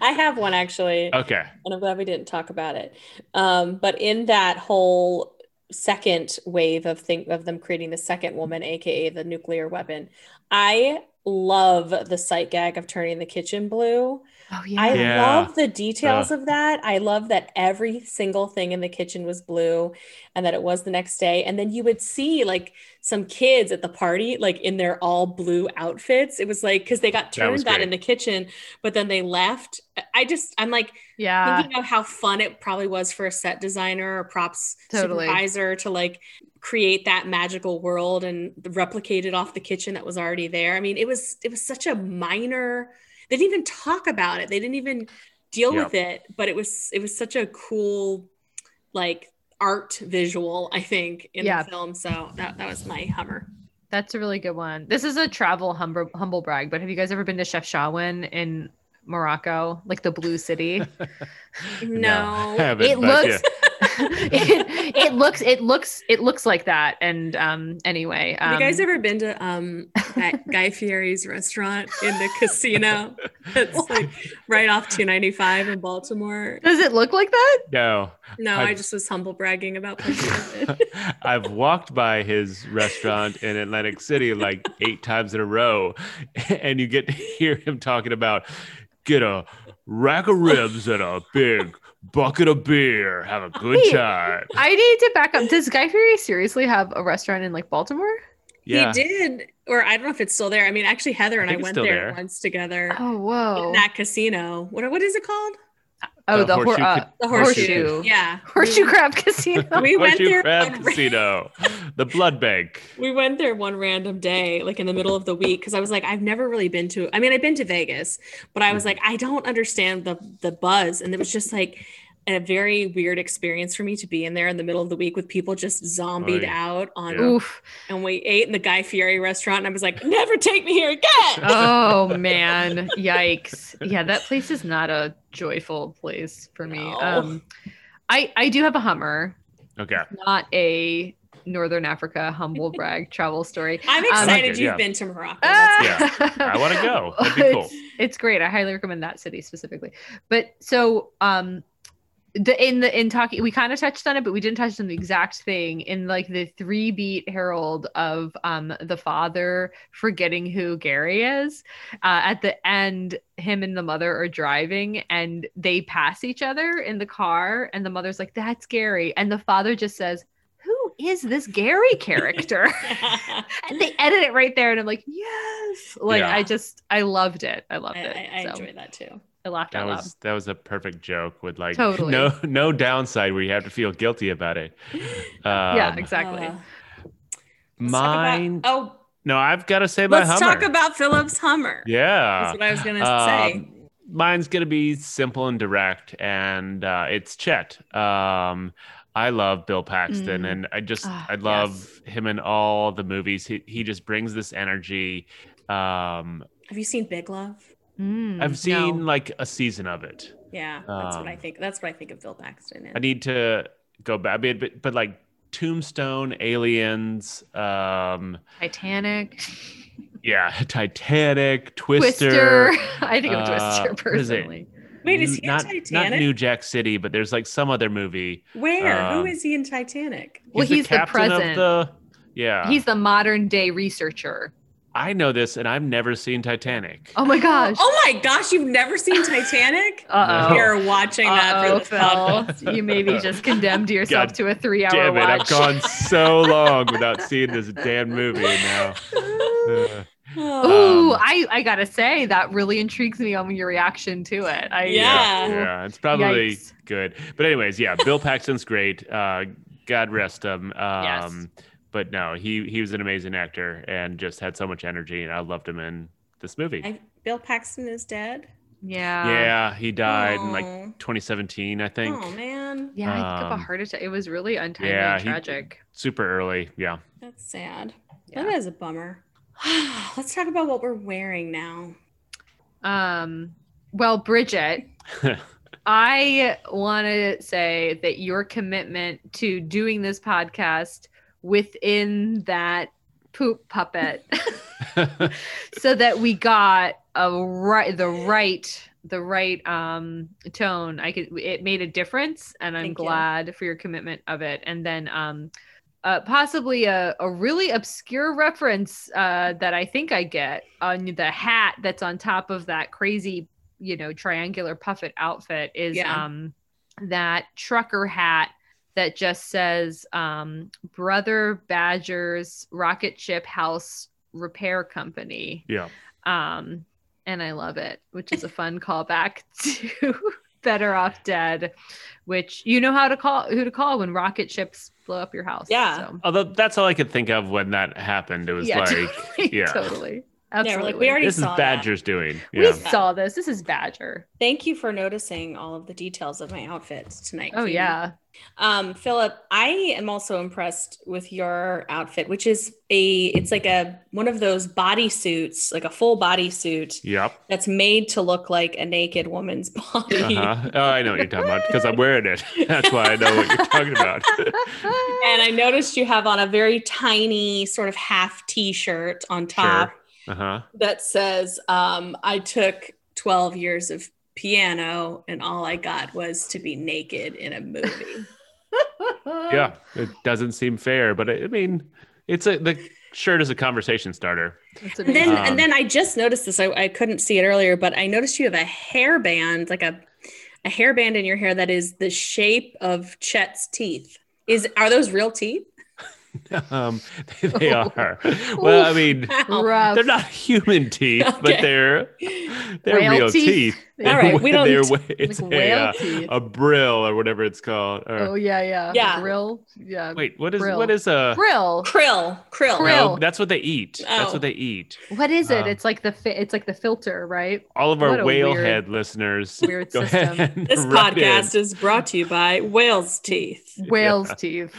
Speaker 3: I have one actually.
Speaker 2: Okay.
Speaker 3: and I'm glad we didn't talk about it. Um, but in that whole second wave of think of them creating the second woman, aka the nuclear weapon, I love the sight gag of turning the kitchen blue.
Speaker 1: oh
Speaker 3: I
Speaker 1: yeah.
Speaker 2: Yeah.
Speaker 3: love the details of that. I love that every single thing in the kitchen was blue and that it was the next day. And then you would see like some kids at the party, like in their all blue outfits. It was like because they got
Speaker 2: That was
Speaker 3: turned that, in
Speaker 2: great.
Speaker 3: the kitchen, but then they left. I just I'm like
Speaker 1: yeah.
Speaker 3: thinking of how fun it probably was for a set designer or props
Speaker 1: Totally.
Speaker 3: supervisor to like create that magical world and replicate it off the kitchen that was already there. I mean, it was it was such a minor. They didn't even talk about it. They didn't even deal
Speaker 2: Yeah.
Speaker 3: with it. But it was it was such a cool like art visual. I think in
Speaker 1: Yeah.
Speaker 3: the film. So that that was my Hummer.
Speaker 1: That's a really good one. This is a travel humble, humble brag, but have you guys ever been to Chef Shawin in Morocco, like the Blue City?
Speaker 3: No.
Speaker 2: I haven't,
Speaker 1: It
Speaker 2: but
Speaker 1: looks- it, it looks, it looks, it looks like that. And um, anyway, um,
Speaker 3: Have you guys ever been to um that Guy Fieri's restaurant in the casino? It's like right off 295 in Baltimore.
Speaker 1: does it look like that?
Speaker 2: No.
Speaker 3: No, I,
Speaker 2: I-
Speaker 3: just was humble bragging about places I've been.
Speaker 2: I've walked by his restaurant in Atlantic City like eight times in a row, and you get to hear him talking about get a rack of ribs and a big bucket of beer, have a good
Speaker 1: Wait.
Speaker 2: time.
Speaker 1: I need to back up. Does Guy Fieri seriously have a restaurant in like Baltimore?
Speaker 2: Yeah,
Speaker 3: He did, or I don't know if it's still there. I mean, actually, Heather and
Speaker 2: I
Speaker 3: I,
Speaker 2: think it's
Speaker 3: went
Speaker 2: still
Speaker 3: there,
Speaker 2: there.
Speaker 3: once together
Speaker 1: Oh, whoa.
Speaker 3: in that casino. What what is it called?
Speaker 1: Oh,
Speaker 2: The
Speaker 1: the, hor-
Speaker 2: horseshoe
Speaker 1: uh,
Speaker 2: ca-
Speaker 3: The
Speaker 1: Horseshoe.
Speaker 3: horseshoe. Yeah,
Speaker 1: horseshoe
Speaker 3: We-
Speaker 1: crab casino.
Speaker 3: We went
Speaker 2: Horseshoe
Speaker 3: there.
Speaker 2: Crab
Speaker 3: on-
Speaker 2: Casino, the blood bank.
Speaker 3: We went there one random day, like in the middle of the week, because I was like, I've never really been to. I mean, I've been to Vegas, but I
Speaker 2: Mm-hmm.
Speaker 3: was like, I don't understand the the buzz, and it was just like a very weird experience for me to be in there in the middle of the week with people just zombied
Speaker 2: Oy.
Speaker 3: out on.
Speaker 2: Yeah.
Speaker 1: Oof.
Speaker 3: And we ate in the Guy Fieri restaurant, and I was like, never take me here again.
Speaker 1: oh man yikes yeah that place is not a joyful place for me
Speaker 3: No.
Speaker 1: um i i do have a hummer
Speaker 2: Okay,
Speaker 1: not a northern africa humble brag travel story Ah!
Speaker 3: I'm
Speaker 1: I
Speaker 3: excited
Speaker 1: like
Speaker 2: it,
Speaker 3: you've
Speaker 2: yeah. Ah!
Speaker 3: been to Morocco. That's-
Speaker 2: Yeah. I want to go. Oh, That'd be cool.
Speaker 1: It's, it's great. I highly recommend that city specifically. But so um the in the in talking we kind of touched on it, but we didn't touch on the exact thing in like the three beat herald of um the father forgetting who Gary is. Uh, at the end, him and the mother are driving and they pass each other in the car, and the mother's like, That's Gary. And the father just says, Who is this Gary character? and they edit it right there and i'm like yes like
Speaker 2: Yeah.
Speaker 1: i just i loved it i loved
Speaker 3: I,
Speaker 1: it
Speaker 3: I, I
Speaker 1: so
Speaker 3: enjoyed that too.
Speaker 1: i laughed
Speaker 2: that
Speaker 1: out
Speaker 2: was that was a perfect joke with like
Speaker 1: Totally.
Speaker 2: no no downside where you have to feel guilty about it.
Speaker 1: loud yeah
Speaker 2: Um,
Speaker 1: exactly
Speaker 3: Uh, let's talk about-
Speaker 2: Mine.
Speaker 3: oh,
Speaker 2: No, I've got to say my
Speaker 3: let's
Speaker 2: Hummer.
Speaker 3: talk about Philip's Hummer.
Speaker 2: yeah.
Speaker 3: That's what I was gonna say.
Speaker 2: Um, mine's gonna be simple and direct, and uh, it's Chet. Um, I love Bill Paxton,
Speaker 1: Mm.
Speaker 2: and I just
Speaker 1: Ah,
Speaker 2: I love him in all the movies. He he just brings this energy. Um,
Speaker 3: Have you seen Big Love?
Speaker 1: Mm, no.
Speaker 2: I've seen like a season of it.
Speaker 3: Yeah, that's what I
Speaker 2: Um,
Speaker 3: think. That's what I think of Bill Paxton.
Speaker 2: I
Speaker 3: In.
Speaker 2: need to go back, but, but, but like Tombstone, Aliens, um,
Speaker 1: titanic
Speaker 2: yeah, Titanic,
Speaker 1: twister,
Speaker 2: Twister.
Speaker 1: i think of twister
Speaker 2: Uh, what is it?
Speaker 1: personally
Speaker 3: Wait, is
Speaker 2: New-
Speaker 3: he in
Speaker 2: not,
Speaker 3: Titanic?
Speaker 2: Not New Jack City, but there's like some other movie.
Speaker 3: Where?
Speaker 2: um,
Speaker 3: Who is he in Titanic?
Speaker 1: Well, he's the
Speaker 2: captain of
Speaker 1: present.
Speaker 2: the- yeah,
Speaker 1: he's the modern day researcher
Speaker 2: I know this, and I've never seen Titanic.
Speaker 1: oh my gosh Oh.
Speaker 3: Oh my gosh, you've never seen Titanic?
Speaker 1: uh-oh
Speaker 2: No.
Speaker 3: You're watching that
Speaker 1: Uh-oh,
Speaker 3: for the podcast.
Speaker 1: Phil. You maybe just condemned yourself
Speaker 2: God
Speaker 1: to a three-hour
Speaker 2: Damn it!
Speaker 1: watch.
Speaker 2: I've gone so long without seeing this damn movie now. Uh,
Speaker 1: Ooh,
Speaker 2: Um,
Speaker 1: I, I gotta say that really intrigues me on your reaction to it. I,
Speaker 3: Yeah.
Speaker 2: yeah, it's probably
Speaker 1: Yikes.
Speaker 2: good. But anyways, yeah, Bill Paxton's great. Uh, God rest him. Um,
Speaker 1: Yes.
Speaker 2: But no, he he was an amazing actor and just had so much energy, and I loved him in this movie.
Speaker 3: I, Bill Paxton is dead.
Speaker 1: yeah,
Speaker 2: yeah, he died in like
Speaker 3: Oh.
Speaker 2: 2017, I think.
Speaker 3: Oh man. man.
Speaker 1: Yeah, I think of
Speaker 2: Um,
Speaker 1: a heart attack. It was really untimely
Speaker 2: yeah,
Speaker 1: and
Speaker 2: he-
Speaker 1: tragic.
Speaker 2: Super early. Yeah.
Speaker 3: That's sad.
Speaker 1: Yeah.
Speaker 3: That is a bummer. Let's talk about what we're wearing now.
Speaker 1: Um, well, Bridget, I want to say that your commitment to doing this podcast within that poop puppet, so that we got a right, the right, the right um tone. I could, it made a difference, and I'm
Speaker 3: Thank you.
Speaker 1: glad for your commitment of it. And then um, uh, possibly a, a really obscure reference uh, that I think I get on the hat that's on top of that crazy, you know, triangular puffet outfit is
Speaker 3: Yeah.
Speaker 1: um, that trucker hat that just says um, Brother Badger's Rocket Ship House Repair Company.
Speaker 2: yeah.
Speaker 1: Um, and I love it, which is a fun callback to Better Off Dead, which you know how to call who to call when rocket ships blow up your house.
Speaker 3: Yeah.
Speaker 1: So.
Speaker 2: Although that's all I could think of when that happened. It was
Speaker 1: Yeah,
Speaker 2: like,
Speaker 1: totally,
Speaker 2: yeah.
Speaker 1: totally.
Speaker 3: Yeah, we're
Speaker 1: Absolutely.
Speaker 3: like, we already
Speaker 2: this is
Speaker 3: saw that.
Speaker 2: Badger's doing.
Speaker 1: We
Speaker 2: Yeah.
Speaker 1: saw this. This is Badger.
Speaker 3: Thank you for noticing all of the details of my outfits tonight.
Speaker 1: Oh
Speaker 3: Katie.
Speaker 1: yeah.
Speaker 3: Um, Philip, I am also impressed with your outfit, which is a it's like a one of those bodysuits, like a full bodysuit
Speaker 2: Yep.
Speaker 3: that's made to look like a naked woman's body.
Speaker 2: Uh-huh. Oh, I know what you're talking about because I'm wearing it. That's why I know what you're talking about.
Speaker 3: And I noticed you have on a very tiny sort of half t-shirt on top
Speaker 2: sure. Uh huh.
Speaker 3: that says, um, I took 12 years of piano and all I got was to be naked in a movie.
Speaker 2: Yeah. It doesn't seem fair, but I I mean, it's a the shirt is a conversation starter.
Speaker 1: That's
Speaker 3: And then,
Speaker 1: amazing.
Speaker 2: Um,
Speaker 3: and then I just noticed this. I, I couldn't see it earlier, but I noticed you have a hairband, like a a hairband in your hair that is the shape of Chet's teeth. Is are those real teeth?
Speaker 2: Um, they, they are. Well, I mean,
Speaker 3: Wow.
Speaker 1: Rough.
Speaker 2: they're not human teeth,
Speaker 3: Okay.
Speaker 2: but they're they're
Speaker 1: Whale
Speaker 2: real
Speaker 1: teeth?
Speaker 2: teeth.
Speaker 1: All
Speaker 2: They're
Speaker 3: right,
Speaker 2: wa-
Speaker 3: we don't
Speaker 2: They're,
Speaker 3: need
Speaker 2: wa- it's
Speaker 1: like
Speaker 2: a,
Speaker 1: whale
Speaker 2: uh,
Speaker 1: teeth.
Speaker 2: a brill or whatever it's called. Or,
Speaker 1: oh yeah, yeah.
Speaker 3: Yeah.
Speaker 1: Grill. Yeah.
Speaker 2: wait, uh, what is
Speaker 1: brill.
Speaker 2: what is a
Speaker 1: Grill.
Speaker 3: Krill, krill.
Speaker 1: Krill.
Speaker 2: No, that's what they eat. That's
Speaker 3: Oh.
Speaker 2: what they eat.
Speaker 1: What is it?
Speaker 2: Uh,
Speaker 1: it's like the fi- it's like the filter, right?
Speaker 2: All of
Speaker 1: What
Speaker 2: our
Speaker 1: a
Speaker 2: whale
Speaker 1: weird-
Speaker 2: head listeners.
Speaker 1: Weird
Speaker 2: Go
Speaker 1: system.
Speaker 2: ahead. and
Speaker 3: This
Speaker 2: write in.
Speaker 3: podcast is brought to you by Whale's Teeth.
Speaker 1: Whale's teeth.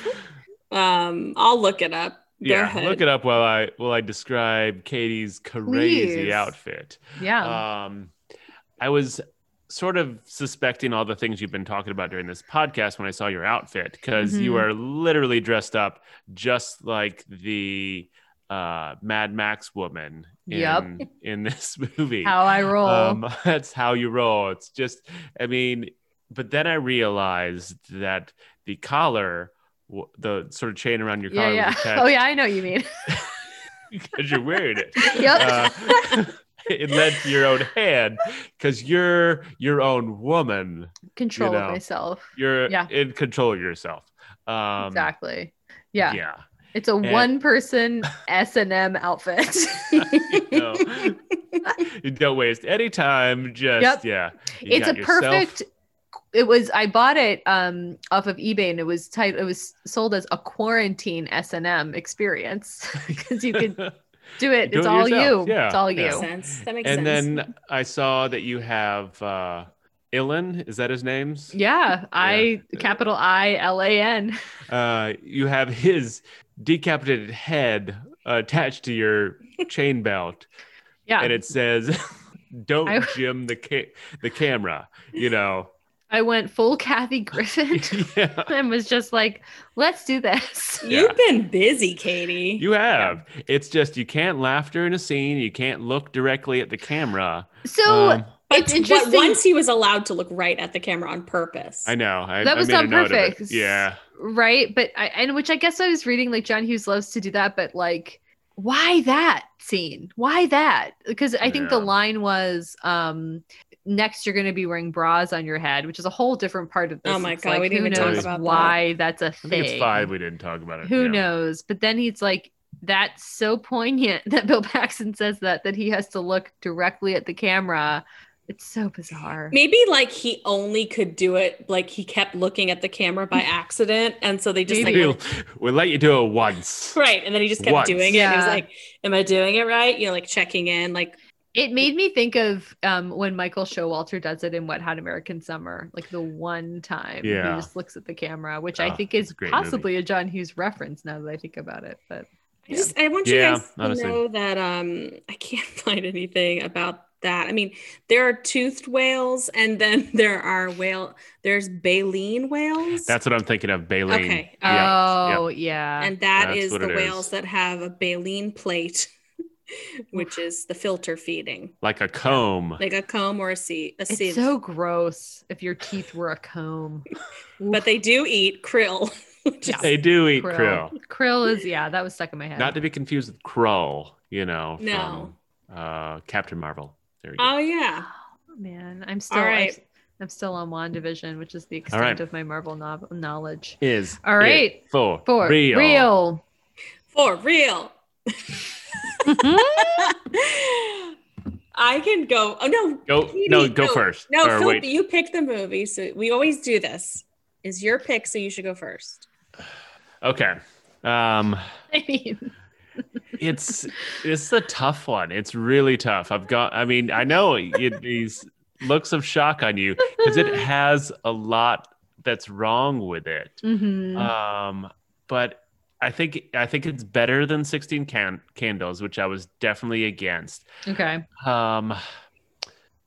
Speaker 3: Um, I'll look it up. Go
Speaker 2: Yeah,
Speaker 3: ahead.
Speaker 2: look it up while I while I describe Katie's crazy
Speaker 1: Please.
Speaker 2: outfit.
Speaker 1: Yeah.
Speaker 2: Um, I was sort of suspecting all the things you've been talking about during this podcast when I saw your outfit because you
Speaker 1: Mhm.
Speaker 2: are literally dressed up just like the uh, Mad Max woman in,
Speaker 1: Yep.
Speaker 2: in this movie.
Speaker 1: How I roll.
Speaker 2: Um, that's how you roll. It's just, I mean, but then I realized that the collar, w- the sort of chain around your collar,
Speaker 1: yeah, yeah.
Speaker 2: was
Speaker 1: Oh
Speaker 2: attached
Speaker 1: yeah, I know what you mean.
Speaker 2: because you're wearing it.
Speaker 1: yep.
Speaker 2: Uh, it led to your own hand because you're your own woman.
Speaker 1: Control
Speaker 2: know,
Speaker 1: of myself.
Speaker 2: You're
Speaker 1: Yeah.
Speaker 2: in control of yourself. Um,
Speaker 1: exactly. Yeah.
Speaker 2: Yeah.
Speaker 1: It's a one person S and M outfit.
Speaker 2: No. You don't waste any time.
Speaker 1: Yep.
Speaker 2: Just yeah. You
Speaker 1: it's a
Speaker 2: got yourself-
Speaker 1: perfect it was i bought it um off of ebay and it was titled it was sold as a quarantine s&m experience because you could do it
Speaker 2: Do
Speaker 1: it's
Speaker 2: it
Speaker 1: all
Speaker 2: yourself.
Speaker 1: you
Speaker 2: Yeah,
Speaker 1: it's all
Speaker 2: yeah.
Speaker 1: you
Speaker 3: Makes sense. That makes
Speaker 2: and
Speaker 3: sense.
Speaker 2: then I saw that you have uh Ilan, is that his name?
Speaker 1: yeah i capital i l a n
Speaker 2: Uh you have his decapitated head attached to your chain belt
Speaker 1: yeah
Speaker 2: and it says don't
Speaker 1: I-
Speaker 2: jim the ca- the camera, you know.
Speaker 1: i went full kathy griffin
Speaker 2: yeah.
Speaker 1: and was just like let's do this
Speaker 3: You've been busy, Katie.
Speaker 2: You have. It's just you can't laugh during a scene, you can't look directly at the camera.
Speaker 1: so
Speaker 2: Um,
Speaker 3: but,
Speaker 1: it's
Speaker 3: but
Speaker 1: interesting-
Speaker 3: once he was allowed to look right at the camera on purpose.
Speaker 2: I know. I,
Speaker 1: That
Speaker 2: I
Speaker 1: was
Speaker 2: made a
Speaker 1: not
Speaker 2: note of it.
Speaker 1: perfect.
Speaker 2: Yeah.
Speaker 1: right but i and which i guess i was reading like john hughes loves to do that but like why that scene why that because i think the
Speaker 2: Yeah.
Speaker 1: line was um next you're going to be wearing bras on your head which is a whole different part of this
Speaker 3: Oh my
Speaker 1: It's
Speaker 3: God,
Speaker 1: like,
Speaker 3: we didn't
Speaker 1: who
Speaker 3: even
Speaker 2: talk
Speaker 1: knows
Speaker 3: about that.
Speaker 1: why that's a
Speaker 2: I
Speaker 1: thing
Speaker 2: think it's five we didn't talk about it.
Speaker 1: who
Speaker 2: yeah.
Speaker 1: knows but then he's like that's so poignant that bill paxton says that that he has to look directly at the camera it's so bizarre
Speaker 3: Maybe like he only could do it, like he kept looking at the camera by accident. And so they just
Speaker 1: Maybe.
Speaker 2: We'll,
Speaker 3: like,
Speaker 2: we'll let you do it once.
Speaker 3: right. And then he just kept
Speaker 2: Once.
Speaker 3: doing it. He was
Speaker 1: Yeah.
Speaker 3: like, Am I doing it right? You know, like checking in, like
Speaker 1: It made me think of um, when Michael Showalter does it in Wet Hot American Summer, like the one time
Speaker 2: Yeah.
Speaker 1: he just looks at the camera, which I
Speaker 2: Oh,
Speaker 1: think is
Speaker 2: a great
Speaker 1: possibly a John Hughes reference now that I think about it. But
Speaker 3: I just I want you
Speaker 2: Yeah,
Speaker 3: guys to
Speaker 2: honestly.
Speaker 3: know that um I can't find anything about that. I mean, there are toothed whales and then there are whale there's baleen whales.
Speaker 2: That's what I'm thinking of, Baleen.
Speaker 3: Okay.
Speaker 2: Yeah.
Speaker 1: oh yeah,
Speaker 3: and
Speaker 2: that's
Speaker 3: that's
Speaker 2: what
Speaker 3: the
Speaker 2: it
Speaker 3: whales
Speaker 2: is.
Speaker 3: that have a baleen plate, which is the filter feeding.
Speaker 2: Like a comb.
Speaker 3: Like a comb or a sea a
Speaker 1: it's
Speaker 3: sieve.
Speaker 1: so gross if your teeth were a comb.
Speaker 3: but they do eat krill. which is-
Speaker 2: They do eat krill.
Speaker 1: Krill is yeah, that was stuck in my head.
Speaker 2: Not to be confused with Krull, you know,
Speaker 3: No.
Speaker 2: from uh, Captain Marvel. There
Speaker 1: Um,
Speaker 2: you go.
Speaker 3: Oh yeah.
Speaker 1: Oh, man, I'm still
Speaker 3: All
Speaker 1: I'm,
Speaker 3: right.
Speaker 1: I'm still on Wandavision, which is the
Speaker 2: All
Speaker 1: extent
Speaker 2: right.
Speaker 1: of my Marvel nov- knowledge.
Speaker 2: is
Speaker 1: All
Speaker 2: it
Speaker 1: right.
Speaker 2: for,
Speaker 1: For
Speaker 2: real.
Speaker 1: real.
Speaker 3: For real. I can go. Oh no.
Speaker 2: Go
Speaker 3: Petey,
Speaker 2: no, go first.
Speaker 3: No,
Speaker 2: Or
Speaker 3: Phil,
Speaker 2: wait.
Speaker 3: you pick the movie. So we always do this. Is your pick, so you should go first.
Speaker 2: Okay. Um,
Speaker 1: I mean,
Speaker 2: it's it's a tough one. It's really tough. I've got. I mean, I know it, these looks of shock on you because it has a lot that's wrong with it.
Speaker 1: mhm.
Speaker 2: Um, but I think I think it's better than sixteen can- candles, which I was definitely against.
Speaker 1: okay.
Speaker 2: um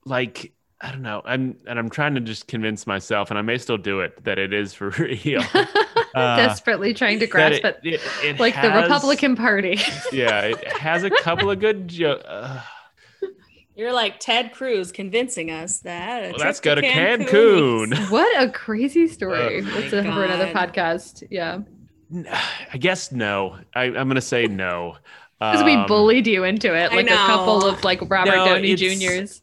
Speaker 2: like i don't know i'm and i'm trying to just convince myself and i may still do it that it is for real Uh,
Speaker 1: Desperately trying to
Speaker 2: that
Speaker 1: grasp it,
Speaker 2: it, it
Speaker 1: like the
Speaker 2: has-
Speaker 1: Republican Party.
Speaker 2: yeah it has a couple of good jokes uh,
Speaker 3: You're like Ted Cruz convincing us that. a
Speaker 2: well, let's go
Speaker 3: trip
Speaker 2: to
Speaker 3: was-
Speaker 2: cancun
Speaker 1: what a crazy story.
Speaker 2: Oh
Speaker 1: That's
Speaker 3: my
Speaker 1: a, for another
Speaker 3: God.
Speaker 1: podcast. Yeah.
Speaker 2: i guess no I, i'm gonna say no
Speaker 1: Because
Speaker 2: Um,
Speaker 1: we bullied you into it,
Speaker 3: I
Speaker 1: like a
Speaker 3: know.
Speaker 1: couple of like Robert
Speaker 2: No,
Speaker 1: Downey
Speaker 2: it's-
Speaker 1: Jr.'s.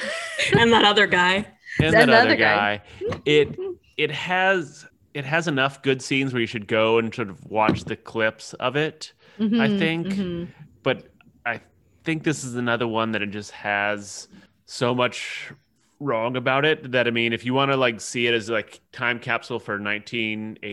Speaker 3: and that other guy.
Speaker 2: and that
Speaker 1: And the
Speaker 2: other
Speaker 1: other
Speaker 2: guy.
Speaker 1: guy.
Speaker 2: It it has it has enough good scenes where you should go and sort of watch the clips of it.
Speaker 1: Mhm,
Speaker 2: think-
Speaker 1: mhm.
Speaker 2: But I think this is another one that it just has so much wrong about it that I mean, if you want to like see it as like time capsule for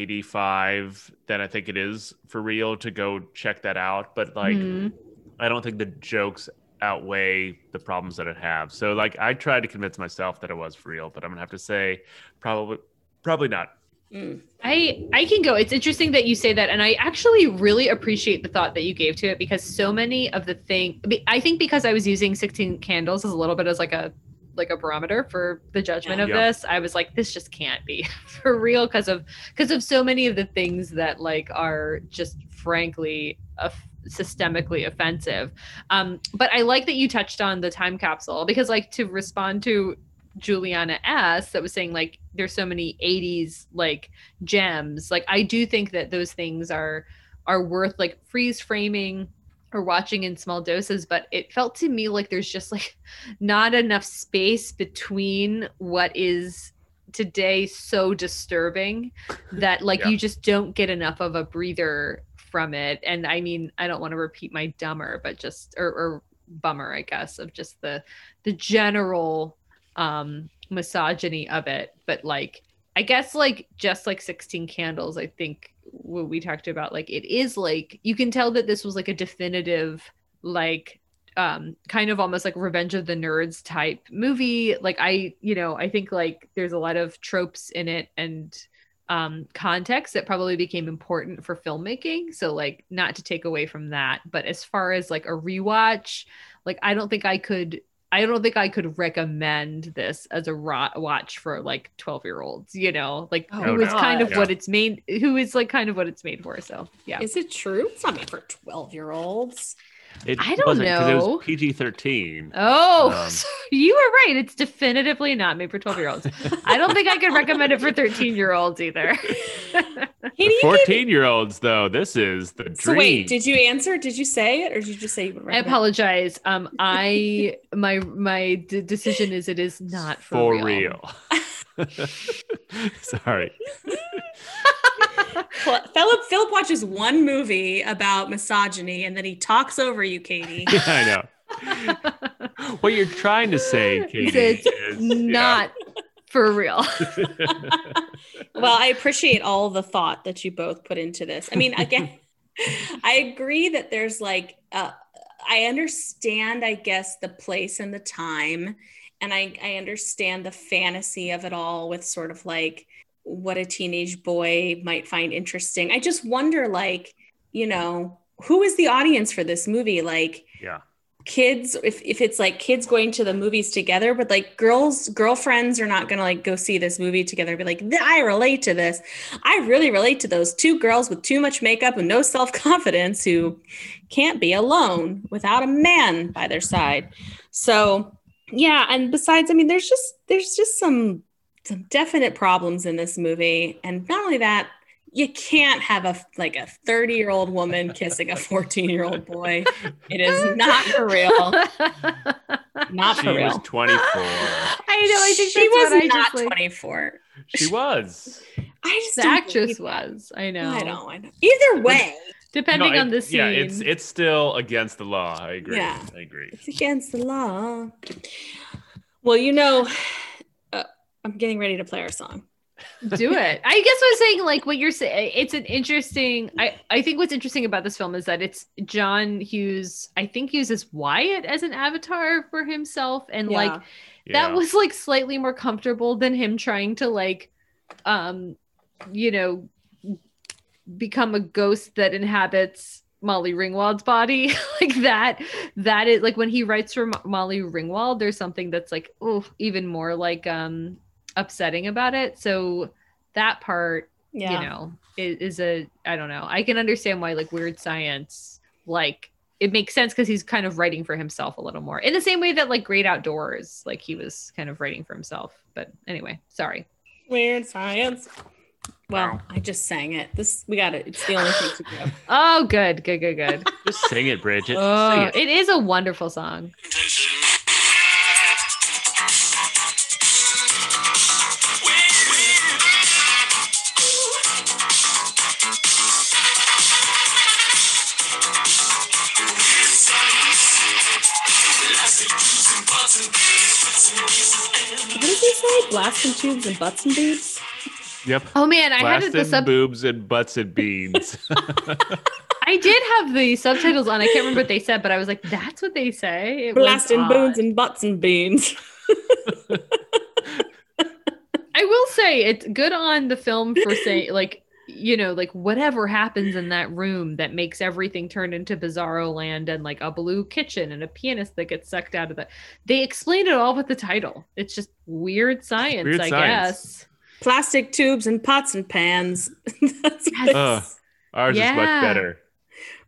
Speaker 2: 1985, then I think it is for real to go check that out. But like,
Speaker 1: Mhm.
Speaker 2: I don't think the jokes outweigh the problems that it have. So like I tried to convince myself that it was for real, but I'm gonna have to say probably probably not.
Speaker 3: Mm.
Speaker 1: I I can go. It's interesting that you say that, and I actually really appreciate the thought that you gave to it because so many of the thing be- I think because I was using sixteen candles as a little bit as like a like a barometer for the judgment of
Speaker 2: Yeah.
Speaker 1: this. I was like, this just can't be for real because of because of so many of the things that like are just frankly of- systemically offensive. Um, but I like that you touched on the time capsule because like to respond to Juliana S that was saying like there's so many 80s like gems like i do think that those things are are worth like freeze framing or watching in small doses but it felt to me like there's just like not enough space between what is today so disturbing that like
Speaker 2: Yeah.
Speaker 1: you just don't get enough of a breather from it and i mean i don't want to repeat my dumber but just or, or bummer i guess of just the the general um misogyny of it but like I guess like just like 16 candles, I think what we talked about, like it is like you can tell that this was like a definitive, like um kind of almost like revenge of the nerds type movie. Like I, you know, I think like there's a lot of tropes in it and um context that probably became important for filmmaking. So like not to take away from that. But as far as like a rewatch, like I don't think I could I don't think I could recommend this as a ro- watch for like 12 year olds, you know, like
Speaker 3: Oh,
Speaker 1: who is kind of
Speaker 2: God.
Speaker 1: what it's made, who is like kind of what it's made for. So, yeah.
Speaker 3: Is it true? It's not made for 12 year olds.
Speaker 2: It
Speaker 1: I don't
Speaker 2: wasn't 'cause it
Speaker 1: know.
Speaker 2: was PG thirteen.
Speaker 1: oh,
Speaker 2: Um,
Speaker 1: so you were right. It's definitively not made for 12 year olds. I don't think I could recommend it for 13 year olds either.
Speaker 3: He didn't even-
Speaker 2: 14 year olds though this is the dream
Speaker 3: So wait, did you answer? Did you say it, or did you just say you would
Speaker 1: I
Speaker 3: recommend?
Speaker 1: apologize. Um, I, my, my d- decision is it is not for,
Speaker 2: for
Speaker 1: real.
Speaker 2: real, sorry
Speaker 3: Pl- Philip Philip watches one movie about misogyny, and then he talks over you, Katie.
Speaker 2: Yeah, i know what you're trying to say katie
Speaker 1: Is it's
Speaker 2: is- yeah.
Speaker 1: not for real.
Speaker 3: well, I appreciate all the thought that you both put into this. I mean, again, I agree that there's like a, I understand, I guess, the place and the time. And I, I understand the fantasy of it all with sort of like what a teenage boy might find interesting. I just wonder, like, you know, who is the audience for this movie? Like,
Speaker 2: Yeah.
Speaker 3: kids if, if it's like kids going to the movies together but like girls girlfriends are not gonna like go see this movie together and be like "Th- i relate to this i really relate to those two girls with too much makeup and no self-confidence who can't be alone without a man by their side so yeah and besides i mean there's just there's just some some definite problems in this movie and not only that you can't have a like a 30 year old woman kissing a 14 year old boy it is not for real not
Speaker 2: she
Speaker 3: for
Speaker 2: was
Speaker 3: real.
Speaker 2: 24.
Speaker 1: I know. I think
Speaker 3: she
Speaker 1: that's
Speaker 3: was
Speaker 1: what I
Speaker 3: not
Speaker 1: just, like-
Speaker 3: 24
Speaker 2: she was.
Speaker 3: I just
Speaker 1: The
Speaker 3: don't
Speaker 1: actress
Speaker 3: believe it.
Speaker 1: was. I know.
Speaker 3: I don't. I know. Either way,
Speaker 1: Depending
Speaker 2: No,
Speaker 1: on
Speaker 2: it-
Speaker 1: the scene.
Speaker 2: Yeah, it's it's still against the law. I agree.
Speaker 3: Yeah.
Speaker 2: I agree.
Speaker 3: it's against the law. Well, you know, uh, I'm getting ready to play our song.
Speaker 1: do it. I guess I'm saying like what you're saying. It's an interesting. I I think what's interesting about this film is that it's John Hughes. I think uses Wyatt as an avatar for himself, and like
Speaker 2: Yeah.
Speaker 1: that was like slightly more comfortable than him trying to like, um, you know, become a ghost that inhabits Molly Ringwald's body like that. That is like when he writes for Mo- Molly Ringwald. There's something that's like oh, even more like um upsetting about it. So that part
Speaker 3: yeah.
Speaker 1: you know is, is a i don't know i can understand why like weird science like it makes sense because he's kind of writing for himself a little more in the same way that like great outdoors like he was kind of writing for himself but anyway sorry
Speaker 3: Weird science. Well, I just sang it. This we got it. It's the only thing to do.
Speaker 1: oh good good good good
Speaker 2: Just sing it, Bridget.
Speaker 1: oh,
Speaker 2: sing it.
Speaker 1: it is a wonderful song
Speaker 3: What does he say? Blast and tubes and butts and boobs.
Speaker 2: Yep.
Speaker 1: oh man i had
Speaker 2: Blasted
Speaker 1: the sub
Speaker 2: boobs and butts and beans.
Speaker 1: i did have the subtitles on i can't remember what they said but i was like that's what they say It was
Speaker 3: Blasting
Speaker 1: odd.
Speaker 3: bones and butts and beans.
Speaker 1: I will say it's good on the film for saying like you know like whatever happens in that room that makes everything turn into bizarro land and like a blue kitchen and a pianist that gets sucked out of the they explain it all with the title it's just weird science
Speaker 2: Weird
Speaker 1: i
Speaker 2: science.
Speaker 1: guess
Speaker 3: Plastic tubes and pots and pans. That's what it
Speaker 2: Ugh.
Speaker 3: says.
Speaker 2: Ours is
Speaker 1: Yeah.
Speaker 2: much better.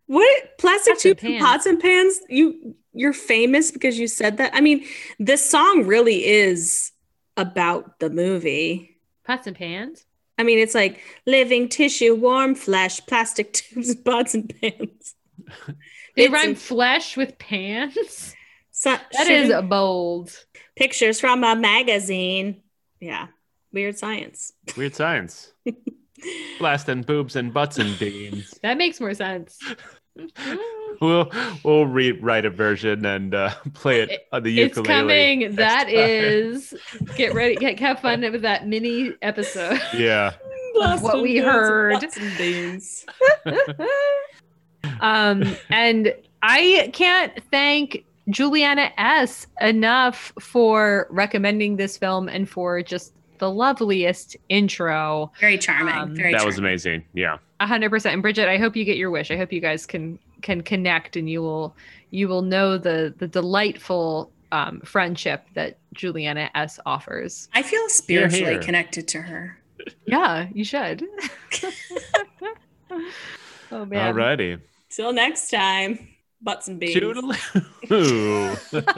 Speaker 3: What plastic
Speaker 1: Pots and
Speaker 3: tubes and
Speaker 1: pans.
Speaker 3: pots and pans? You you're famous because you said that. I mean, this song really is about the movie.
Speaker 1: pots and pans
Speaker 3: I mean, it's like living tissue, warm flesh, plastic tubes, pots and pans.
Speaker 1: they
Speaker 3: Bits
Speaker 1: rhyme
Speaker 3: and-
Speaker 1: flesh with pans
Speaker 3: So,
Speaker 1: that is bold
Speaker 3: pictures from a magazine. Yeah, weird science.
Speaker 2: Weird science. Blasting boobs and butts and beans.
Speaker 1: that makes more sense
Speaker 2: We'll we'll rewrite a version and uh, play it,
Speaker 1: It-
Speaker 2: on the
Speaker 1: it's
Speaker 2: ukulele.
Speaker 1: coming
Speaker 2: next
Speaker 1: That
Speaker 2: time.
Speaker 1: is. get ready get, have fun with that mini episode
Speaker 2: Yeah.
Speaker 1: What we heard.
Speaker 3: Pots and beans.
Speaker 1: um, and I can't thank Juliana S. enough for recommending this film and for just the loveliest intro.
Speaker 3: Very charming.
Speaker 1: Um,
Speaker 3: very
Speaker 2: That was
Speaker 3: charming.
Speaker 2: amazing. Yeah.
Speaker 1: 100%. And Bridget, I hope you get your wish. I hope you guys can can connect and you will you will know the the delightful um, friendship that Juliana S offers.
Speaker 3: I feel spiritually
Speaker 2: here.
Speaker 3: connected to her.
Speaker 1: Yeah, you should. oh man.
Speaker 2: Alrighty.
Speaker 3: Till next time, butts and beans.
Speaker 2: Toodaloo.